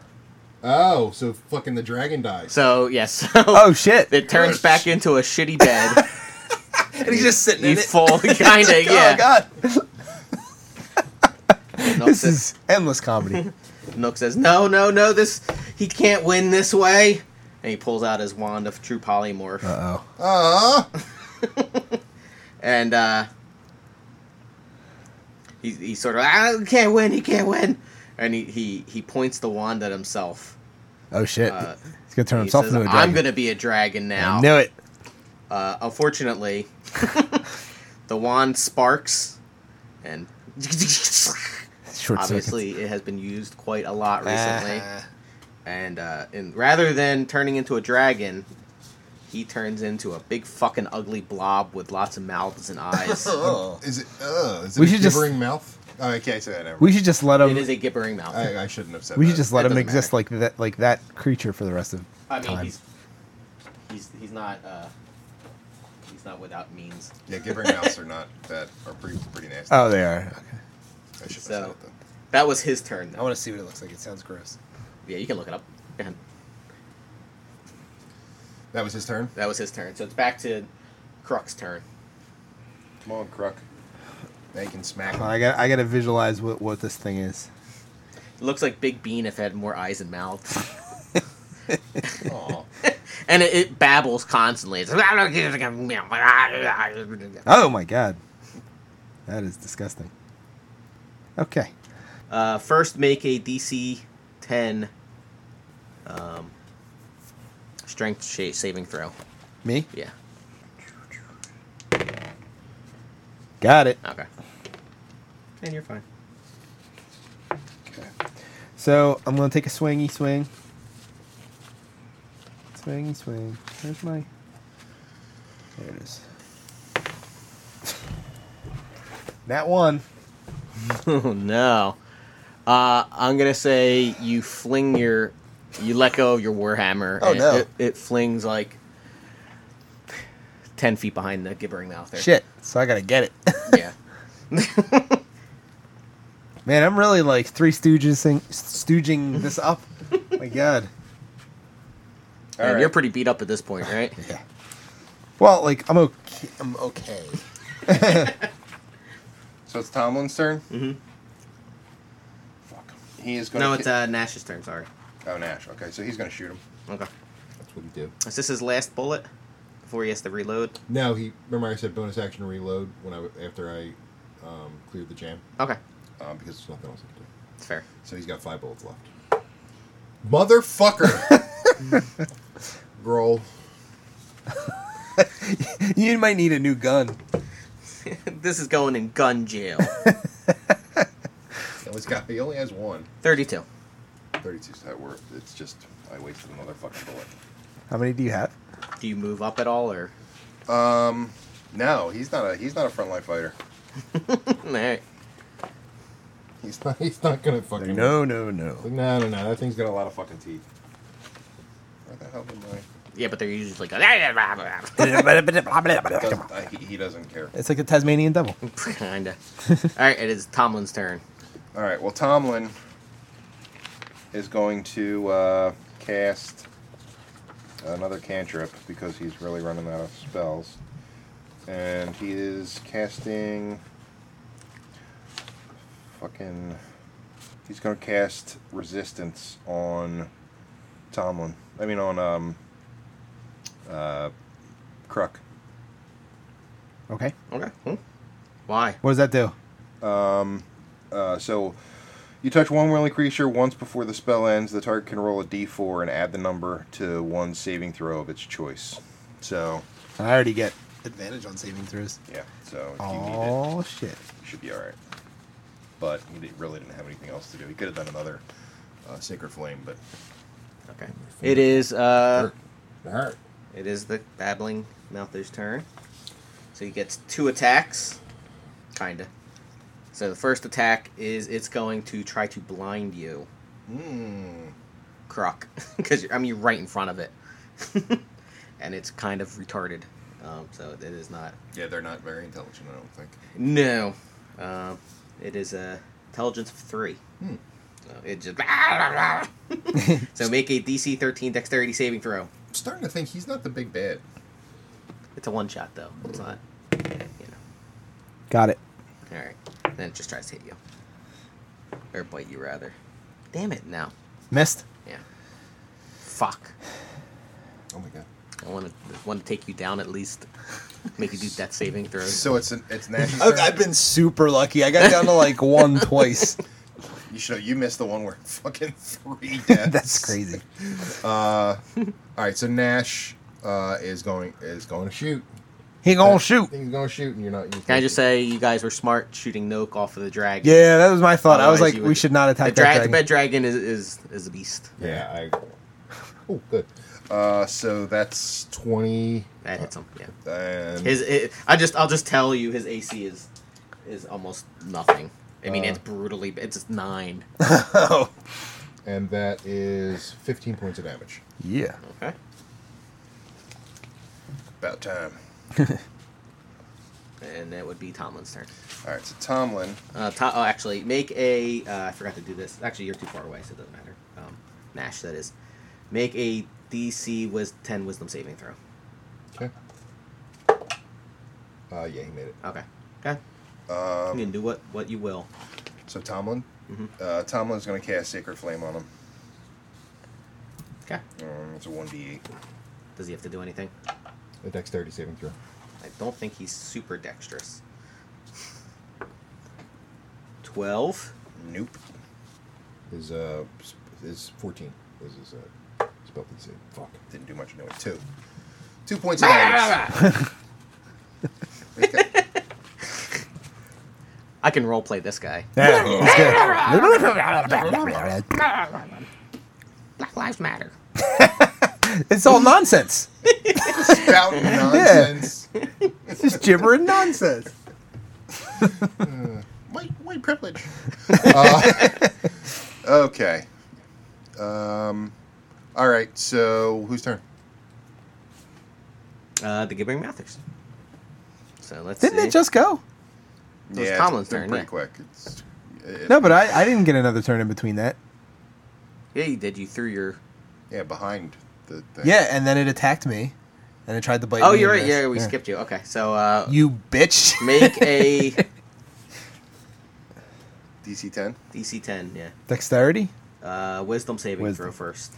Speaker 5: Oh, so fucking the dragon dies.
Speaker 2: So, yes. (laughs) so
Speaker 6: Oh shit.
Speaker 2: it turns back into a shitty bed.
Speaker 9: And he's just sitting in
Speaker 2: He's
Speaker 6: (laughs)
Speaker 9: it.
Speaker 2: full, kinda,
Speaker 6: Oh
Speaker 2: yeah.
Speaker 6: god.
Speaker 2: Nook,
Speaker 6: This
Speaker 2: says,
Speaker 6: is endless (laughs) comedy.
Speaker 2: Nook says, no, no, no, this, he can't win this way. And he pulls out his wand of true polymorph.
Speaker 6: Uh oh.
Speaker 5: Ah.
Speaker 2: and uh, he, he's sort of I can't win, he can't win, and he, he, he points the wand at himself.
Speaker 6: Oh shit.
Speaker 2: Uh,
Speaker 6: He's gonna turn
Speaker 2: he
Speaker 6: himself
Speaker 2: says,
Speaker 6: into a dragon.
Speaker 2: I'm gonna be a dragon now.
Speaker 6: I knew it.
Speaker 2: Uh, unfortunately, (laughs) the wand sparks, and (laughs)
Speaker 6: Short
Speaker 2: obviously it has been used quite a lot recently.
Speaker 9: Ah.
Speaker 2: and uh, and rather than turning into a dragon. He turns into a big fucking ugly blob with lots of mouths and
Speaker 9: (laughs)
Speaker 2: eyes.
Speaker 9: Oh.
Speaker 5: Is it? Uh, is it
Speaker 6: We
Speaker 5: a
Speaker 6: should just-
Speaker 5: gibbering mouth? Oh, I can't say that. Never.
Speaker 6: We should just let
Speaker 2: it
Speaker 6: him.
Speaker 2: is a gibbering mouth.
Speaker 5: I, I shouldn't have said.
Speaker 6: we should
Speaker 5: that.
Speaker 6: just let
Speaker 2: It
Speaker 6: him
Speaker 2: doesn't
Speaker 6: exist like that, like that creature for the rest of.
Speaker 2: I mean,
Speaker 6: time.
Speaker 2: he's he's he's not uh, he's not without means.
Speaker 5: Yeah, gibbering mouths are not that are pretty pretty nasty.
Speaker 6: Oh, they are. Okay.
Speaker 5: I should have said
Speaker 2: so-
Speaker 5: it then.
Speaker 2: That was his turn,
Speaker 9: I
Speaker 2: though.
Speaker 9: want to see what it looks like. It sounds gross.
Speaker 2: Yeah, you can look it up. Go ahead.
Speaker 5: That was his turn.
Speaker 2: That was his turn. So it's back to Crux' turn.
Speaker 5: Come on, Crook. Now you can smack
Speaker 6: Hold
Speaker 5: him.
Speaker 6: on, I got. I got to visualize what what this thing is.
Speaker 2: It looks like Big Bean if it had more eyes and mouths,
Speaker 5: Aw.
Speaker 2: and it, it babbles constantly. It's uh,
Speaker 6: Oh my god, that is disgusting. Okay.
Speaker 2: Uh, first, make a DC ten um, strength sha- saving throw.
Speaker 6: Me.
Speaker 2: Yeah.
Speaker 6: Got it.
Speaker 2: Okay. And you're fine.
Speaker 6: So I'm gonna take a swingy swing. Swingy swing. Where's my? There it is. (sighs) That one.
Speaker 2: (laughs) Oh no. Uh, I'm gonna say you fling your, you let go of your warhammer.
Speaker 9: Oh,
Speaker 2: and
Speaker 9: no.
Speaker 2: It, it flings like ten feet behind the gibbering mouth there.
Speaker 6: Shit. So I gotta get it. (laughs)
Speaker 2: Yeah.
Speaker 6: Man, I'm really like three stooges stooging this (laughs) up. my god.
Speaker 5: All
Speaker 2: and
Speaker 5: right.
Speaker 2: you're pretty beat up at this point, right?
Speaker 6: Yeah. Well, like I'm okay. (laughs)
Speaker 9: I'm okay.
Speaker 5: So it's Tomlin's turn.
Speaker 2: Mhm.
Speaker 5: Fuck. He is going.
Speaker 2: no, it's uh, Nash's turn. Sorry.
Speaker 5: oh, Nash. Okay, so he's going to shoot him.
Speaker 2: Okay.
Speaker 5: That's what we do.
Speaker 2: Is this his last bullet before he has to reload?
Speaker 5: No, he. Remember, I said bonus action reload when I after I um, cleared the jam
Speaker 2: Okay,
Speaker 5: um, because there's nothing else I can do.
Speaker 2: it's (laughs) fair.
Speaker 5: So he's got five bullets left. (laughs) Motherfucker. Roll.
Speaker 6: you might need a new gun.
Speaker 2: (laughs) this is going in gun jail.
Speaker 5: That this guy. He only has one.
Speaker 2: 32.
Speaker 5: 32 is that worth. It's just, I wasted another fucking bullet.
Speaker 4: How many do you have?
Speaker 2: Do you move up at all, or
Speaker 5: Um, no, he's not a he's not a frontline fighter.
Speaker 2: all right?
Speaker 5: He's not (laughs) he's not gonna fucking.
Speaker 4: No, no, no.
Speaker 5: Like, no, no, no. That thing's got a lot of fucking teeth. Where the hell am I?
Speaker 2: Yeah, but they're usually like, (laughs) kind
Speaker 5: Doesn't, I he, he doesn't care.
Speaker 4: It's like the Tasmanian devil.
Speaker 2: (laughs) of. All right, it is Tomlin's turn.
Speaker 5: All right. Well, Tomlin is going to uh, cast another cantrip because he's really running out of spells, and he is casting fucking. He's going to cast resistance on Tomlin. I mean, on um, uh, Kruk.
Speaker 4: Okay.
Speaker 2: Okay. Hmm. Why?
Speaker 4: What does that do?
Speaker 5: Um, uh, so you touch one willing creature once before the spell ends. The target can roll a d4 and add the number to one saving throw of its choice. So,
Speaker 4: I already get.
Speaker 9: Advantage on saving throws.
Speaker 5: yeah. So if you need
Speaker 4: Oh shit!
Speaker 5: it, you should be all right. But he didn't- really didn't have anything else to do. He could have done another uh, sacred flame, but
Speaker 2: Okay. It is uh,
Speaker 5: all right.
Speaker 2: it is the babbling mouther's turn. So he gets two attacks, kinda. So the first attack is it's going to try to blind you,
Speaker 5: Mm.
Speaker 2: Croc, (laughs) because I mean you're right in front of it, (laughs) and it's kind of retarded. Um, so it is not
Speaker 5: Yeah, they're not very intelligent. I don't think.
Speaker 2: No. Um, it is a intelligence of three. So it just. (laughs) so make a DC 13 dexterity saving throw.
Speaker 5: I'm starting to think he's not the big bad.
Speaker 2: It's a one shot, though. It's not. You know.
Speaker 4: Got it.
Speaker 2: Alright. Then it just tries to hit you. Or bite you, rather. Damn it, now.
Speaker 4: Missed.
Speaker 2: Yeah. Fuck.
Speaker 5: Oh my god.
Speaker 2: I want to want to take you down at least. (laughs) Make you do death saving throws.
Speaker 5: So it's an, it's Nash's
Speaker 6: I've,
Speaker 5: turn?
Speaker 6: I've been super lucky. I got down to like (laughs) one twice.
Speaker 5: You should have, you missed the one where (laughs) fucking three deaths.
Speaker 6: (laughs)
Speaker 4: That's crazy.
Speaker 5: Uh, all right, so Nash uh, is going is going to shoot.
Speaker 4: He
Speaker 6: Oh,
Speaker 4: gonna shoot.
Speaker 5: He's going to shoot, and you're not. You're
Speaker 2: Can I just say you guys were smart shooting Noak off of the dragon?
Speaker 4: Yeah, that was my thought. I was
Speaker 2: Otherwise
Speaker 4: like,
Speaker 2: you
Speaker 4: we
Speaker 2: would-
Speaker 4: should not
Speaker 2: The,
Speaker 4: attack
Speaker 2: dra- the
Speaker 4: that
Speaker 2: bed
Speaker 4: dragon.
Speaker 2: dragon is, is is a beast.
Speaker 5: Yeah. I, oh, good. Uh, so that's twenty.
Speaker 2: That hits him. Yeah.
Speaker 5: And
Speaker 2: His, it, I just, I'll just tell you, his AC is, is almost nothing. I mean, it's brutally, it's nine.
Speaker 5: and that is fifteen points of damage.
Speaker 4: Yeah.
Speaker 2: Okay.
Speaker 5: About time.
Speaker 2: And it would be Tomlin's turn.
Speaker 5: All right, so Tomlin.
Speaker 2: Uh, to, oh, actually, make a. Uh, I forgot to do this. Actually, you're too far away, so it doesn't matter. Um, Nash, that is. Make a DC was ten Wisdom saving throw.
Speaker 5: Okay. Uh, yeah, he made it.
Speaker 2: Okay. Okay. you
Speaker 5: Um,
Speaker 2: can do what what you will.
Speaker 5: so Tomlin.
Speaker 2: Mhm.
Speaker 5: Uh, Tomlin's going to cast Sacred Flame on him.
Speaker 2: Okay.
Speaker 5: Um, it's a one d eight.
Speaker 2: Does he have to do anything?
Speaker 5: A dexterity saving throw.
Speaker 2: I don't think he's super dexterous. Twelve.
Speaker 5: Nope. Is uh is fourteen. Is his uh spell DC. Fuck. Didn't do much anyway. Two. Two points of damage. Okay.
Speaker 2: I can roleplay this guy.
Speaker 4: Yeah, it's good.
Speaker 2: Black Lives Matter.
Speaker 4: it's all nonsense.
Speaker 5: Spout nonsense.
Speaker 4: It's just gibbering nonsense.
Speaker 5: White white privilege. (laughs) Uh, okay. Um all right, so whose turn?
Speaker 2: Uh, the Gibbering Mouthers. So let's
Speaker 4: Didn't
Speaker 2: see.
Speaker 4: it just go?
Speaker 2: was Tomlin's
Speaker 5: they're
Speaker 2: turn,
Speaker 5: Pretty
Speaker 2: yeah.
Speaker 5: quick. It's, it-
Speaker 4: No, but I, I didn't get another turn in between that.
Speaker 2: Yeah, you did. You threw your.
Speaker 5: yeah, behind the thing.
Speaker 4: Yeah, and then it attacked me, and it tried to bite me.
Speaker 2: Oh, you're
Speaker 4: and
Speaker 2: right.
Speaker 4: missed.
Speaker 2: Yeah, we skipped you. Okay, so uh,
Speaker 4: (laughs) You bitch.
Speaker 2: make a
Speaker 5: DC ten.
Speaker 2: DC 10. Yeah.
Speaker 4: (laughs) Dexterity,
Speaker 2: Uh, wisdom saving
Speaker 4: Wisdom.
Speaker 2: throw first.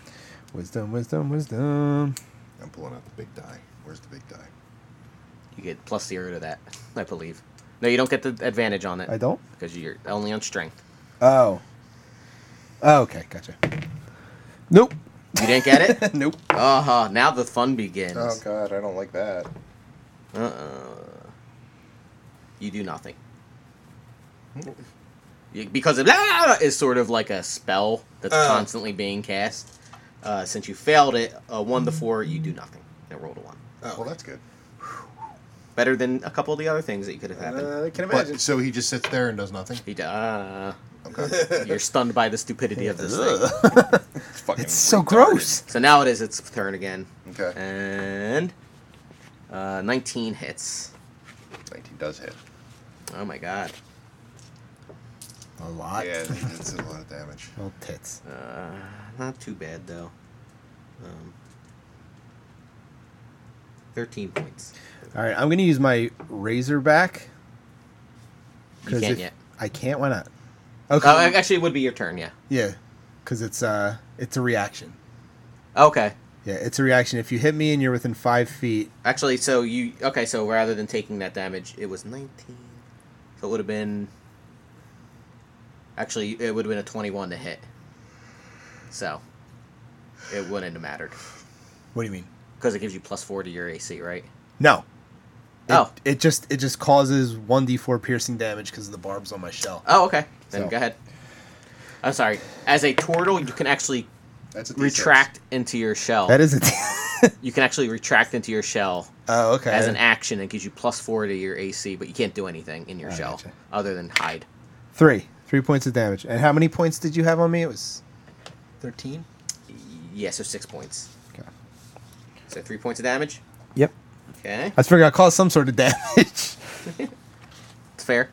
Speaker 4: wisdom, wisdom, wisdom.
Speaker 5: I'm pulling out the big die. Where's the big die?
Speaker 2: You get plus zero to that, I believe. No, you don't get the advantage on it.
Speaker 4: I don't.
Speaker 2: because you're only on strength.
Speaker 4: Oh. oh okay, gotcha.
Speaker 2: (laughs)
Speaker 4: Nope. (laughs)
Speaker 2: You didn't get it.
Speaker 4: nope.
Speaker 2: uh huh. Now the fun begins.
Speaker 5: Oh god, I don't like that.
Speaker 2: Uh. uh You do nothing. You- because of ah, is sort of like a spell that's
Speaker 20: Uh.
Speaker 2: constantly being cast. Uh, since you failed it, uh, one to four, you do nothing. And rolled a one.
Speaker 5: Well, that's good.
Speaker 2: Better than a couple of the other things that you could have happened.
Speaker 21: Uh, I can imagine.
Speaker 22: But, so he just sits there and does nothing.
Speaker 2: He d- uh, (laughs) You're stunned by the stupidity of this
Speaker 5: (laughs)
Speaker 2: thing. (laughs)
Speaker 5: It's fucking.
Speaker 6: It's so gross.
Speaker 2: So now it is its turn again,
Speaker 5: okay.
Speaker 2: and uh, 19 hits.
Speaker 5: Nineteen does hit.
Speaker 2: Oh my god.
Speaker 22: A lot.
Speaker 5: Yeah, that's a lot of damage.
Speaker 6: Little tits.
Speaker 2: Uh, not too bad though. Um, 13 points.
Speaker 6: All right, I'm gonna use my Razorback.
Speaker 2: You
Speaker 6: 'cause
Speaker 2: can't
Speaker 6: if-
Speaker 2: yet.
Speaker 6: I can't. Why not?
Speaker 2: Oh, ac- actually, it would be your turn. Yeah.
Speaker 6: Yeah, because it's uh, it's a reaction.
Speaker 2: Okay.
Speaker 6: Yeah, it's a reaction. If you hit me and you're within five feet,
Speaker 2: Actually, so you okay? So rather than taking that damage, it was 19. So it would have been. Actually, it would have been a 21 to hit. So, it wouldn't have mattered
Speaker 6: what do you mean?
Speaker 2: because it gives you plus four to your AC, right?
Speaker 6: No. It,
Speaker 2: Oh.
Speaker 6: It just it just causes one d4 piercing damage because of the barbs on my shell.
Speaker 2: Oh, okay. Then
Speaker 5: So-
Speaker 2: go ahead. I'm sorry. As a turtle, you can actually
Speaker 5: That's a D6.
Speaker 2: retract into your shell.
Speaker 6: That is a.
Speaker 2: You can actually retract into your shell
Speaker 6: (laughs) oh, okay.
Speaker 2: as an action and gives you plus four to your AC, but you can't do anything in your shell
Speaker 6: gotcha.
Speaker 2: other than hide.
Speaker 6: Three. Three points of damage. And how many points did you have on me? It was.
Speaker 9: 13?
Speaker 2: Yeah, so six points.
Speaker 6: Okay.
Speaker 2: So three points of damage.
Speaker 6: Yep. Uh,
Speaker 2: Okay,
Speaker 6: I figured I caused some sort of (laughs) damage.
Speaker 2: that's fair.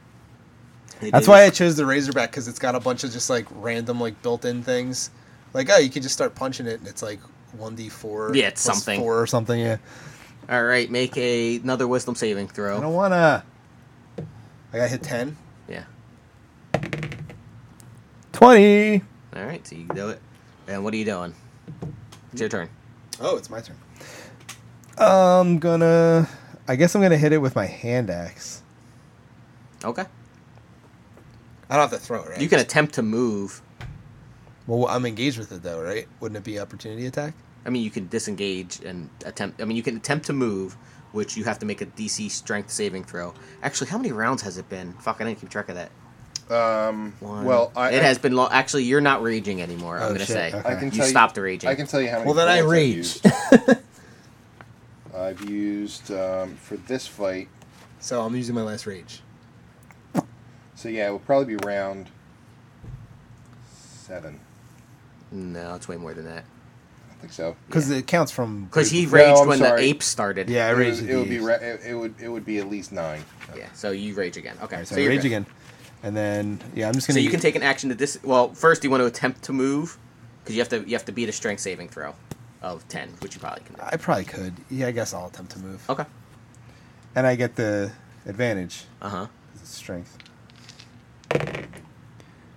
Speaker 2: They
Speaker 21: That's
Speaker 2: did-
Speaker 21: why I chose the Razorback because it's got a bunch of just like random like built-in things. Like oh, you can just start punching it and it's like one d four.
Speaker 2: Yeah, it's something.
Speaker 21: Four or something. Yeah.
Speaker 2: All right, make a, another wisdom saving
Speaker 21: I don't
Speaker 2: throw.
Speaker 21: wanna. I got hit ten.
Speaker 2: Yeah.
Speaker 6: 20.
Speaker 2: All right, so you can do it. And what are you doing? It's
Speaker 6: Mm.
Speaker 2: your turn.
Speaker 21: Oh, it's my turn.
Speaker 6: I'm gonna. I guess I'm gonna hit it with my hand axe.
Speaker 2: Okay.
Speaker 21: I don't have to throw it, right?
Speaker 2: You can attempt to move.
Speaker 21: Well, I'm engaged with it though, right? Wouldn't it be opportunity attack?
Speaker 2: I mean, you can disengage and attempt. I mean, you can attempt to move, which you have to make a DC strength saving throw. Actually, how many rounds has it been? Fuck, I didn't keep track of that.
Speaker 5: Um,
Speaker 2: One.
Speaker 5: well, I,
Speaker 2: it has been long. Actually, you're not raging anymore. I'm
Speaker 6: Oh,
Speaker 2: gonna
Speaker 6: shit,
Speaker 2: say
Speaker 6: okay. I
Speaker 5: can
Speaker 2: you
Speaker 5: tell you-
Speaker 2: stopped raging.
Speaker 5: I can tell you how many.
Speaker 9: Well, then I
Speaker 5: bullets I've used. I've used um, for this fight.
Speaker 9: So I'm using my last rage.
Speaker 5: So yeah, it will probably be round seven.
Speaker 2: No, it's way more than that.
Speaker 5: I think so.
Speaker 6: Because it counts from.
Speaker 2: Because he
Speaker 5: No,
Speaker 2: raged
Speaker 5: I'm
Speaker 2: when the
Speaker 5: sorry.
Speaker 2: apes started.
Speaker 6: Yeah, I
Speaker 5: it,
Speaker 6: rage.
Speaker 5: was- it would be. Ra- it, it would. It would be at least nine.
Speaker 2: Yeah. So you rage again. Okay.
Speaker 6: Alright,
Speaker 2: so
Speaker 6: so, I
Speaker 2: you're
Speaker 6: rage
Speaker 2: good.
Speaker 6: again. And then, yeah, I'm just
Speaker 2: So
Speaker 6: gonna.
Speaker 2: you can take an action to dis. Well, first you want to attempt to move, because you have to you have to beat a strength saving throw of ten, which you probably can. do.
Speaker 6: I probably could. Yeah, I guess I'll attempt to move.
Speaker 2: Okay.
Speaker 6: And I get the advantage.
Speaker 2: Uh huh.
Speaker 6: 'cause It's strength.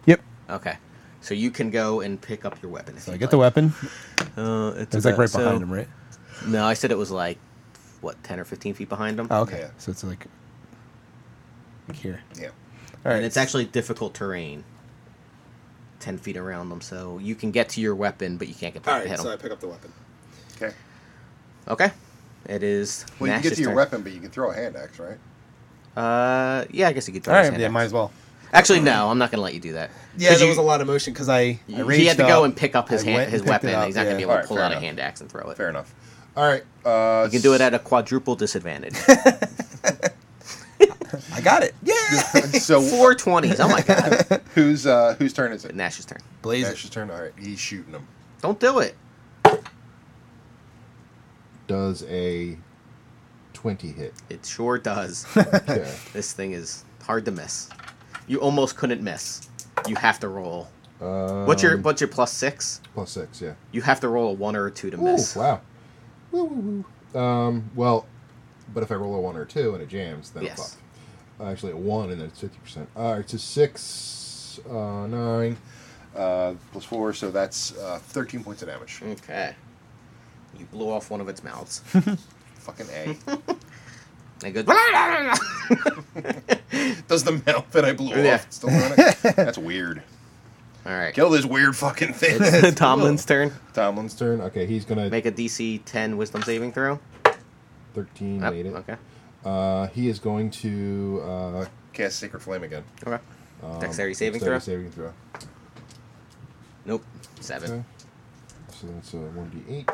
Speaker 6: Yep.
Speaker 2: Okay. So you can go and pick up your weapon.
Speaker 6: So I get the weapon.
Speaker 2: Uh, it's
Speaker 6: It's like
Speaker 2: about-
Speaker 6: right behind
Speaker 2: so-
Speaker 6: him, right?
Speaker 2: No, I said it was like what ten or fifteen feet behind him.
Speaker 6: Oh, okay.
Speaker 5: Yeah.
Speaker 6: So it's like, like here.
Speaker 5: Yeah.
Speaker 6: All right.
Speaker 2: And it's actually difficult terrain. Ten feet around them, so you can get to your weapon, but you can't get
Speaker 21: All
Speaker 2: back
Speaker 21: right,
Speaker 2: to hit
Speaker 21: so I
Speaker 2: him.
Speaker 21: pick up the weapon.
Speaker 5: Okay.
Speaker 2: Okay. It is.
Speaker 5: Well, you can
Speaker 2: Nash's
Speaker 5: get to your
Speaker 2: turn.
Speaker 5: weapon, but you can throw a hand axe, right?
Speaker 2: Uh, yeah, I guess you could.
Speaker 6: all
Speaker 2: throw his
Speaker 6: right.
Speaker 2: hand
Speaker 6: Yeah,
Speaker 2: axe.
Speaker 6: might as well.
Speaker 2: Actually, no, I'm not gonna let you do that.
Speaker 21: Yeah,
Speaker 2: 'Cause
Speaker 21: there
Speaker 2: you-
Speaker 21: was a lot of motion because I.
Speaker 6: I
Speaker 2: he
Speaker 6: raged
Speaker 2: had to go
Speaker 6: up.
Speaker 2: and pick up his
Speaker 6: I
Speaker 2: hand,
Speaker 6: went
Speaker 2: his
Speaker 6: and picked it
Speaker 2: weapon.
Speaker 6: up,
Speaker 2: He's not gonna
Speaker 6: yeah.
Speaker 2: be able
Speaker 5: Alright,
Speaker 2: to pull
Speaker 5: fair
Speaker 2: out a
Speaker 5: enough.
Speaker 2: hand axe and throw it.
Speaker 5: Fair enough. All right. Uh,
Speaker 2: You can do it at a quadruple
Speaker 6: (laughs)
Speaker 2: disadvantage.
Speaker 21: I got
Speaker 6: (laughs)
Speaker 21: it. Yeah.
Speaker 5: so
Speaker 2: (laughs) Four twenties. Oh my god.
Speaker 5: whose uh, whose turn is it?
Speaker 2: Nash's turn.
Speaker 21: Blaze it.
Speaker 5: Nash's turn. All right. He's shooting him.
Speaker 2: Don't do it.
Speaker 22: Does a twenty
Speaker 5: (laughs)
Speaker 22: hit?
Speaker 2: It sure does.
Speaker 22: Okay.
Speaker 2: this thing is hard to miss. You almost couldn't miss. You have to roll.
Speaker 22: um,
Speaker 2: What's your what's your plus six?
Speaker 22: plus six? Yeah.
Speaker 2: You have to roll a one or a two to
Speaker 22: Ooh,
Speaker 2: miss.
Speaker 22: wow. Woo, woo, woo. Um, well, but if I roll a one or two and it jams, then
Speaker 2: Yes.
Speaker 22: it's up. Actually, a one and then it's fifty percent. All right, so six, uh, nine.
Speaker 5: Uh, plus four, so that's uh, thirteen points of damage.
Speaker 2: Okay. You blew off one of its
Speaker 22: (laughs)
Speaker 2: mouths.
Speaker 5: Fucking a.
Speaker 2: (laughs) And it goes.
Speaker 5: Does the mouth that I blew
Speaker 2: Yeah.
Speaker 5: off still doing
Speaker 2: (laughs)
Speaker 5: it? That's weird.
Speaker 2: All right.
Speaker 5: Kill this weird fucking thing.
Speaker 2: (laughs) It's
Speaker 5: (laughs)
Speaker 2: Tomlin's turn.
Speaker 5: Tomlin's turn.
Speaker 22: Turn. Okay, he's gonna
Speaker 2: Make a DC 10 wisdom saving throw.
Speaker 22: thirteen.
Speaker 2: Yep,
Speaker 22: made it.
Speaker 2: Okay.
Speaker 22: Uh, he is going to uh,
Speaker 5: Cast Sacred Flame again.
Speaker 2: Okay.
Speaker 1: Um,
Speaker 2: Dexterity saving
Speaker 1: dexterity
Speaker 2: throw?
Speaker 1: Saving throw.
Speaker 2: Nope. Seven.
Speaker 1: Okay. So that's a one d eight.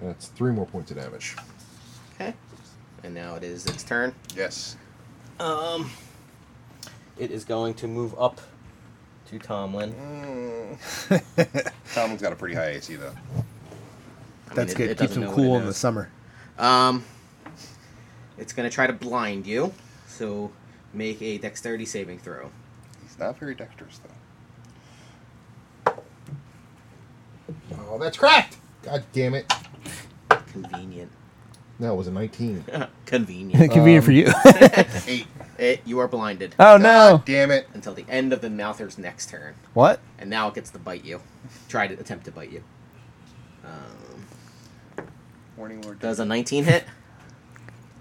Speaker 1: That's three more points of damage.
Speaker 2: Okay. And now it is its turn.
Speaker 5: Yes.
Speaker 2: Um.
Speaker 23: It is going to move up to Tomlin.
Speaker 5: Tomlin's got a pretty high AC though.
Speaker 2: I mean,
Speaker 6: That's
Speaker 2: it-
Speaker 6: good.
Speaker 2: it
Speaker 6: Keeps
Speaker 2: doesn't
Speaker 6: them
Speaker 2: know
Speaker 6: cool
Speaker 2: what it
Speaker 6: in the
Speaker 2: knows.
Speaker 6: (laughs) summer.
Speaker 2: Um. It's gonna try to blind you, so make a dexterity saving throw.
Speaker 5: He's not very dexterous though.
Speaker 1: Oh, that's cracked. God damn it!
Speaker 2: Convenient.
Speaker 1: No, it was a nineteen.
Speaker 2: (laughs)
Speaker 6: (laughs)
Speaker 2: Convenient.
Speaker 1: Convenient for
Speaker 6: you.
Speaker 5: Eight.
Speaker 2: it, you are blinded
Speaker 6: (laughs) oh no!
Speaker 5: Damn it.
Speaker 2: until the end of the Mouther's next turn,
Speaker 6: (laughs) What?
Speaker 2: and now it gets to bite you. Try to attempt to bite you. Um,
Speaker 5: Warning Lord.
Speaker 2: does a 19 hit?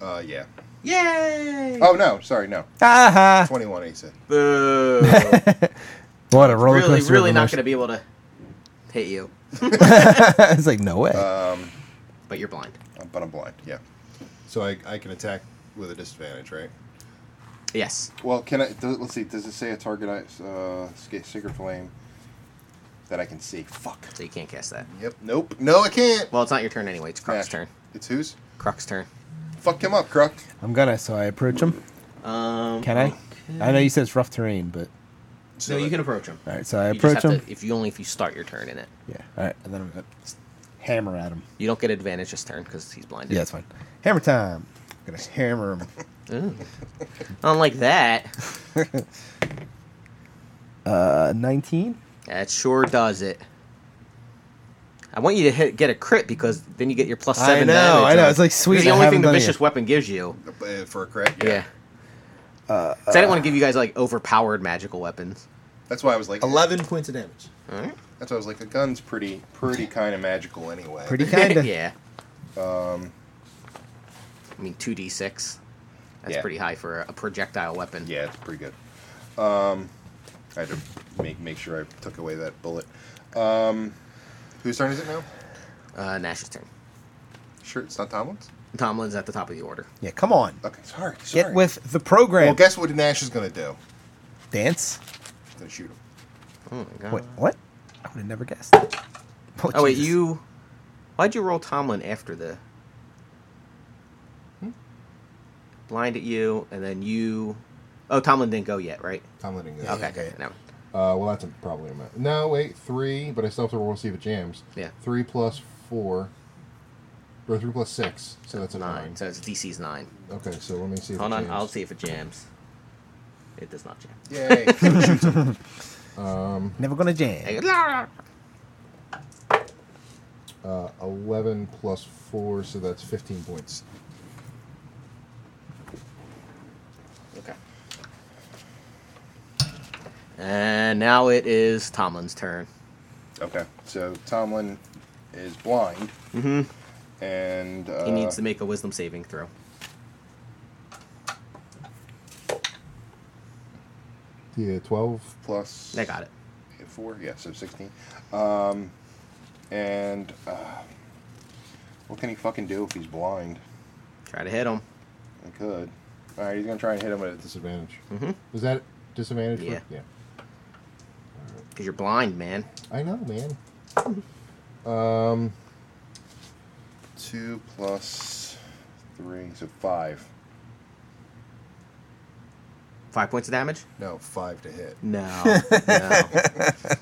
Speaker 5: Uh, yeah.
Speaker 2: (laughs) Yay!
Speaker 5: Oh no, sorry, no.
Speaker 6: Ah
Speaker 5: Twenty-one. He said.
Speaker 2: (laughs) Boo!
Speaker 6: What a roller
Speaker 2: really,
Speaker 6: coaster.
Speaker 2: really not gonna be able to hit you,
Speaker 6: gonna. (laughs) it's like no way.
Speaker 5: Um,
Speaker 2: but you're blind.
Speaker 5: but I'm blind. Yeah.
Speaker 1: so I, I can attack with a disadvantage, right?
Speaker 2: Yes.
Speaker 5: Well, can I? Does, let's see. Does it say a target? I- Uh, sca- sacred flame that I can see. Fuck.
Speaker 2: So you can't cast that.
Speaker 5: Yep. Nope. No, I can't.
Speaker 2: Well, it's not your turn anyway. It's Croc's
Speaker 5: Smash.
Speaker 2: turn.
Speaker 5: It's whose?
Speaker 2: Croc's turn.
Speaker 5: Fuck him up, Croc.
Speaker 6: I'm gonna. So I approach him.
Speaker 2: Um,
Speaker 6: Can I? I know you said it's rough terrain, but
Speaker 2: No, you can approach him.
Speaker 6: all right. So I
Speaker 2: You just
Speaker 6: approach
Speaker 2: have
Speaker 6: him.
Speaker 2: To, if you only if you start your turn in it,
Speaker 6: Yeah. All right. And then I'm gonna just hammer at him.
Speaker 2: you don't get advantage this turn because he's blinded.
Speaker 6: Yeah, that's fine. Hammer time. I'm gonna hammer
Speaker 2: (laughs)
Speaker 6: him.
Speaker 2: Unlike that,
Speaker 6: Uh, 19.
Speaker 2: that sure does it. I want you to hit, get a crit because then you get your plus seven.
Speaker 6: I know.
Speaker 2: damage
Speaker 6: I know.
Speaker 2: on-
Speaker 6: It's like sweet.
Speaker 2: It's the
Speaker 6: I
Speaker 2: only
Speaker 6: haven't
Speaker 2: thing the
Speaker 6: done it
Speaker 2: vicious
Speaker 6: yet.
Speaker 2: weapon gives you.
Speaker 5: Uh, for a crit.
Speaker 2: Yeah.
Speaker 6: Uh,
Speaker 2: so I didn't want to give you guys like overpowered magical weapons.
Speaker 5: That's why I was like.
Speaker 9: Eleven points of damage.
Speaker 2: All right.
Speaker 5: That's why I was like. A gun's pretty, pretty kind of magical anyway.
Speaker 2: (laughs)
Speaker 6: Pretty (laughs) kinda.
Speaker 2: yeah.
Speaker 5: Um.
Speaker 2: I mean, two d six. That's
Speaker 5: Yeah.
Speaker 2: pretty high for a projectile weapon.
Speaker 5: Yeah, it's pretty good. Um, I had to make make sure I took away that bullet. Um, whose turn is it now?
Speaker 2: Uh, Nash's turn.
Speaker 5: Sure, it's not Tomlin's.
Speaker 2: Tomlin's at the top of the order.
Speaker 6: Yeah. Come on.
Speaker 2: Oh,
Speaker 5: Okay, sorry. sorry.
Speaker 6: Get with the program.
Speaker 5: Well, guess what Nash is gonna do?
Speaker 6: Dance.
Speaker 5: He's gonna shoot him.
Speaker 2: Oh my god.
Speaker 6: Wait. What? I would have never guessed. Oh,
Speaker 2: Oh wait,
Speaker 6: Jesus.
Speaker 2: you. Why'd you roll Tomlin after the? Blind at you, and then you. Oh, Tomlin didn't go yet, right?
Speaker 1: I'm letting go.
Speaker 2: okay, okay. No.
Speaker 1: Uh, well, that's a, probably a ma- No, wait, three, but I still have to roll to see if it jams.
Speaker 2: Yeah.
Speaker 1: Three plus four, or three plus six, so that's a
Speaker 2: nine.
Speaker 1: nine.
Speaker 2: So it's DC's nine.
Speaker 1: Okay, so let me see. If
Speaker 2: Hold
Speaker 1: it
Speaker 2: on,
Speaker 1: jams.
Speaker 2: I'll see if it jams. It does not jam.
Speaker 5: Yay!
Speaker 1: Um,
Speaker 6: Never gonna jam.
Speaker 1: uh, eleven plus four, so that's fifteen points.
Speaker 2: Okay. And now it is Tomlin's turn.
Speaker 5: okay, so Tomlin is blind,
Speaker 2: Mm-hmm.
Speaker 5: and uh,
Speaker 2: He needs to make a wisdom saving throw.
Speaker 1: Yeah, twelve.
Speaker 5: plus.
Speaker 2: I got it.
Speaker 5: Four, yeah, so sixteen. Um, and uh, what can he fucking do if he's blind?
Speaker 2: Try to hit him.
Speaker 5: I could. All right, he's gonna try and hit him with a dis-
Speaker 1: Disadvantage.
Speaker 2: Mm-hmm.
Speaker 1: Was that disadvantage? for-
Speaker 2: Yeah.
Speaker 1: yeah.
Speaker 2: Cause you're blind, man.
Speaker 1: I know, man. Um,
Speaker 5: two plus three, so five.
Speaker 2: Five points of damage.
Speaker 1: no, five to hit.
Speaker 2: No. no.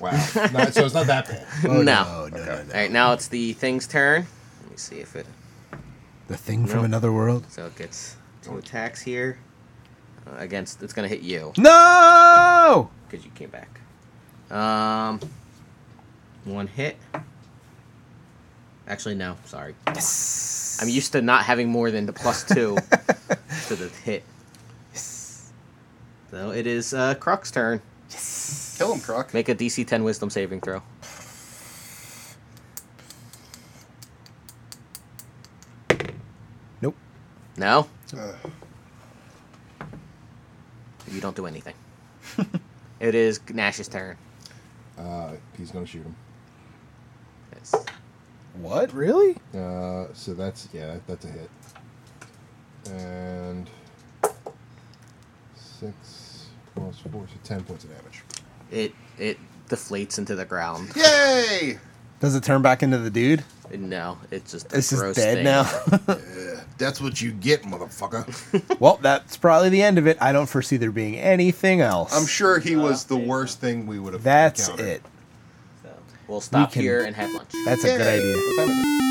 Speaker 1: Wow. Not- so it's not that bad.
Speaker 6: Oh,
Speaker 2: (laughs) no.
Speaker 1: no,
Speaker 5: Okay.
Speaker 2: All right, now it's the thing's turn. Let me see if it.
Speaker 6: The thing
Speaker 2: No.
Speaker 6: from another world.
Speaker 2: So it gets two attacks here. Uh, against it's gonna hit you
Speaker 6: No.
Speaker 2: because you came back. Um, one hit. Actually, no. Sorry.
Speaker 6: Yes.
Speaker 2: I'm used to not having more than the plus
Speaker 5: (laughs)
Speaker 2: two to the hit. So it is uh, Croc's turn.
Speaker 5: Kill him, Croc.
Speaker 2: Make a DC 10 Wisdom saving throw.
Speaker 6: Nope.
Speaker 2: No,
Speaker 6: Uh.
Speaker 5: Ugh.
Speaker 2: you don't do anything. (laughs) it is Nash's turn.
Speaker 1: Uh, he's gonna shoot him.
Speaker 2: Yes.
Speaker 6: What? Really?
Speaker 1: Uh, so that's yeah, that's a hit. And six
Speaker 5: Plus four, so ten points of damage.
Speaker 2: It it deflates into the ground.
Speaker 24: Yay!
Speaker 6: Does it turn back into the dude?
Speaker 2: No, it's just a
Speaker 6: It's just
Speaker 2: gross
Speaker 6: dead
Speaker 2: thing. (laughs)
Speaker 6: now.
Speaker 5: That's what you get, motherfucker.
Speaker 6: well, that's probably the end of it. I don't foresee there being anything else.
Speaker 5: I'm sure he was the worst thing we would have.
Speaker 6: that's
Speaker 5: encountered.
Speaker 6: it.
Speaker 25: So.
Speaker 2: We'll stop
Speaker 6: can-
Speaker 2: here and have lunch.
Speaker 6: That's a good idea.
Speaker 25: What time is it?